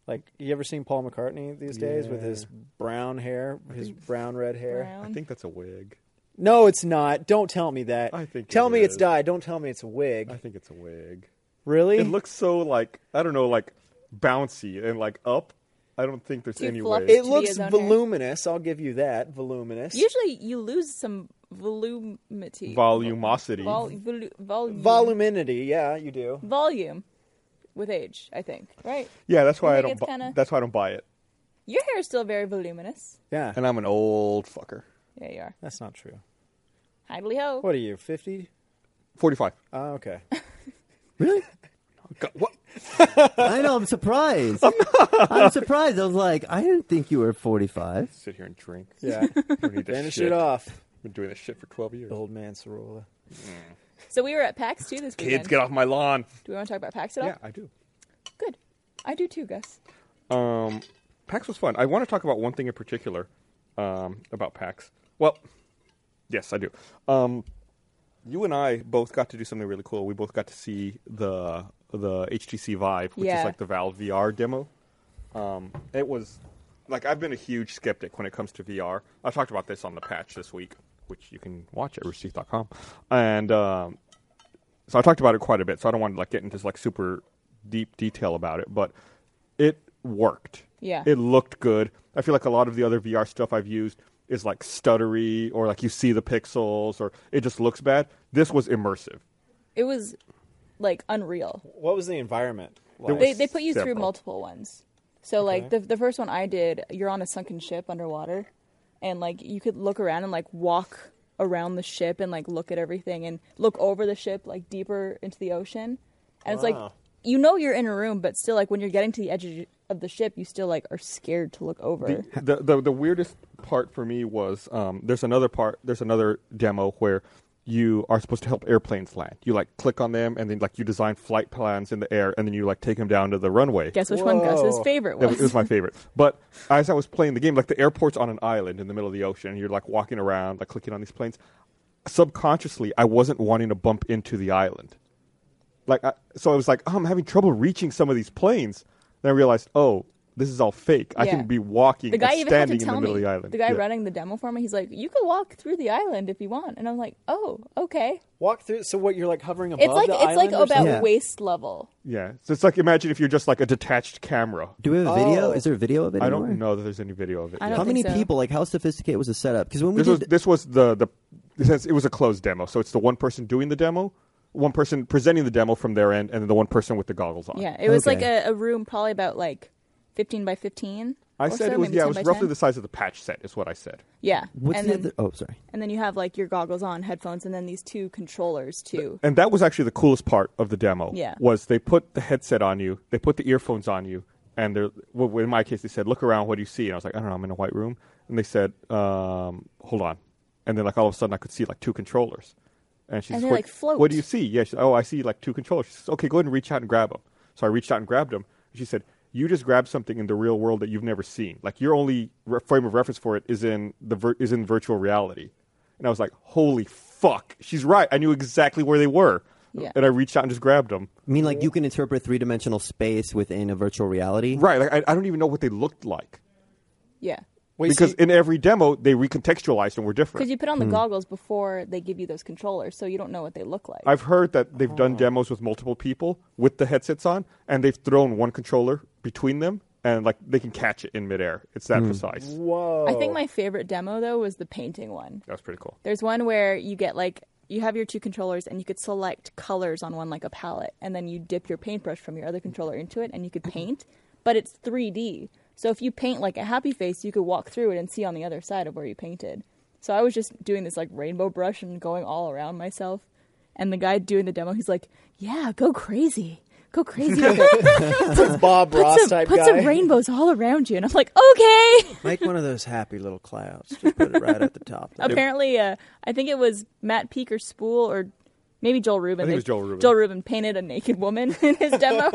Speaker 4: Like, you ever seen Paul McCartney these days with his brown hair, his brown red hair?
Speaker 2: Brown.
Speaker 1: I think that's a wig.
Speaker 4: No, it's not. Don't tell me that.
Speaker 1: I think
Speaker 4: tell
Speaker 1: it
Speaker 4: me it's
Speaker 1: is.
Speaker 4: dyed. Don't tell me it's a wig.
Speaker 1: I think it's a wig.
Speaker 4: really?
Speaker 1: It looks so like I don't know, like bouncy and like up. I don't think there's
Speaker 2: Too
Speaker 1: any
Speaker 2: fluffy.
Speaker 1: way.
Speaker 4: It
Speaker 2: to be
Speaker 4: looks
Speaker 2: his own hair.
Speaker 4: voluminous. I'll give you that. Voluminous.
Speaker 2: Usually you lose some volumity.
Speaker 1: Volumosity.
Speaker 2: Vol- volu- volume.
Speaker 4: Voluminity. Yeah, you do.
Speaker 2: volume with age, I think. Right?
Speaker 1: yeah, that's why
Speaker 2: I
Speaker 1: I
Speaker 2: think
Speaker 1: don't.
Speaker 2: it's
Speaker 1: Bu-
Speaker 2: kinda-
Speaker 1: That's why I don't buy it.
Speaker 2: Your hair is still very voluminous.
Speaker 4: Yeah.
Speaker 1: And I'm an old fucker.
Speaker 2: Yeah, you are.
Speaker 4: That's not true.
Speaker 2: Hidely ho.
Speaker 4: What are you, 50?
Speaker 1: Forty-five.
Speaker 4: Oh, okay.
Speaker 3: Really?
Speaker 1: God, what?
Speaker 3: I know. I'm surprised. I'm, surprised. I was like, I didn't think you were 45.
Speaker 1: Sit here and drink.
Speaker 4: Yeah.
Speaker 1: Don't need this
Speaker 4: Finish
Speaker 1: shit.
Speaker 4: it off,
Speaker 1: Been doing this shit for twelve years.
Speaker 4: old man Sorolla.
Speaker 2: So we were at PAX too this weekend.
Speaker 1: Kids, get off my lawn.
Speaker 2: Do we want to talk about PAX at all?
Speaker 1: Yeah, I do.
Speaker 2: Good. I do too, Gus.
Speaker 1: Um, PAX was fun. I want to talk about one thing in particular um, about PAX. Well, yes, I do. Um, you and I both got to do something really cool. We both got to see the the HTC Vive, which
Speaker 2: Yeah.
Speaker 1: is like the Valve VR demo. Um, it was like I've been a huge skeptic when it comes to VR. I talked about this on the patch this week, which you can watch at roosterteeth.com. and um, so I talked about it quite a bit. So I don't want to like get into like super deep detail about it, but it worked.
Speaker 2: Yeah.
Speaker 1: it looked good. I feel like a lot of the other VR stuff I've used is like stuttery or like you see the pixels or it just looks bad. This was immersive.
Speaker 2: It was like unreal.
Speaker 4: What was the environment like?
Speaker 2: They they put you through
Speaker 1: Several.
Speaker 2: multiple ones. So like the the first one I did, you're on a sunken ship underwater, and like you could look around and like walk around the ship and like look at everything and look over the ship like deeper into the ocean, and it's like
Speaker 4: Wow.
Speaker 2: you know you're in a room, but still like when you're getting to the edge of- of the ship, you still like are scared to look over.
Speaker 1: the, the the weirdest part for me was um, there's another part there's another demo where you are supposed to help airplanes land. You like click on them and then like you design flight plans in the air and then you like take them down to the runway.
Speaker 2: Guess which one Gus's
Speaker 4: Whoa.
Speaker 2: favorite
Speaker 1: That
Speaker 2: was?
Speaker 1: was, it was my favorite. But as I was playing the game, like the airport's on an island in the middle of the ocean, and you're like walking around, like clicking on these planes. Subconsciously, I wasn't wanting to bump into the island. Like, I, so I was like, oh, I'm having trouble reaching some of these planes. Then I realized, oh, this is all fake. I
Speaker 2: Yeah.
Speaker 1: can be walking,
Speaker 2: the guy
Speaker 1: and
Speaker 2: even had to
Speaker 1: standing
Speaker 2: tell
Speaker 1: in the middle
Speaker 2: me.
Speaker 1: of the island.
Speaker 2: the guy
Speaker 1: Yeah.
Speaker 2: running the demo for me, he's like, "You could walk through the island if you want," and I'm like, "Oh, okay."
Speaker 4: Walk through. So what? You're like hovering above.
Speaker 2: It's like
Speaker 4: the
Speaker 2: it's like
Speaker 4: island or
Speaker 2: about
Speaker 4: something?
Speaker 3: Yeah.
Speaker 2: waist level.
Speaker 1: Yeah. So it's like imagine if you're just like a detached camera.
Speaker 3: Do we have a video?
Speaker 4: Oh.
Speaker 3: Is there a video of it?
Speaker 1: I don't
Speaker 3: anywhere?
Speaker 1: know that there's any video of it.
Speaker 2: I
Speaker 1: yet.
Speaker 2: don't
Speaker 3: How many
Speaker 2: think so.
Speaker 3: people? Like, how sophisticated was the setup? Because when we
Speaker 1: this was
Speaker 3: did,
Speaker 1: this was the the since it was a closed demo, so it's the one person doing the demo, one person presenting the demo from their end, and then the one person with the goggles on.
Speaker 2: Yeah, it was like
Speaker 3: Okay.
Speaker 2: a, a room probably about like fifteen by fifteen.
Speaker 1: I
Speaker 2: or
Speaker 1: said
Speaker 2: so,
Speaker 1: it was
Speaker 2: maybe
Speaker 1: yeah,
Speaker 2: 10
Speaker 1: it was
Speaker 2: by
Speaker 1: roughly
Speaker 2: 10.
Speaker 1: the size of the patch set, is what I said.
Speaker 2: yeah.
Speaker 3: what's
Speaker 2: and
Speaker 3: the
Speaker 2: then
Speaker 3: other- oh sorry,
Speaker 2: and then you have like your goggles on, headphones, and then these two controllers too.
Speaker 1: And that was actually the coolest part of the demo.
Speaker 2: Yeah.
Speaker 1: was they put the headset on you, they put the earphones on you, and they're well, in my case they said, "Look around, what do you see?" And I was like, "I don't know, I'm in a white room," and they said, um, "Hold on," and then like all of a sudden I could see like two controllers. And she's
Speaker 2: And they,
Speaker 1: what,
Speaker 2: like, float.
Speaker 1: What do you see? Yeah. She, oh, I see like two controllers. She says, okay, go ahead and reach out and grab them. So I reached out and grabbed them. She said, you just grabbed something in the real world that you've never seen. Like your only re- frame of reference for it is in the vir- is in virtual reality. And I was like, holy fuck, she's right. I knew exactly where they were.
Speaker 2: Yeah.
Speaker 1: And I reached out and just grabbed them.
Speaker 3: I mean, like you can interpret three dimensional space within a virtual reality.
Speaker 1: Right. Like, I, I don't even know what they looked like.
Speaker 2: Yeah.
Speaker 4: Wait,
Speaker 1: because
Speaker 4: see-
Speaker 1: in every demo, they recontextualized and were different.
Speaker 2: Because you put on the
Speaker 3: Hmm.
Speaker 2: goggles before they give you those controllers, so you don't know what they look like.
Speaker 1: I've heard that they've done demos with multiple people with the headsets on, and they've thrown one controller between them, and like they can catch it in midair. It's that precise.
Speaker 4: whoa.
Speaker 2: I
Speaker 1: Oh.
Speaker 2: think my favorite demo though was the painting one.
Speaker 1: That's pretty cool.
Speaker 2: There's one where you get like you have your two controllers and you could select colors on one like a palette, and then you dip your paintbrush from your other controller into it, and you could paint. But it's 3D, so if you paint like a happy face, you could walk through it and see on the other side of where you painted. So I was just doing this like rainbow brush and going all around myself, and the guy doing the demo, he's like, "Yeah, go crazy." Go crazy! with it.
Speaker 4: Bob
Speaker 2: put
Speaker 4: Ross
Speaker 2: some,
Speaker 4: type
Speaker 2: put
Speaker 4: guy.
Speaker 2: some rainbows all around you, and I'm like, okay.
Speaker 6: Make one of those happy little clouds. Just put it right at the top. there.
Speaker 2: apparently uh, I think it was Matt Peak or Spool or maybe Joel Rubin.
Speaker 1: I think it was
Speaker 2: They-
Speaker 1: Joel Rubin.
Speaker 2: Joel Rubin painted a naked woman in his demo.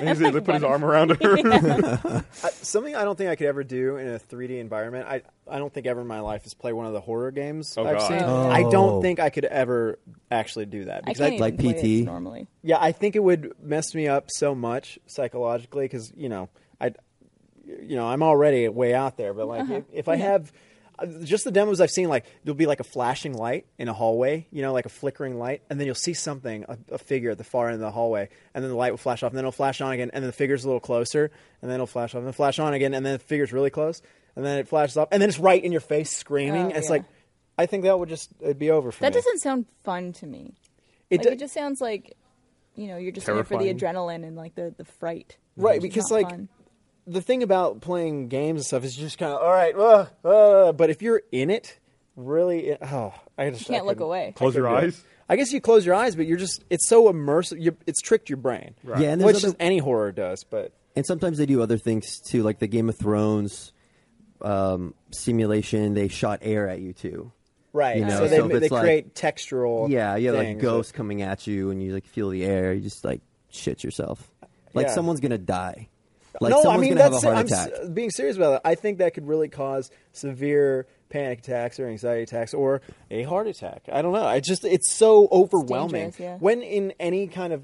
Speaker 1: And he put his
Speaker 2: what?
Speaker 1: arm around her.
Speaker 4: I- something I don't think I could ever do in a 3D environment. I I don't think ever in my life is play one of the horror games
Speaker 1: Oh,
Speaker 4: I've
Speaker 1: God.
Speaker 4: seen.
Speaker 2: Oh.
Speaker 4: I don't think I could ever actually do that.
Speaker 2: I
Speaker 4: Because
Speaker 2: can't
Speaker 4: I-
Speaker 2: even
Speaker 3: Like
Speaker 2: play
Speaker 3: PT?
Speaker 2: it normally.
Speaker 4: yeah, I think it would mess me up so much psychologically because you know I, you know, I'm already way out there. But
Speaker 2: Uh-huh.
Speaker 4: like, if, if I have uh, just the demos I've seen, like there'll be like a flashing light in a hallway, you know, like a flickering light, and then you'll see something, a, a figure at the far end of the hallway, and then the light will flash off, and then it'll flash on again, and then the figure's a little closer, and then it'll flash off, and then flash on again, and then the figure's really close, and then it flashes off, and then it's right in your face screaming.
Speaker 2: Oh,
Speaker 4: and it's
Speaker 2: yeah.
Speaker 4: like, I think that would just it'd be over for
Speaker 2: That
Speaker 4: me.
Speaker 2: doesn't sound fun to me.
Speaker 4: It
Speaker 2: Like,
Speaker 4: do-
Speaker 2: it just sounds like you know you're just in it for the
Speaker 1: Terrifying.
Speaker 2: adrenaline and like the the fright.
Speaker 4: Right,
Speaker 2: It's
Speaker 4: because
Speaker 2: not
Speaker 4: like
Speaker 2: fun.
Speaker 4: the thing about playing games and stuff is you just kind of all right, uh, uh, but if you're in it, really, oh, I just
Speaker 2: can't
Speaker 4: I
Speaker 2: look
Speaker 4: couldn't-
Speaker 2: away.
Speaker 4: I
Speaker 1: Close your
Speaker 4: couldn't do it.
Speaker 1: eyes?
Speaker 4: I guess you close your eyes, but you're just it's so immersive. You, it's tricked your brain,
Speaker 3: Right. Yeah, and
Speaker 4: which
Speaker 3: there's
Speaker 4: is
Speaker 3: other-
Speaker 4: any horror does. But
Speaker 3: And sometimes they do other things too, like the Game of Thrones um, simulation. They shot air at you too.
Speaker 4: right,
Speaker 3: You know,
Speaker 4: so they,
Speaker 3: so if
Speaker 4: they
Speaker 3: it's like-
Speaker 4: create textural.
Speaker 3: Yeah, yeah, like
Speaker 4: things.
Speaker 3: ghosts coming at you, and you like feel the air. You just like shit yourself. Like
Speaker 4: Yeah.
Speaker 3: someone's gonna die. Like
Speaker 4: no, I
Speaker 3: someone's
Speaker 4: mean
Speaker 3: gonna
Speaker 4: that's
Speaker 3: have a heart
Speaker 4: it. I'm
Speaker 3: attack.
Speaker 4: s- being serious about it. I think that could really cause severe panic attacks or anxiety attacks or a heart attack. I don't know. I just it's so overwhelming.
Speaker 2: dangerous, yeah.
Speaker 4: When in any kind of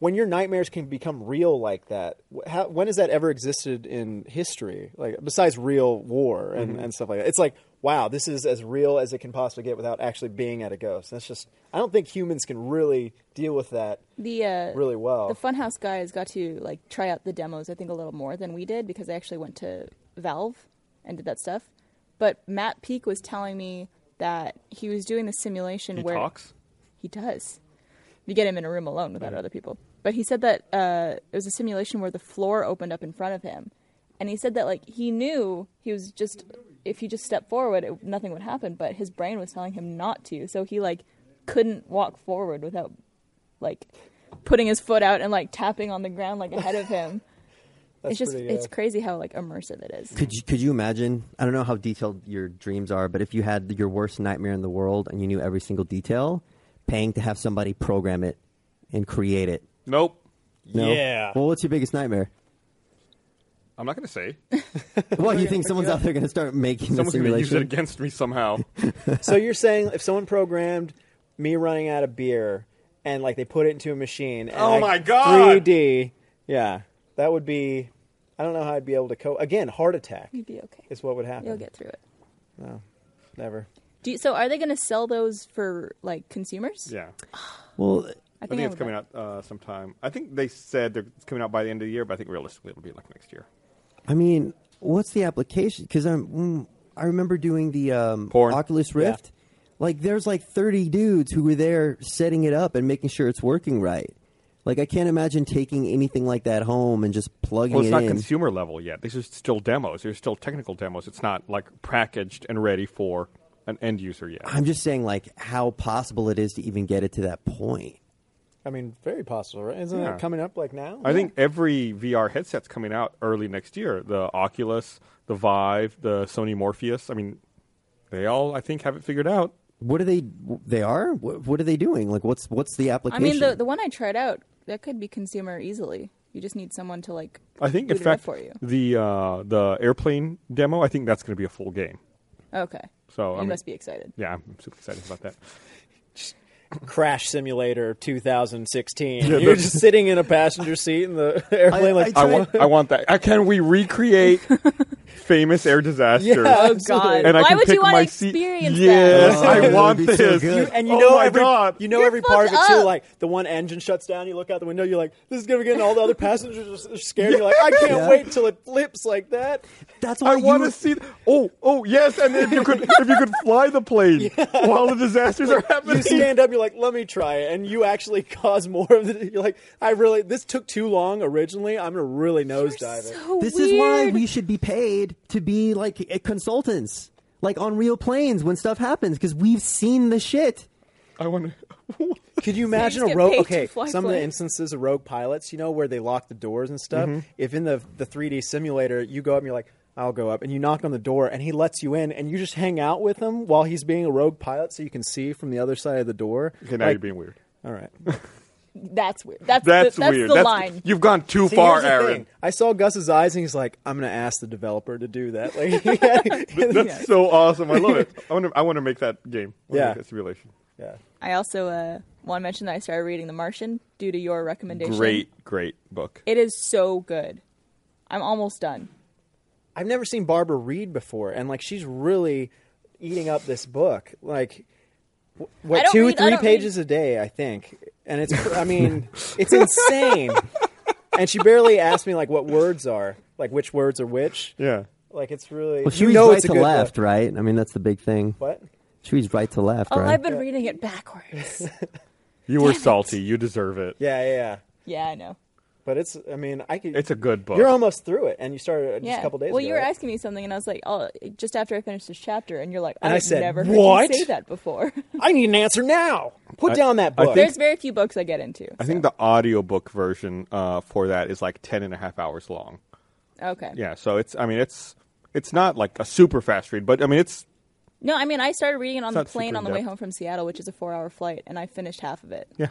Speaker 4: when your nightmares can become real like that, wh- how, when has that ever existed in history? Like besides real war and,
Speaker 3: Mm-hmm.
Speaker 4: and stuff like that. It's like wow, this is as real as it can possibly get without actually being at a ghost. That's just I don't think humans can really deal with that.
Speaker 2: the uh,
Speaker 4: really well.
Speaker 2: The Funhouse guys got to like try out the demos, I think, a little more than we did because they actually went to Valve and did that stuff. But Matt Peak was telling me that he was doing the simulation
Speaker 1: He
Speaker 2: where
Speaker 1: talks.
Speaker 2: he does. You get him in a room alone without other people. But he said that uh, it was a simulation where the floor opened up in front of him, and he said that like he knew he was just if he just stepped forward, it, nothing would happen. But his brain was telling him not to, so he like couldn't walk forward without like putting his foot out and like tapping on the ground like ahead of him. it's just
Speaker 4: pretty
Speaker 2: it's
Speaker 4: good.
Speaker 2: crazy how like immersive it is.
Speaker 3: Could you, could you imagine? I don't know how detailed your dreams are, but if you had your worst nightmare in the world and you knew every single detail, paying to have somebody program it and create it.
Speaker 1: Nope.
Speaker 3: No?
Speaker 4: Yeah.
Speaker 3: Well, what's your biggest nightmare?
Speaker 1: I'm not going to say.
Speaker 3: Well, you think someone's out there going to start making the
Speaker 1: Someone's going to use it
Speaker 3: simulation?
Speaker 1: against me somehow.
Speaker 4: So you're saying if someone programmed me running out of beer and like they put it into a machine? And
Speaker 1: Oh
Speaker 4: I-
Speaker 1: my God!
Speaker 4: 3D. Yeah, that would be. I don't know how I'd be able to cope. Again, heart attack
Speaker 2: You'd be okay.
Speaker 4: is what would happen.
Speaker 2: You'll get through it.
Speaker 4: Never.
Speaker 2: Do you, so are they going to sell those for like consumers?
Speaker 1: yeah.
Speaker 3: Well,
Speaker 2: I
Speaker 1: I
Speaker 2: think,
Speaker 1: think
Speaker 2: I
Speaker 1: it's
Speaker 2: would
Speaker 1: coming
Speaker 2: buy-
Speaker 1: out uh, sometime. I think they said they're, it's coming out by the end of the year, but I think realistically it'll be like next year.
Speaker 3: I mean, what's the application? Because I'm, mm, I remember doing the um,
Speaker 1: Porn.
Speaker 3: Oculus Rift. Like, there's like 30 dudes who were there setting it up and making sure it's working right. Like, I can't imagine taking anything like that home and just plugging
Speaker 1: Well,
Speaker 3: it
Speaker 1: it's not
Speaker 3: in.
Speaker 1: consumer level yet. These are still demos. They're still technical demos. It's not like packaged and ready for an end user yet.
Speaker 3: I'm just saying, like, how possible it is to even get it to that point.
Speaker 4: I mean, very possible, right? Isn't
Speaker 1: Yeah.
Speaker 4: it coming up like now?
Speaker 1: I think every VR headset's coming out early next year. The Oculus, the Vive, the Sony Morpheus. I mean, they all I think have it figured out.
Speaker 3: What are they? They are. What, what are they doing? Like, what's what's the
Speaker 2: I
Speaker 3: application?
Speaker 2: mean, the the one I tried out that could be consumer easily. You just need someone to like.
Speaker 1: I think,
Speaker 2: boot
Speaker 1: in
Speaker 2: it up
Speaker 1: fact,
Speaker 2: for you.
Speaker 1: the uh, the airplane demo. I think that's going to be a full game.
Speaker 2: Okay.
Speaker 1: So
Speaker 2: you
Speaker 1: Oh, I mean,
Speaker 2: must be excited.
Speaker 1: yeah, I'm super excited about that.
Speaker 4: Crash Simulator 2016. You're just sitting in a passenger seat in the airplane, like
Speaker 1: I want, I want that. I, can we recreate famous air disasters?
Speaker 4: Yeah.
Speaker 2: Oh
Speaker 4: Absolutely.
Speaker 2: God!
Speaker 1: And I
Speaker 2: Why
Speaker 1: can
Speaker 2: would
Speaker 1: pick
Speaker 2: you want
Speaker 1: my
Speaker 2: to
Speaker 1: seat.
Speaker 2: experience
Speaker 1: yes,
Speaker 2: that?
Speaker 3: Oh, that
Speaker 1: I
Speaker 3: would
Speaker 1: want
Speaker 3: be so
Speaker 1: this.
Speaker 3: good. You-
Speaker 4: and you
Speaker 1: oh
Speaker 4: know
Speaker 1: my
Speaker 4: every
Speaker 1: God.
Speaker 4: you know
Speaker 2: You're
Speaker 4: every part of it
Speaker 2: fucked
Speaker 4: too.
Speaker 2: up.
Speaker 4: Like the one engine shuts down, you look out the window, you're like, "This is gonna be good." And all the other passengers are scared. You're like, "I can't
Speaker 3: Yeah.
Speaker 4: wait till it flips like that."
Speaker 3: That's why
Speaker 1: I want
Speaker 3: you-
Speaker 1: to see. Oh, oh, yes! And if you could, if you could fly the plane while the disasters are
Speaker 4: You
Speaker 1: happening,
Speaker 4: stand up, you're like, "Let me try it," and you actually cause more of the. You're like, "I really this took too long originally. I'm gonna really nosedive it."
Speaker 2: So
Speaker 3: This
Speaker 2: weird.
Speaker 3: is why we should be paid to be like eh, consultants, like on real planes when stuff happens, because we've seen the shit.
Speaker 1: I want to.
Speaker 4: Could you
Speaker 2: you
Speaker 4: imagine
Speaker 2: just
Speaker 4: a
Speaker 2: get
Speaker 4: rogue?
Speaker 2: paid to
Speaker 4: Okay,
Speaker 2: fly
Speaker 4: some of the
Speaker 2: planes.
Speaker 4: instances of rogue pilots, you know, where they lock the doors and stuff.
Speaker 2: Mm-hmm.
Speaker 4: If in the the 3D simulator, you go up and you're like, "I'll go up," and you knock on the door, and he lets you in, and you just hang out with him while he's being a rogue pilot, so you can see from the other side of the door.
Speaker 1: Okay, now
Speaker 4: Like,
Speaker 1: you're being weird.
Speaker 4: all right.
Speaker 2: That's weird. That's
Speaker 1: That's,
Speaker 2: the, that's
Speaker 1: weird.
Speaker 2: the
Speaker 1: that's,
Speaker 2: line.
Speaker 1: You've gone too
Speaker 4: See,
Speaker 1: far,
Speaker 4: here's the
Speaker 1: Aaron.
Speaker 4: thing. I saw Gus's eyes, and he's like, "I'm going to ask the developer to do that." Like,
Speaker 1: That's so awesome. I love it. I want to. I want to make that game. I wanna
Speaker 4: Yeah.
Speaker 1: make that simulation.
Speaker 4: yeah.
Speaker 2: I also uh, want to mention that I started reading The Martian due to your recommendation.
Speaker 1: Great, great book.
Speaker 2: It is so good. I'm almost done.
Speaker 4: I've never seen Barbara Reed before, and like she's really eating up this book. Like wh-
Speaker 2: I
Speaker 4: what
Speaker 2: don't
Speaker 4: two,
Speaker 2: read- I
Speaker 4: three
Speaker 2: don't
Speaker 4: pages a day, I think. And it's, I mean, it's insane. and she barely asked me like what words are, like which words are which.
Speaker 1: Yeah.
Speaker 4: Like it's really
Speaker 3: Well, she
Speaker 4: you
Speaker 3: was
Speaker 4: know
Speaker 3: right
Speaker 4: it's a
Speaker 3: to
Speaker 4: good
Speaker 3: left,
Speaker 4: book.
Speaker 3: right? I mean, that's the big thing.
Speaker 4: What?
Speaker 3: She was right to left,
Speaker 2: Oh,
Speaker 3: right?
Speaker 2: I've been reading it backwards.
Speaker 1: You were salty. You deserve it.
Speaker 4: Yeah, yeah, yeah.
Speaker 2: yeah, I know.
Speaker 4: But it's, I mean, I could.
Speaker 1: It's a good book.
Speaker 4: You're almost through it, and you started uh, just
Speaker 2: Yeah.
Speaker 4: a couple days
Speaker 2: well,
Speaker 4: ago.
Speaker 2: you were
Speaker 4: right?
Speaker 2: asking me something, and I was like, "Oh, just after I finished this chapter," and you're like,
Speaker 4: And I
Speaker 2: "I've
Speaker 4: said,
Speaker 2: never
Speaker 4: "What?"
Speaker 2: heard you say that before."
Speaker 4: I need an answer now. Put down that
Speaker 1: I
Speaker 4: book.
Speaker 1: think-
Speaker 2: There's very few books I get into.
Speaker 1: I think the audiobook version uh, for that is like 10 and a half hours long.
Speaker 2: Okay.
Speaker 1: Yeah, so it's I mean it's it's not like a super fast read, but I mean it's
Speaker 2: No, I mean I started reading it on
Speaker 1: It's
Speaker 2: the
Speaker 1: not
Speaker 2: plane
Speaker 1: super
Speaker 2: on the way
Speaker 1: in-depth.
Speaker 2: home from Seattle, which is a four-hour flight, and I finished half of it.
Speaker 1: yeah.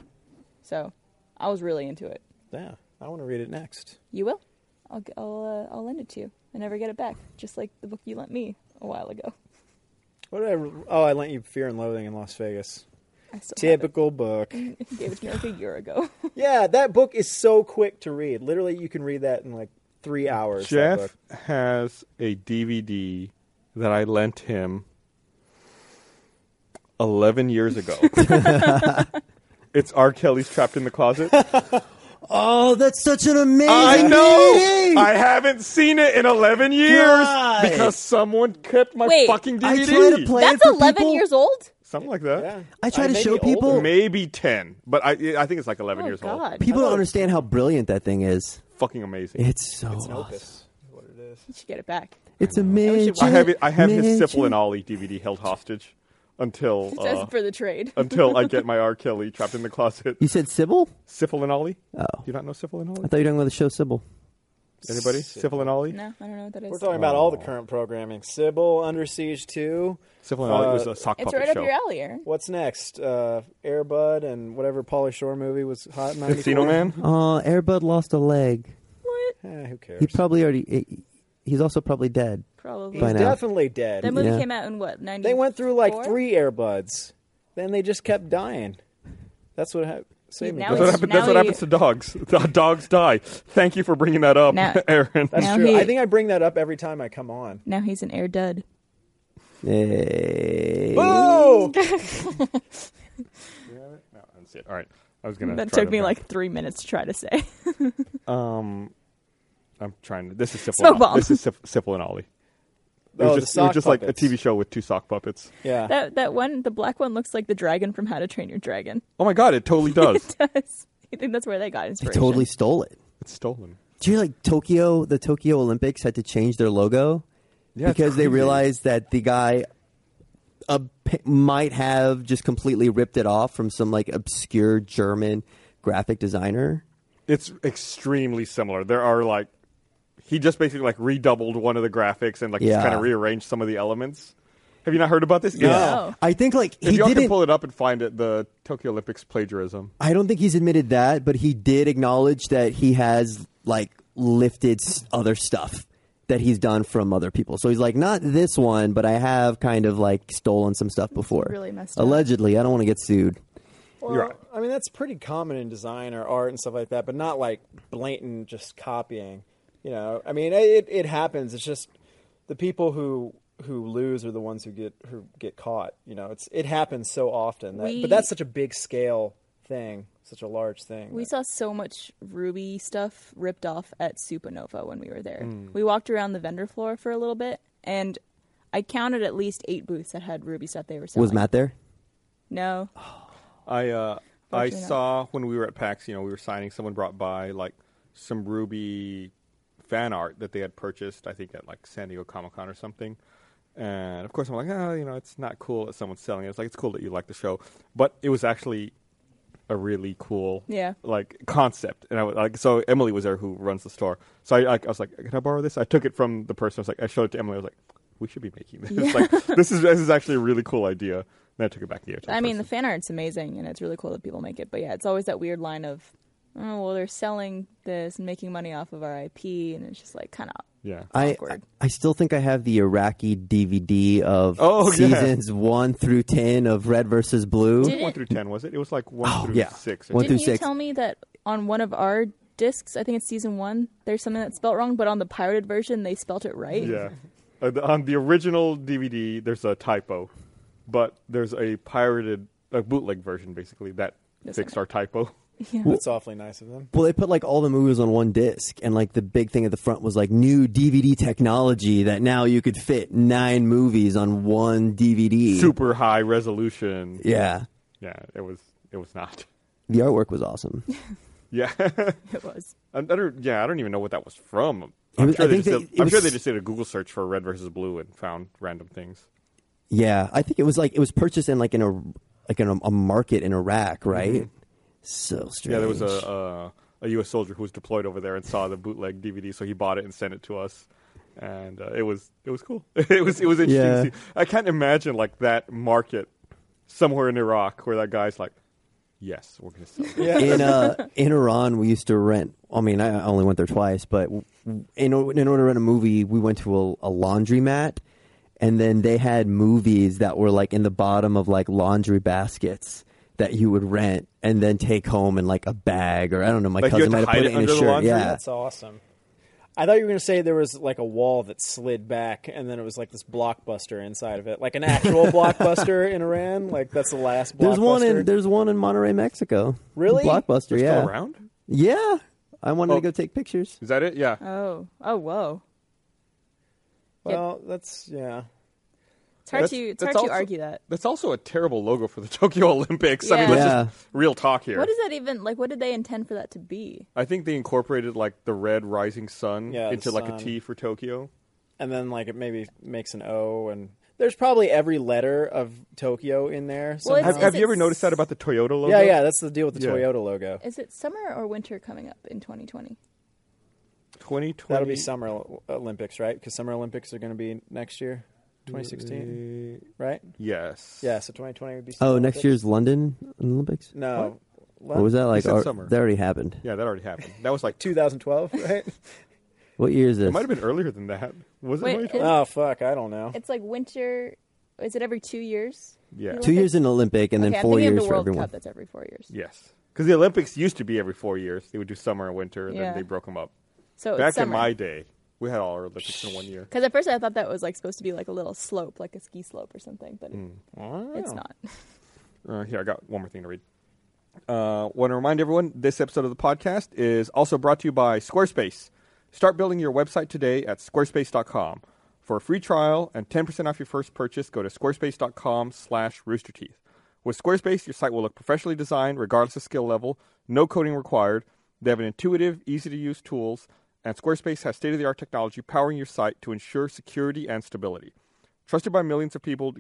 Speaker 2: So I was really into it.
Speaker 4: yeah, I want to read it next.
Speaker 2: You will. I'll g- I'll uh, I'll lend it to you and never get it back, just like the book you lent me a while ago.
Speaker 4: What did I? re- Oh, I lent you Fear and Loathing in Las Vegas.
Speaker 2: I still have it.
Speaker 4: Typical book.
Speaker 2: gave it to me like a year ago.
Speaker 4: yeah, that book is so quick to read. Literally, you can read that in like three hours. that book.
Speaker 1: Jeff has a DVD that I lent him 11 years ago. it's R. Kelly's Trapped in the Closet.
Speaker 3: oh, that's such an amazing.
Speaker 1: I know.
Speaker 3: DVD!
Speaker 1: I haven't seen it in 11 years
Speaker 3: God.
Speaker 1: because someone kept my
Speaker 2: Wait.
Speaker 1: fucking
Speaker 3: I
Speaker 1: DVD.
Speaker 3: tried to play it
Speaker 2: That's
Speaker 3: for
Speaker 2: 11
Speaker 3: people.
Speaker 2: years old.
Speaker 1: Something like that.
Speaker 4: Yeah.
Speaker 3: I try to
Speaker 4: may
Speaker 3: show
Speaker 4: be older.
Speaker 3: people-
Speaker 1: Maybe 10, but I I think it's like 11
Speaker 2: oh
Speaker 1: years
Speaker 2: God!
Speaker 1: old.
Speaker 3: People
Speaker 4: I
Speaker 3: don't
Speaker 4: love-
Speaker 3: understand how brilliant that thing is.
Speaker 1: Fucking amazing.
Speaker 3: It's so
Speaker 4: It's an
Speaker 3: awesome.
Speaker 4: opus. is What it is.
Speaker 2: you should get it back.
Speaker 3: It's amazing.
Speaker 1: I have it, I have his Syphil and Ollie DVD held hostage until
Speaker 2: Just
Speaker 1: uh,
Speaker 2: for the trade.
Speaker 1: until I get my R. Kelly trapped in the closet.
Speaker 3: You said Sybil?
Speaker 1: Syphil and Ollie?
Speaker 3: Oh,
Speaker 1: Do you not know Syphil and
Speaker 3: I
Speaker 1: Ollie?
Speaker 3: thought you were talking about the show Sybil.
Speaker 1: Anybody? Syphil and Ollie?
Speaker 2: no, I don't know what that is.
Speaker 4: We're talking about all the current programming. Sybil, Under Siege Two.
Speaker 1: Syphil and Ollie
Speaker 4: Uh,
Speaker 1: was a sock
Speaker 2: it's
Speaker 1: puppet
Speaker 2: right
Speaker 1: show.
Speaker 2: up your alley, Aaron.
Speaker 4: What's next? Uh, Airbud and whatever Polly Shore movie was hot. in 94.
Speaker 1: Casino Man?
Speaker 3: Oh, Airbud lost a leg.
Speaker 2: What?
Speaker 4: Eh, who cares?
Speaker 3: He probably already. he- He's also probably dead.
Speaker 2: Probably.
Speaker 4: He's
Speaker 3: by now.
Speaker 4: definitely dead.
Speaker 2: that movie
Speaker 3: Yeah.
Speaker 2: came out in what? Ninety.
Speaker 4: They went through like
Speaker 2: Four?
Speaker 4: three Airbuds, then they just kept dying. That's what happened. Save me.
Speaker 2: Now
Speaker 1: That's
Speaker 2: he's-
Speaker 1: what,
Speaker 4: That's,
Speaker 1: happen- that's
Speaker 2: now
Speaker 1: what
Speaker 2: he-
Speaker 1: happens to dogs. The dogs die. Thank you for bringing that up,
Speaker 2: Now-
Speaker 1: Aaron.
Speaker 2: Now
Speaker 4: true.
Speaker 2: he-
Speaker 4: I think I bring that up every time I come on.
Speaker 2: Now he's an air dud.
Speaker 3: Hey.
Speaker 4: Boo!
Speaker 1: No, that's it. All right. I was gonna.
Speaker 2: That
Speaker 1: try to
Speaker 2: took me
Speaker 1: bring-
Speaker 2: like three minutes to try to say.
Speaker 1: Um, I'm trying to. This is Syphil.
Speaker 2: Smoke
Speaker 1: and Ollie.
Speaker 2: bomb.
Speaker 1: This is Syph- Syphil and
Speaker 2: Oh,
Speaker 1: Ollie. It was
Speaker 4: Oh, the
Speaker 1: just, it was
Speaker 4: sock
Speaker 1: just like a
Speaker 4: puppets.
Speaker 1: TV show with two sock puppets.
Speaker 4: Yeah.
Speaker 2: that that one, the black one, looks like the dragon from How to Train Your Dragon.
Speaker 1: Oh my god! It totally does.
Speaker 2: Does you think that's where they got
Speaker 3: They
Speaker 2: inspiration?
Speaker 3: totally stole it.
Speaker 1: it's stolen.
Speaker 3: Do you like Tokyo? The Tokyo Olympics had to change their logo
Speaker 1: Yeah, it's
Speaker 3: because they
Speaker 1: crazy.
Speaker 3: realized that the guy uh, p- might have just completely ripped it off from some like obscure German graphic designer.
Speaker 1: It's extremely similar. There are like he just basically like redoubled one of the graphics and like just
Speaker 3: Yeah.
Speaker 1: kind of rearranged some of the elements. Have you not heard about this? Yeah.
Speaker 2: No.
Speaker 3: I think like
Speaker 1: If
Speaker 3: he
Speaker 1: y'all can
Speaker 3: didn't.
Speaker 1: pull it up and find it, the Tokyo Olympics plagiarism.
Speaker 3: I don't think he's admitted that, but he did acknowledge that he has like lifted s- other stuff that he's done from other people. So he's like, not this one, but I have kind of like stolen some stuff before.
Speaker 2: really messed up.
Speaker 3: Allegedly, I don't want to get sued.
Speaker 4: Well,
Speaker 1: You're right.
Speaker 4: I mean, that's pretty common in design or art and stuff like that, but not like blatant just copying. You know, I mean, it, it happens. It's just the people who who lose are the ones who get who get caught. You know, it's it happens so often. That,
Speaker 2: We-
Speaker 4: but that's such a big scale thing, such a large thing.
Speaker 2: We
Speaker 4: that-
Speaker 2: saw so much Ruby stuff ripped off at Supernova when we were there. We walked around the vendor floor for a little bit, and I counted at least eight booths that had Ruby stuff they were selling.
Speaker 3: Was Matt there?
Speaker 2: No.
Speaker 1: I uh, I
Speaker 2: Fortunate.
Speaker 1: saw when we were at PAX, you know, we were signing. Someone brought by like some Ruby fan art that they had purchased. I think at like San Diego Comic Con or something. And of course, I'm like, oh, you know, it's not cool that someone's selling it. It's like it's cool that you like the show, but it was actually a really cool,
Speaker 2: Yeah.
Speaker 1: like concept. And I was like, so Emily was there who runs the store. So I, like, I was like, can I borrow this? I took it from the person. I was like, I showed it to Emily. I was like, we should be making this. like, this is this is actually a really cool idea. And I took it back to you.
Speaker 2: I mean, the fan art's amazing, and it's really cool that people make it. But yeah, it's always that weird line of, oh, well, they're selling this and making money off of our IP, and it's just like kind of
Speaker 1: yeah.
Speaker 3: I,
Speaker 2: Awkward.
Speaker 3: I still think I have the Iraqi DVD of
Speaker 1: Oh, yeah.
Speaker 3: seasons one through ten of Red versus Blue.
Speaker 2: Did-
Speaker 1: one through ten was it? It was like one through
Speaker 3: Oh, yeah.
Speaker 1: six.
Speaker 3: One
Speaker 1: Or
Speaker 3: through
Speaker 2: Didn't you
Speaker 3: six.
Speaker 2: tell me that on one of our discs, I think it's season one, there's something that's spelt wrong, but on the pirated version, they spelt it right?
Speaker 1: yeah, Uh, the- on the original DVD, there's a typo, but there's a pirated, a bootleg version basically that
Speaker 2: That's
Speaker 1: fixed our typo.
Speaker 4: That's awfully nice of them.
Speaker 3: Well, they put like all the movies on one disc, and like the big thing at the front was like new DVD technology that now you could fit nine movies on one DVD.
Speaker 1: Super high resolution.
Speaker 3: Yeah,
Speaker 1: Yeah, it was. It was not.
Speaker 3: the artwork was awesome.
Speaker 1: Yeah,
Speaker 2: It was.
Speaker 1: I don't. Yeah, I don't even know what that was from.
Speaker 3: It
Speaker 1: I'm
Speaker 3: was-
Speaker 1: sure
Speaker 3: I
Speaker 1: they
Speaker 3: think
Speaker 1: just.
Speaker 3: they-
Speaker 1: did,
Speaker 3: it
Speaker 1: I'm sure
Speaker 3: was-
Speaker 1: they just did a Google search for red versus blue and found random things.
Speaker 3: yeah, I think it was like it was purchased in like in a like in a, a market in Iraq, right? So strange.
Speaker 1: Mm-hmm. Yeah, there was a, a a U.S. soldier who was deployed over there and saw the bootleg DVD, so he bought it and sent it to us, and uh, it was it was cool. it was it was interesting. To
Speaker 3: Yeah.
Speaker 1: see. I can't imagine like that market somewhere in Iraq where that guy's like, "Yes, we're gonna sell." It.
Speaker 4: Yeah.
Speaker 3: in uh, in Iran, we used to rent. I mean, I I only went there twice, but w- in o- in order to rent a movie, we went to a, a laundromat, and then they had movies that were like in the bottom of like laundry baskets that you would rent and then take home in like a bag or I don't know. My
Speaker 1: Like, you
Speaker 3: cousin
Speaker 1: had to
Speaker 3: might have put
Speaker 1: hide
Speaker 3: it
Speaker 1: it
Speaker 3: in
Speaker 1: under
Speaker 3: his
Speaker 1: the
Speaker 3: shirt.
Speaker 1: laundry?
Speaker 3: Yeah,
Speaker 4: That's awesome. I thought you were going to say there was like a wall that slid back, and then it was like this blockbuster inside of it, like an actual blockbuster in Iran. Like that's the last blockbuster.
Speaker 3: there's one in there's one in Monterey, Mexico.
Speaker 4: Really?
Speaker 3: Blockbuster.
Speaker 1: They're
Speaker 3: yeah,
Speaker 1: still around?
Speaker 3: yeah. I wanted
Speaker 1: Oh.
Speaker 3: to go take pictures.
Speaker 1: Is that it? Yeah.
Speaker 2: Oh, oh, whoa.
Speaker 4: Well, that's yeah.
Speaker 2: It's hard
Speaker 1: That's-
Speaker 2: to it's
Speaker 1: that's
Speaker 2: hard
Speaker 1: also-
Speaker 2: to argue that.
Speaker 1: That's also a terrible logo for the Tokyo Olympics. I mean,
Speaker 2: Yeah.
Speaker 1: let's just real talk here.
Speaker 2: What is that even like? What did they intend for that to be?
Speaker 1: I think they incorporated like the red rising sun
Speaker 4: Yeah, the
Speaker 1: into like a
Speaker 4: sun.
Speaker 1: T for Tokyo.
Speaker 4: And then like it maybe makes an O, and there's probably every letter of Tokyo in there.
Speaker 2: Well,
Speaker 4: somehow.
Speaker 1: Have,
Speaker 2: Is
Speaker 1: have
Speaker 2: it
Speaker 1: you ever
Speaker 2: s-
Speaker 1: noticed that about the Toyota logo?
Speaker 4: yeah, yeah. That's the deal with the
Speaker 1: Yeah.
Speaker 4: Toyota logo.
Speaker 2: Is it summer or winter coming up in 2020?
Speaker 1: 2020.
Speaker 4: That'll be Summer Ol- Olympics, right? Because Summer Olympics are going to be next year, 2016, right?
Speaker 1: Yes.
Speaker 4: Yeah. So 2020 would be. Summer
Speaker 3: Uh, Oh, next
Speaker 4: Olympics.
Speaker 3: year's London Olympics.
Speaker 4: No.
Speaker 3: What was that like?
Speaker 1: said
Speaker 3: Or-
Speaker 1: summer.
Speaker 3: That already happened.
Speaker 1: Yeah, that already happened. That was like two.
Speaker 4: 2012, right?
Speaker 3: What year is this?
Speaker 1: It might have been earlier than that. Was it?
Speaker 2: Wait,
Speaker 1: 2012?
Speaker 2: it-
Speaker 4: oh fuck, I don't know.
Speaker 2: It's like winter. Is it every two years?
Speaker 1: Yeah.
Speaker 2: The
Speaker 3: Two
Speaker 2: Olympics?
Speaker 3: years in Olympic and then
Speaker 2: okay,
Speaker 3: four
Speaker 2: I'm thinking of
Speaker 3: years
Speaker 2: the
Speaker 3: for
Speaker 2: World
Speaker 3: everyone.
Speaker 2: Cup. That's every four years.
Speaker 1: yes, because the Olympics used to be every four years. They would do summer and winter, and
Speaker 2: Yeah.
Speaker 1: then they broke them up.
Speaker 2: So it's
Speaker 1: Back
Speaker 2: summer.
Speaker 1: in my day, we had all our Olympics in one year.
Speaker 2: Because at first I thought that was like supposed to be like a little slope, like a ski slope or something, but it,
Speaker 1: Hmm.
Speaker 3: Oh.
Speaker 2: it's not.
Speaker 1: Uh, here, I got one more thing to read. Uh, want to remind everyone this episode of the podcast is also brought to you by Squarespace. Start building your website today at squarespace.com. For a free trial and 10% off your first purchase, go to squarespace.com slash roosterteeth. With Squarespace, your site will look professionally designed regardless of skill level, no coding required. They have an intuitive, easy to use tools, and Squarespace has state of the art technology powering your site to ensure security and stability. Trusted by millions of people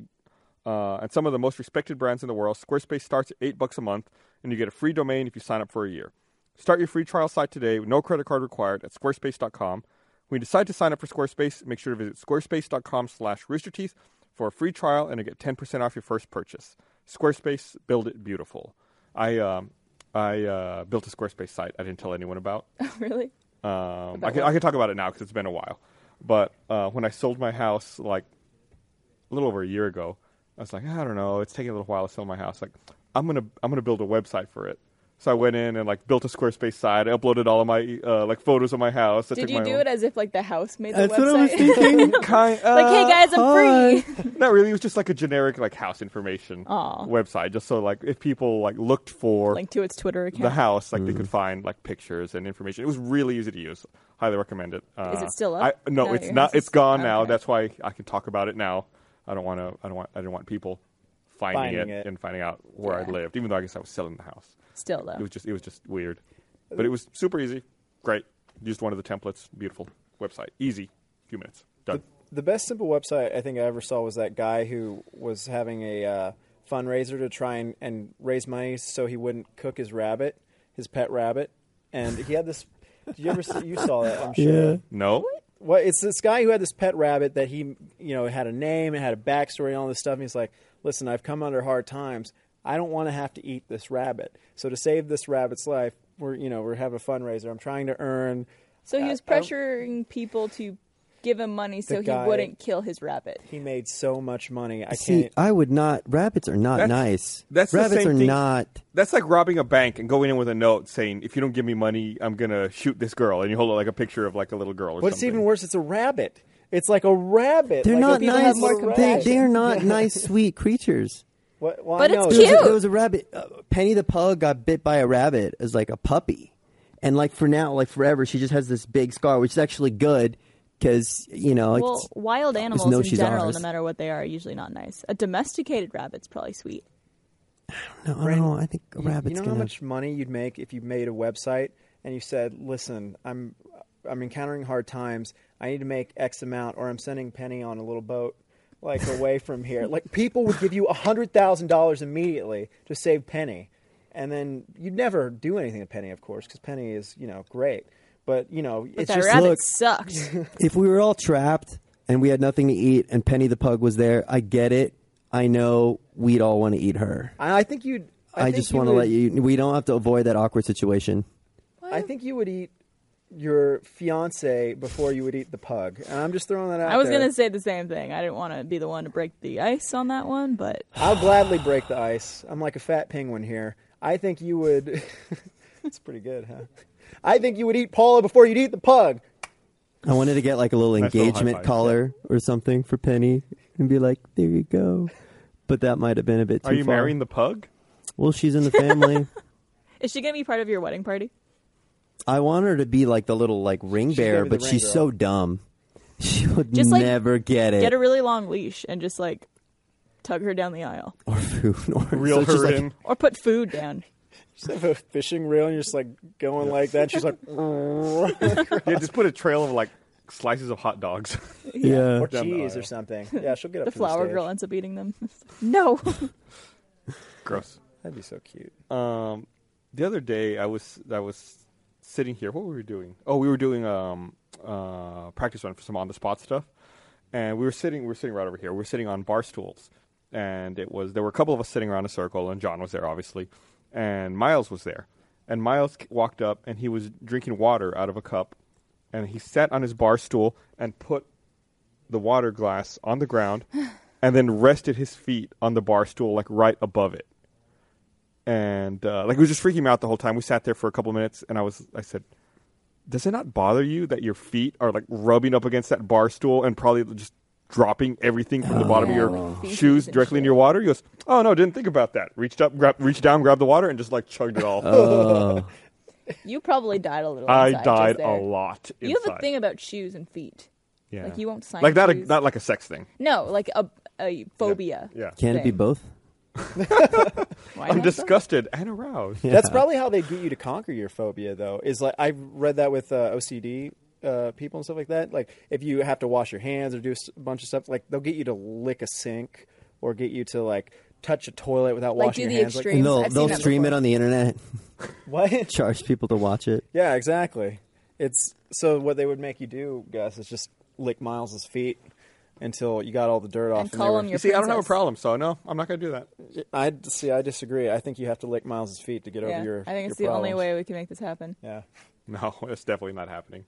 Speaker 1: uh, and some of the most respected brands in the world, Squarespace starts at eight bucks a month, and you get a free domain if you sign up for a year. Start your free trial site today with no credit card required at squarespace.com. When you decide to sign up for Squarespace, make sure to visit squarespace.com slash roosterteeth for a free trial and to get 10% off your first purchase. Squarespace, build it beautiful. I, um, I uh, built a Squarespace site I didn't tell anyone about.
Speaker 2: really?
Speaker 1: Um, I, can, I can talk about it now because it's been a while. But uh, when I sold my house, like a little over a year ago, I was like, I don't know, it's taking a little while to sell my house. Like, I'm gonna I'm gonna build a website for it. So I went in and like built a Squarespace site. I uploaded all of my uh, like photos of my house. I
Speaker 2: Did
Speaker 1: took
Speaker 2: you
Speaker 1: my
Speaker 2: do
Speaker 1: own-
Speaker 2: it as if like the house made the
Speaker 3: That's
Speaker 2: website?
Speaker 3: what I was thinking.
Speaker 1: Kind, uh,
Speaker 2: like, hey guys, I'm free.
Speaker 1: not really. It was just like a generic like house information
Speaker 2: Aw.
Speaker 1: website, just so like if people like looked for
Speaker 2: Link to its Twitter
Speaker 1: the
Speaker 2: account.
Speaker 1: house, like they could
Speaker 4: Mm-hmm.
Speaker 1: find like pictures and information. It was really easy to use. Highly recommend it. Uh,
Speaker 2: Is it still up?
Speaker 1: I, no,
Speaker 2: No,
Speaker 1: it's
Speaker 2: your
Speaker 1: not.
Speaker 2: house is-
Speaker 1: It's gone
Speaker 2: oh,
Speaker 1: now.
Speaker 2: okay.
Speaker 1: That's why I can talk about it now. I don't want to. I don't want. I didn't want people finding,
Speaker 4: Finding it.
Speaker 1: and finding out where I
Speaker 2: Yeah.
Speaker 1: lived. Even though I guess I was selling the house.
Speaker 2: Still though.
Speaker 1: It was just. It was just weird, but it was super easy. Great. Used one of the templates. Beautiful website. Easy. Few minutes. Done.
Speaker 4: The, the best simple website I think I ever saw was that guy who was having a uh, fundraiser to try and, and raise money so he wouldn't cook his rabbit, his pet rabbit, and he had this. Did you ever see? You saw that? I'm sure.
Speaker 3: Yeah.
Speaker 1: no.
Speaker 4: Well, it's this guy who had this pet rabbit that he, you know, had a name and had a backstory and all this stuff. And he's like, "Listen, I've come under hard times. I don't want to have to eat this rabbit. So to save this rabbit's life, we're, you know, we're have a fundraiser. I'm trying to earn."
Speaker 2: So he was
Speaker 1: Oh.
Speaker 4: I- I-
Speaker 2: pressuring people to give him money so he
Speaker 4: guy-
Speaker 2: wouldn't kill his rabbit.
Speaker 4: He made so much money. I
Speaker 3: See, uh,
Speaker 4: can't.
Speaker 3: I would not. Rabbits are not
Speaker 1: That's-
Speaker 3: nice.
Speaker 1: that's the
Speaker 3: rabbits
Speaker 1: same
Speaker 3: are
Speaker 1: thing-
Speaker 3: not.
Speaker 1: That's like robbing a bank and going in with a note saying, "If you don't give me money, I'm gonna shoot this girl." And you hold like a picture of like a little girl. Or
Speaker 4: What's
Speaker 1: something.
Speaker 4: even worse, it's a rabbit. It's like a rabbit.
Speaker 3: They're
Speaker 4: Like,
Speaker 3: not
Speaker 4: people have
Speaker 3: nice.
Speaker 4: more
Speaker 3: They,
Speaker 4: compassion.
Speaker 3: they are not nice, sweet creatures.
Speaker 4: What- well, I
Speaker 2: But it's
Speaker 4: know,
Speaker 3: There was, a,
Speaker 2: Cute.
Speaker 3: there was a rabbit. Uh, Penny the pug got bit by a rabbit as like a puppy, and like for now, like forever, she just has this big scar, which is actually good because you know.
Speaker 2: Well,
Speaker 3: it's,
Speaker 2: wild animals
Speaker 3: no,
Speaker 2: in
Speaker 3: she's
Speaker 2: general,
Speaker 3: ours.
Speaker 2: no matter what they are, are usually not nice. A domesticated rabbit's probably sweet.
Speaker 3: no, I don't know. I think a
Speaker 4: You-
Speaker 3: rabbit's
Speaker 4: You know
Speaker 3: gonna.
Speaker 4: how much money you'd make if you made a website and you said, "Listen, I'm I'm encountering hard times. I need to make X amount, or I'm sending Penny on a little boat." Like away from here, like people would give you a hundred thousand dollars immediately to save Penny, and then you'd never do anything to Penny, of course, because Penny is you know great, but you know
Speaker 2: But
Speaker 4: it's
Speaker 2: that
Speaker 4: just
Speaker 2: rabbit
Speaker 3: look-
Speaker 2: sucked.
Speaker 3: if we were all trapped and we had nothing to eat, and Penny the pug was there, I get it. I know we'd all want to eat her.
Speaker 4: I, I think you'd. I,
Speaker 3: I,
Speaker 4: think
Speaker 3: just
Speaker 4: you
Speaker 3: want to
Speaker 4: would-
Speaker 3: let you. We don't have to avoid that awkward situation.
Speaker 4: I think you would eat your fiance before you would eat the pug, and I'm just throwing that out.
Speaker 2: I was
Speaker 4: there.
Speaker 2: gonna say the same thing. I didn't want to be the one to break the ice on that one, but
Speaker 4: I'll gladly break the ice. I'm like a fat penguin here. I think you would. it's pretty good, huh? I think you would eat Paula before you'd eat the pug.
Speaker 3: I wanted to get like a little
Speaker 1: Nice little
Speaker 3: engagement
Speaker 1: high five.
Speaker 3: collar or something for Penny and be like, "There you go." But that might have been a bit too
Speaker 1: Are you
Speaker 3: far.
Speaker 1: marrying the pug?
Speaker 3: Well, she's in the family.
Speaker 2: is she gonna be part of your wedding party?
Speaker 3: I want her to be like the little like ring
Speaker 4: She's gonna
Speaker 3: bearer,
Speaker 4: be the
Speaker 3: but
Speaker 4: ring
Speaker 3: she's
Speaker 4: girl.
Speaker 3: so dumb. She would
Speaker 2: Just, like,
Speaker 3: never get it.
Speaker 2: Get a really long leash and just like tug her down the aisle,
Speaker 3: or food. Or
Speaker 1: Reel
Speaker 3: so she's
Speaker 1: her
Speaker 3: like,
Speaker 1: in.
Speaker 2: or put food down.
Speaker 4: Just have a fishing reel and you're just like going like that. She's like,
Speaker 1: Yeah, just put a trail of like slices of hot dogs.
Speaker 3: Yeah.
Speaker 4: or
Speaker 1: Down the
Speaker 4: cheese or
Speaker 1: aisle.
Speaker 4: something. Yeah, she'll get up
Speaker 2: The
Speaker 4: to
Speaker 2: flower
Speaker 4: stage.
Speaker 2: girl ends up eating them. no,
Speaker 1: Gross.
Speaker 4: That'd be so cute.
Speaker 1: Um, the other day I was I was sitting here. What were we doing? Oh, we were doing um uh practice run for some on the spot stuff, and we were sitting we were sitting right over here. We were sitting on bar stools, and it was there were a couple of us sitting around a circle, and John was there obviously, and Miles was there, and Miles c- walked up and he was drinking water out of a cup, and he sat on his bar stool and put the water glass on the ground, and then rested his feet on the bar stool like right above it and uh, like it was just freaking me out the whole time. We sat there for a couple minutes, and I was, I said, "Does it not bother you that your feet are like rubbing up against that bar stool and probably just dropping everything from the bottom
Speaker 2: Oh, Yeah,
Speaker 1: of your
Speaker 2: like feces
Speaker 1: shoes
Speaker 2: and
Speaker 1: directly
Speaker 2: shit.
Speaker 1: into your water?" He goes, "Oh no, didn't think about that. Reached up, grabbed, reached down, grabbed the water, and just like chugged it all.
Speaker 2: you probably died a little.
Speaker 1: I
Speaker 2: Oh. inside just
Speaker 1: died a
Speaker 2: there.
Speaker 1: lot.
Speaker 2: You have a
Speaker 1: inside.
Speaker 2: thing about shoes and feet.
Speaker 1: yeah.
Speaker 2: like, you won't sign
Speaker 1: like not a,
Speaker 2: shoes.
Speaker 1: not like a sex thing.
Speaker 2: No, like a, a phobia.
Speaker 1: Yeah,
Speaker 3: Can it be
Speaker 2: Thing.
Speaker 3: both?
Speaker 2: Why
Speaker 1: I'm
Speaker 2: not, though?
Speaker 1: disgusted and aroused.
Speaker 4: That's probably how they get you to conquer your phobia, though. Is like I've read that with uh, OCD uh, people and stuff like that. Like if you have to wash your hands or do a s- bunch of stuff, like they'll get you to lick a sink or get you to like touch a toilet without
Speaker 2: Like,
Speaker 4: washing
Speaker 2: do
Speaker 4: your
Speaker 2: the
Speaker 4: hands. Like,
Speaker 2: extreme.
Speaker 3: And they'll
Speaker 2: I've seen
Speaker 3: they'll
Speaker 2: that
Speaker 3: stream it
Speaker 2: before.
Speaker 3: on the internet,
Speaker 4: what?
Speaker 3: charge people to watch it.
Speaker 4: yeah, exactly. It's so what they would make you do, Gus, is just lick Miles's feet until you got all the dirt off.
Speaker 2: And
Speaker 4: they
Speaker 2: call
Speaker 4: were-
Speaker 2: 'em
Speaker 4: You
Speaker 2: your
Speaker 1: See, I don't have a
Speaker 2: princess.
Speaker 1: problem, so no, I'm not going to do that.
Speaker 4: I see. I disagree. I think you have to lick Miles' feet to get
Speaker 2: Yeah,
Speaker 4: over your.
Speaker 2: I think it's the
Speaker 4: your
Speaker 2: only
Speaker 4: problems.
Speaker 2: way we can make this happen.
Speaker 4: Yeah,
Speaker 1: No, that's definitely not happening.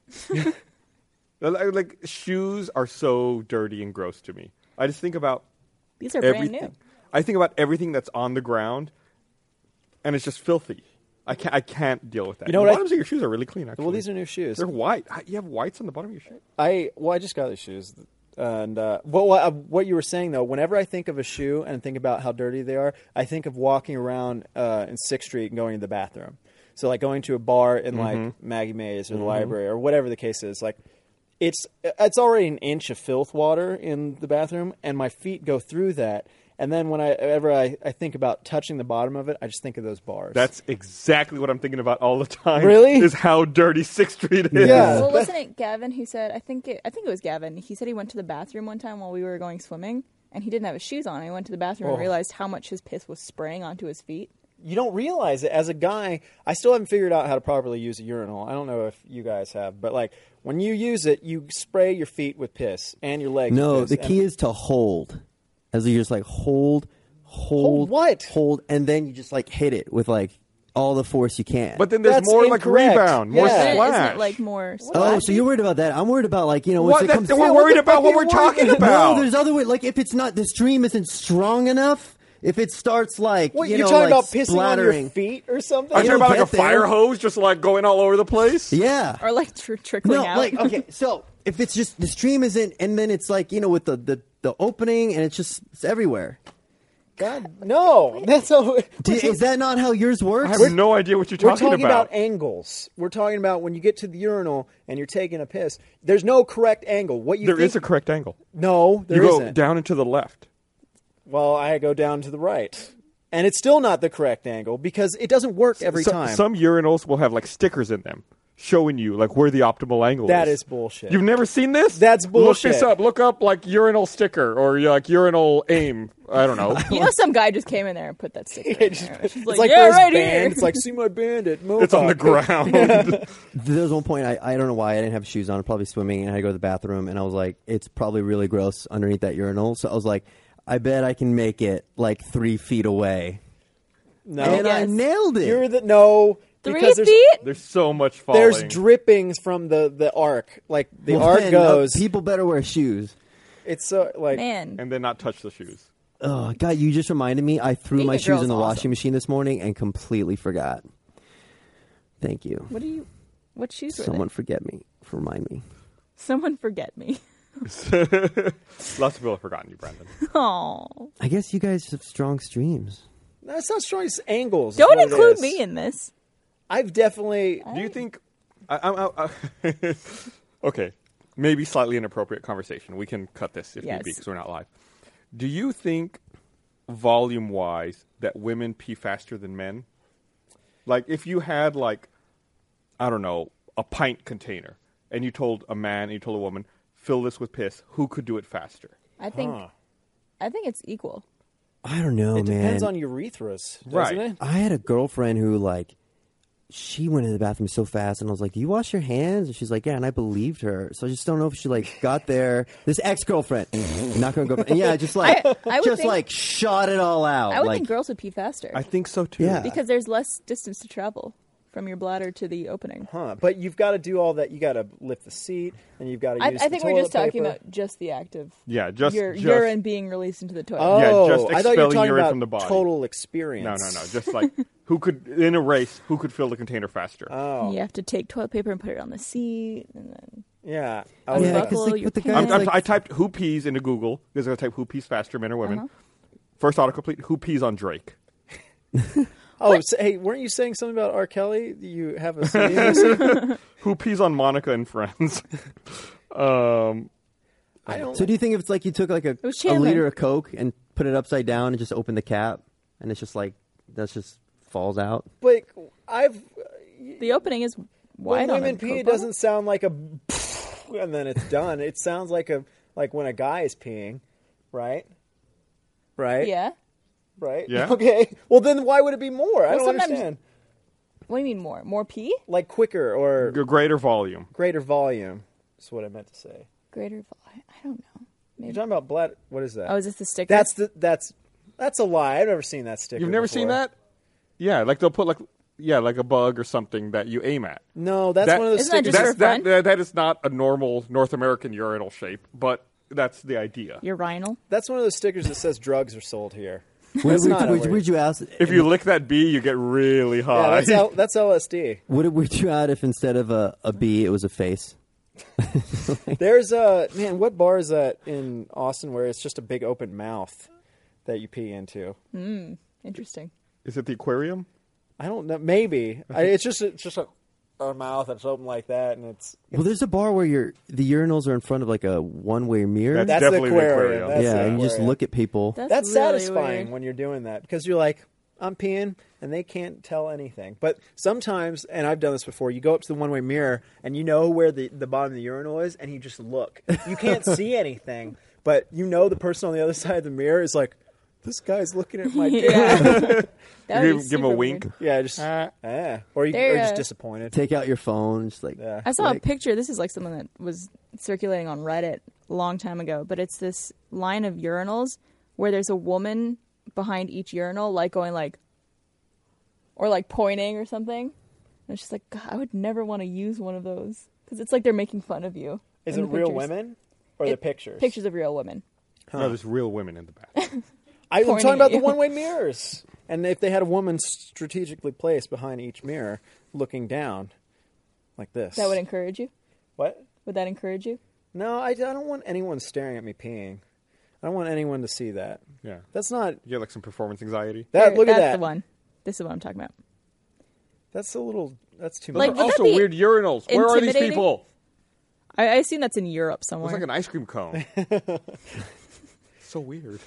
Speaker 1: like, like, shoes are so dirty and gross to me. I just think about
Speaker 2: These are
Speaker 1: everything.
Speaker 2: brand new.
Speaker 1: I think about everything that's on the ground, and it's just filthy. I can't. I can't deal with that.
Speaker 4: You know
Speaker 1: the
Speaker 4: what I-
Speaker 1: bottoms of your shoes are really clean. Actually,
Speaker 4: Well, these are new shoes.
Speaker 1: They're white. How- You have whites on the bottom of your shoe.
Speaker 4: I well, I just got these shoes, and uh, what what, uh, what you were saying though, whenever I think of a shoe and think about how dirty they are, I think of walking around uh, in Sixth Street and going to the bathroom. So like going to a bar in like Maggie Mae's or the library or whatever the case is, like. It's it's already an inch of filth water in the bathroom, and my feet go through that. And then when I ever I, I think about touching the bottom of it, I just think of those bars.
Speaker 1: That's exactly what I'm thinking about all the time.
Speaker 4: Really?
Speaker 1: Is how dirty Sixth Street is.
Speaker 4: Yeah.
Speaker 2: Well, wasn't it Gavin who said? I think it. I think it was Gavin. He said he went to the bathroom one time while we were going swimming, and he didn't have his shoes on. He went to the bathroom and realized how much his piss was spraying onto his feet.
Speaker 4: you don't realize it as a guy i still haven't figured out how to properly use a urinal i don't know if you guys have but like when you use it you spray your feet with piss and your legs
Speaker 3: No,
Speaker 4: with
Speaker 3: the
Speaker 4: piss.
Speaker 3: key is to hold. As you just like hold, hold,
Speaker 4: what?
Speaker 3: Hold, and then you just like hit it with like all the force you can.
Speaker 1: But then there's
Speaker 4: That's
Speaker 1: more
Speaker 4: incorrect.
Speaker 1: like rebound, more
Speaker 4: Yeah.
Speaker 2: Isn't
Speaker 4: Isn't
Speaker 2: it-
Speaker 1: slash.
Speaker 2: Isn't it like more?
Speaker 3: oh,
Speaker 2: splash?
Speaker 3: so you're worried about that? I'm worried about like you know once
Speaker 1: What?
Speaker 3: it
Speaker 1: That-
Speaker 3: comes.
Speaker 1: that
Speaker 3: Yeah,
Speaker 1: we're
Speaker 3: what
Speaker 1: worried
Speaker 3: the
Speaker 1: about
Speaker 3: fuck
Speaker 1: what
Speaker 3: are you
Speaker 1: we're
Speaker 3: worried
Speaker 1: talking
Speaker 3: No,
Speaker 1: about?
Speaker 3: there's other way. Like if it's not the stream isn't strong enough. If it starts like
Speaker 4: what
Speaker 3: you
Speaker 4: you
Speaker 3: know,
Speaker 4: are talking
Speaker 3: like
Speaker 4: about pissing on your
Speaker 3: splattering-
Speaker 4: feet or something
Speaker 1: Are you
Speaker 3: it'll
Speaker 1: talking about like
Speaker 3: get
Speaker 1: a fire
Speaker 3: there.
Speaker 1: hose just like going all over the place?
Speaker 3: Yeah,
Speaker 2: or like tr- trickling
Speaker 3: No,
Speaker 2: out.
Speaker 3: like okay, so if it's just the stream isn't, and then it's like you know with the the, the opening, and it's just it's everywhere.
Speaker 4: God, no that's all
Speaker 3: Do- is that not how yours
Speaker 1: I
Speaker 3: works?
Speaker 1: have no idea what you're
Speaker 4: we're
Speaker 1: talking,
Speaker 4: about. angles we're talking about when you get to the urinal and you're taking a piss there's no correct angle what you
Speaker 1: There is
Speaker 4: think,
Speaker 1: a correct angle.
Speaker 4: no there
Speaker 1: you go
Speaker 4: not
Speaker 1: down and to the left.
Speaker 4: well i go down to the right and it's still not the correct angle because it doesn't work every
Speaker 1: So-
Speaker 4: time
Speaker 1: Some urinals will have like stickers in them showing you like where the optimal angle
Speaker 4: That
Speaker 1: is.
Speaker 4: is bullshit.
Speaker 1: You've never seen this?
Speaker 4: That's
Speaker 1: Look
Speaker 4: bullshit.
Speaker 1: this up. Look up like urinal sticker or like urinal aim. I don't know.
Speaker 2: You know, some guy just came in there and put that sticker. in
Speaker 4: It's
Speaker 2: there.
Speaker 4: like,
Speaker 2: She's like, yeah,
Speaker 4: those
Speaker 2: right
Speaker 4: band-
Speaker 2: here.
Speaker 4: It's like, see my band at Mohawk.
Speaker 1: it's on the ground.
Speaker 3: There's one point I, I don't know why I didn't have shoes on. I'm probably swimming and I go to the bathroom and I was like, it's probably really gross underneath that urinal. So I was like, I bet I can make it like three feet away.
Speaker 4: No,
Speaker 3: And I
Speaker 2: Yes.
Speaker 3: nailed it.
Speaker 4: you're the no.
Speaker 2: three
Speaker 4: because there's,
Speaker 2: feet.
Speaker 1: There's so much falling.
Speaker 4: There's drippings from the the arc. Like the
Speaker 3: Well,
Speaker 4: arc
Speaker 3: then, uh,
Speaker 4: goes.
Speaker 3: people better wear shoes.
Speaker 4: it's so like
Speaker 2: Man,
Speaker 1: and then not touch the shoes.
Speaker 3: Oh God, you just reminded me. I threw
Speaker 2: Being
Speaker 3: my
Speaker 2: a
Speaker 3: shoes
Speaker 2: girl's
Speaker 3: in the
Speaker 2: awesome.
Speaker 3: washing machine this morning and completely forgot. Thank you.
Speaker 2: what do you? What shoes were
Speaker 3: Someone
Speaker 2: they?
Speaker 3: forget me. Remind me.
Speaker 2: Someone forget me.
Speaker 1: Lots of people have forgotten you, Brandon.
Speaker 2: Oh,
Speaker 3: I guess you guys have strong streams.
Speaker 4: no, it's not strong. It's angles. is
Speaker 2: don't
Speaker 4: what it
Speaker 2: include
Speaker 4: is.
Speaker 2: me in Oh, this.
Speaker 4: I've definitely.
Speaker 1: Do you think? I, I, I, I, okay, maybe slightly inappropriate conversation. We can cut this if
Speaker 2: Yes.
Speaker 1: need be because we're not live. Do you think, volume wise, that women pee faster than men? Like, if you had like, I don't know, a pint container, and you told a man and you told a woman, fill this with piss. Who could do it faster?
Speaker 2: I think. I think it's equal.
Speaker 3: I don't know,
Speaker 4: It
Speaker 3: man.
Speaker 4: depends on urethras, doesn't
Speaker 1: Right.
Speaker 4: it?
Speaker 3: I had a girlfriend who like she went to the bathroom so fast and I was like, Do you wash your hands? And she's like, Yeah, and I believed her. So I just don't know if she like got there. This ex girlfriend. not gonna go and yeah, just like
Speaker 2: I- I would
Speaker 3: just
Speaker 2: think-
Speaker 3: like shot it all out.
Speaker 2: I would
Speaker 3: like,
Speaker 2: think girls would pee faster
Speaker 1: I think so too.
Speaker 3: Yeah.
Speaker 2: because there's less distance to travel from your bladder to the opening.
Speaker 4: Huh? But you've got to do all that. You got to lift the seat, and you've got to.
Speaker 2: I,
Speaker 4: use
Speaker 2: I
Speaker 4: the
Speaker 2: think we're just
Speaker 4: toilet
Speaker 2: talking
Speaker 4: paper.
Speaker 2: about just the act of
Speaker 1: Yeah, just-
Speaker 2: your
Speaker 1: just-
Speaker 2: urine being released into the toilet.
Speaker 4: Oh,
Speaker 1: just
Speaker 4: I thought you were
Speaker 1: expelling
Speaker 4: talking
Speaker 1: urine
Speaker 4: about
Speaker 1: from the body.
Speaker 4: total
Speaker 1: No,
Speaker 4: experience.
Speaker 1: no, no. Just like who could in a race, who could fill the container faster?
Speaker 4: Oh,
Speaker 2: You have to take toilet paper and put it on the seat, and then
Speaker 4: yeah. I
Speaker 2: Yeah,
Speaker 4: was
Speaker 3: yeah,
Speaker 4: about-
Speaker 3: 'cause,
Speaker 2: buckle
Speaker 3: like
Speaker 2: your
Speaker 3: with the
Speaker 2: pants.
Speaker 3: guys
Speaker 1: I'm, I'm,
Speaker 3: like,
Speaker 1: I typed who pees into Google because I type who pees faster, men or women.
Speaker 2: Uh-huh.
Speaker 1: First autocomplete, who pees on Drake?
Speaker 4: Oh, so, hey, weren't you saying something about R. Kelly? You have a CD receipt?
Speaker 1: Who pees on Monica and Friends? um,
Speaker 4: I don't.
Speaker 3: So do you think if it's like you took like a,
Speaker 2: was
Speaker 3: a
Speaker 2: Chandler.
Speaker 3: liter of Coke and put it upside down and just opened the cap and it's just like that's just falls out?
Speaker 4: But I've
Speaker 2: the opening is
Speaker 4: when
Speaker 2: wide on
Speaker 4: women
Speaker 2: a
Speaker 4: pee,
Speaker 2: Coke
Speaker 4: it
Speaker 2: bottle.
Speaker 4: doesn't sound like a, and then it's done. It sounds like a like when a guy is peeing, right? Right.
Speaker 2: Yeah.
Speaker 4: Right.
Speaker 1: Yeah.
Speaker 4: Okay. Well, then why would it be more? I
Speaker 2: Well,
Speaker 4: don't
Speaker 2: sometimes-
Speaker 4: understand.
Speaker 2: What do you mean more? More pee?
Speaker 4: Like quicker or
Speaker 1: g- greater volume.
Speaker 4: greater volume is what I meant to say.
Speaker 2: Greater volume? I don't know.
Speaker 4: You're talking about black. What is that?
Speaker 2: Oh, is this the sticker?
Speaker 4: that's the that's that's a lie. I've never seen that sticker.
Speaker 1: You've never seen
Speaker 4: before.
Speaker 1: that? Yeah, like they'll put like yeah, like a bug or something that you aim at.
Speaker 4: No, that's
Speaker 1: That-
Speaker 4: one of those
Speaker 2: Isn't that
Speaker 4: stickers.
Speaker 2: just
Speaker 1: That's- that,
Speaker 2: for fun?
Speaker 1: that that is not a normal North American urinal shape, but that's the idea.
Speaker 2: urinal.
Speaker 4: That's one of those stickers that says drugs are sold here.
Speaker 3: Would,
Speaker 4: That's not
Speaker 3: would,
Speaker 4: how
Speaker 3: would,
Speaker 4: it
Speaker 3: would you ask?
Speaker 1: If you lick that bee, you get really
Speaker 4: Yeah,
Speaker 1: high.
Speaker 4: that's, L- that's LSD.
Speaker 3: would it would you add if instead of a, a B it was a face?
Speaker 4: There's a man. What bar is that in Austin where it's just a big open mouth that you pee into?
Speaker 2: Interesting.
Speaker 1: is it the aquarium?
Speaker 4: I don't know. Maybe I, it's just it's just a, a mouth that's open like that, and it's
Speaker 3: Well, there's a bar where your the urinals are in front of like a one way mirror.
Speaker 1: That's
Speaker 4: that's
Speaker 1: definitely
Speaker 4: the
Speaker 1: the
Speaker 4: aquarium.
Speaker 1: aquarium.
Speaker 4: That's
Speaker 3: yeah,
Speaker 4: the
Speaker 3: and you just
Speaker 4: aquarium.
Speaker 3: look at people.
Speaker 2: That's,
Speaker 4: That's
Speaker 2: really
Speaker 4: satisfying
Speaker 2: weird.
Speaker 4: when you're doing that because you're like, I'm peeing and they can't tell anything. But sometimes, and I've done this before, you go up to the one way mirror and you know where the, the bottom of the urinal is and you just look. You can't see anything, but you know the person on the other side of the mirror is like, this guy's looking at my dick.
Speaker 2: Yeah. That
Speaker 1: You
Speaker 2: would be
Speaker 1: give, give him a
Speaker 2: super
Speaker 1: wink.
Speaker 2: weird.
Speaker 4: Yeah, just,
Speaker 1: Uh,
Speaker 4: eh. or, you, or
Speaker 2: They're,
Speaker 4: you're just
Speaker 2: uh,
Speaker 4: disappointed.
Speaker 3: Take out your phone, just like
Speaker 4: yeah.
Speaker 2: I saw
Speaker 3: Like-
Speaker 2: a picture. This is like something that was circulating on Reddit a long time ago, but it's this line of urinals where there's a woman behind each urinal, like going like, or like pointing or something. And it's just like, God, I would never want to use one of those because it's like they're making fun of you.
Speaker 4: Is
Speaker 2: in
Speaker 4: it
Speaker 2: the
Speaker 4: real
Speaker 2: pictures.
Speaker 4: women or the
Speaker 2: It-
Speaker 4: pictures?
Speaker 2: Pictures of real women.
Speaker 1: No, there's real women in the back.
Speaker 4: I'm
Speaker 2: pointing
Speaker 4: talking
Speaker 2: at
Speaker 4: about the
Speaker 2: you.
Speaker 4: one way mirrors. And if they had a woman strategically placed behind each mirror looking down like this.
Speaker 2: That would encourage you.
Speaker 4: What?
Speaker 2: Would that encourage you?
Speaker 4: No, I, I don't want anyone staring at me peeing. I don't want anyone to see that.
Speaker 1: yeah,
Speaker 4: That's not
Speaker 1: you get like some performance anxiety.
Speaker 4: that.
Speaker 2: There-
Speaker 4: look
Speaker 2: that's
Speaker 4: at that.
Speaker 2: the one. This is what I'm talking about.
Speaker 4: That's a little. That's too
Speaker 2: Like,
Speaker 4: much.
Speaker 1: They're
Speaker 2: would that
Speaker 1: also
Speaker 2: be
Speaker 1: weird urinals. Where are these
Speaker 2: intimidating?
Speaker 1: people?
Speaker 2: I, I assume that's in Europe somewhere.
Speaker 1: It's like an ice cream cone. so weird.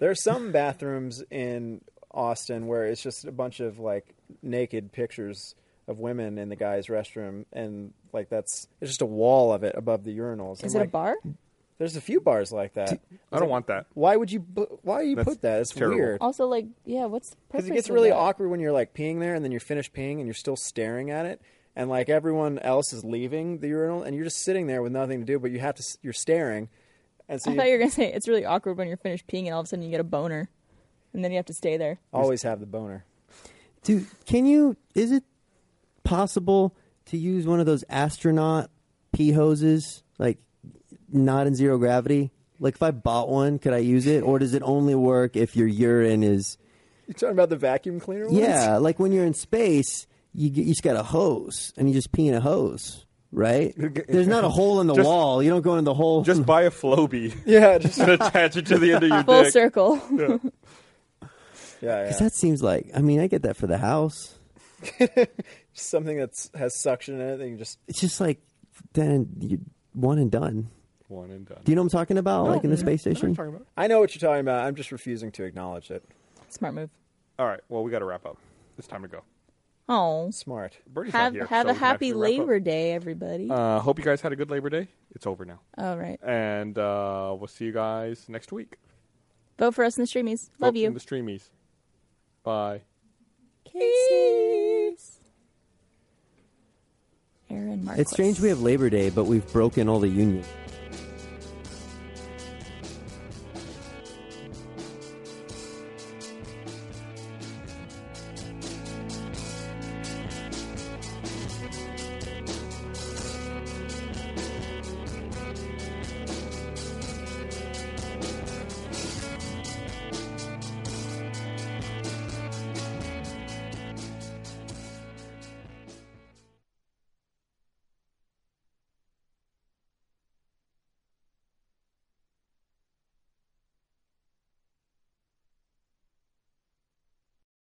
Speaker 4: There are some bathrooms in Austin where it's just a bunch of like naked pictures of women in the guys' restroom, and like that's it's just a wall of it above the urinals.
Speaker 2: is it
Speaker 4: I'm
Speaker 2: a
Speaker 4: like,
Speaker 2: bar?
Speaker 4: There's a few bars like that.
Speaker 1: I don't want that.
Speaker 4: Why would you? bu- Why you
Speaker 1: That's
Speaker 4: put that? It's
Speaker 1: terrible.
Speaker 4: weird.
Speaker 2: Also, like, yeah, what's the purpose?
Speaker 4: because it gets
Speaker 2: of
Speaker 4: really
Speaker 2: that?
Speaker 4: awkward when you're like peeing there and then you're finished peeing and you're still staring at it and like everyone else is leaving the urinal and you're just sitting there with nothing to do but you have to s- you're staring and so
Speaker 2: I
Speaker 4: you
Speaker 2: thought you were gonna say it's really awkward when you're finished peeing and all of a sudden you get a boner, and then you have to stay there.
Speaker 4: always have the boner
Speaker 3: Dude, can you? Is it possible to use one of those astronaut pee hoses, like not in zero gravity? Like if I bought one, could I use it, or does it only work if your urine is?
Speaker 4: you talking about the vacuum cleaner ones?
Speaker 3: Yeah, like when you're in space, you get, you just got a hose and you just pee in a hose, right? There's not a hole in the
Speaker 1: Just-
Speaker 3: wall. You don't go in the hole.
Speaker 1: Just buy a Flowbee
Speaker 4: yeah just yeah
Speaker 1: and attach it to the end of your
Speaker 2: Full
Speaker 1: dick.
Speaker 2: circle.
Speaker 4: yeah
Speaker 3: 'Cause that seems like I mean I get that for the house.
Speaker 4: something that has suction in it that you just
Speaker 3: It's just like then you one and done.
Speaker 1: One and done.
Speaker 3: Do you know what I'm talking about? like in the space station.
Speaker 4: i know what you're talking about i'm just refusing to acknowledge it
Speaker 2: Smart move.
Speaker 1: All right. Well, we got to wrap up. It's time to go.
Speaker 2: Oh,
Speaker 4: smart
Speaker 1: Bertie's not
Speaker 2: have
Speaker 1: here,
Speaker 2: have
Speaker 1: so
Speaker 2: a
Speaker 1: we can
Speaker 2: happy
Speaker 1: actually wrap up.
Speaker 2: Labor Day, everybody.
Speaker 1: Uh, hope you guys had a good Labor Day. It's over now,
Speaker 2: All right,
Speaker 1: and uh, we'll see you guys next week.
Speaker 2: vote for us in the streamies. Love
Speaker 1: Vote
Speaker 2: you.
Speaker 1: in the streamies. Bye.
Speaker 2: Kisses. Aaron Marquez.
Speaker 3: It's strange we have Labor Day, but we've broken all the unions.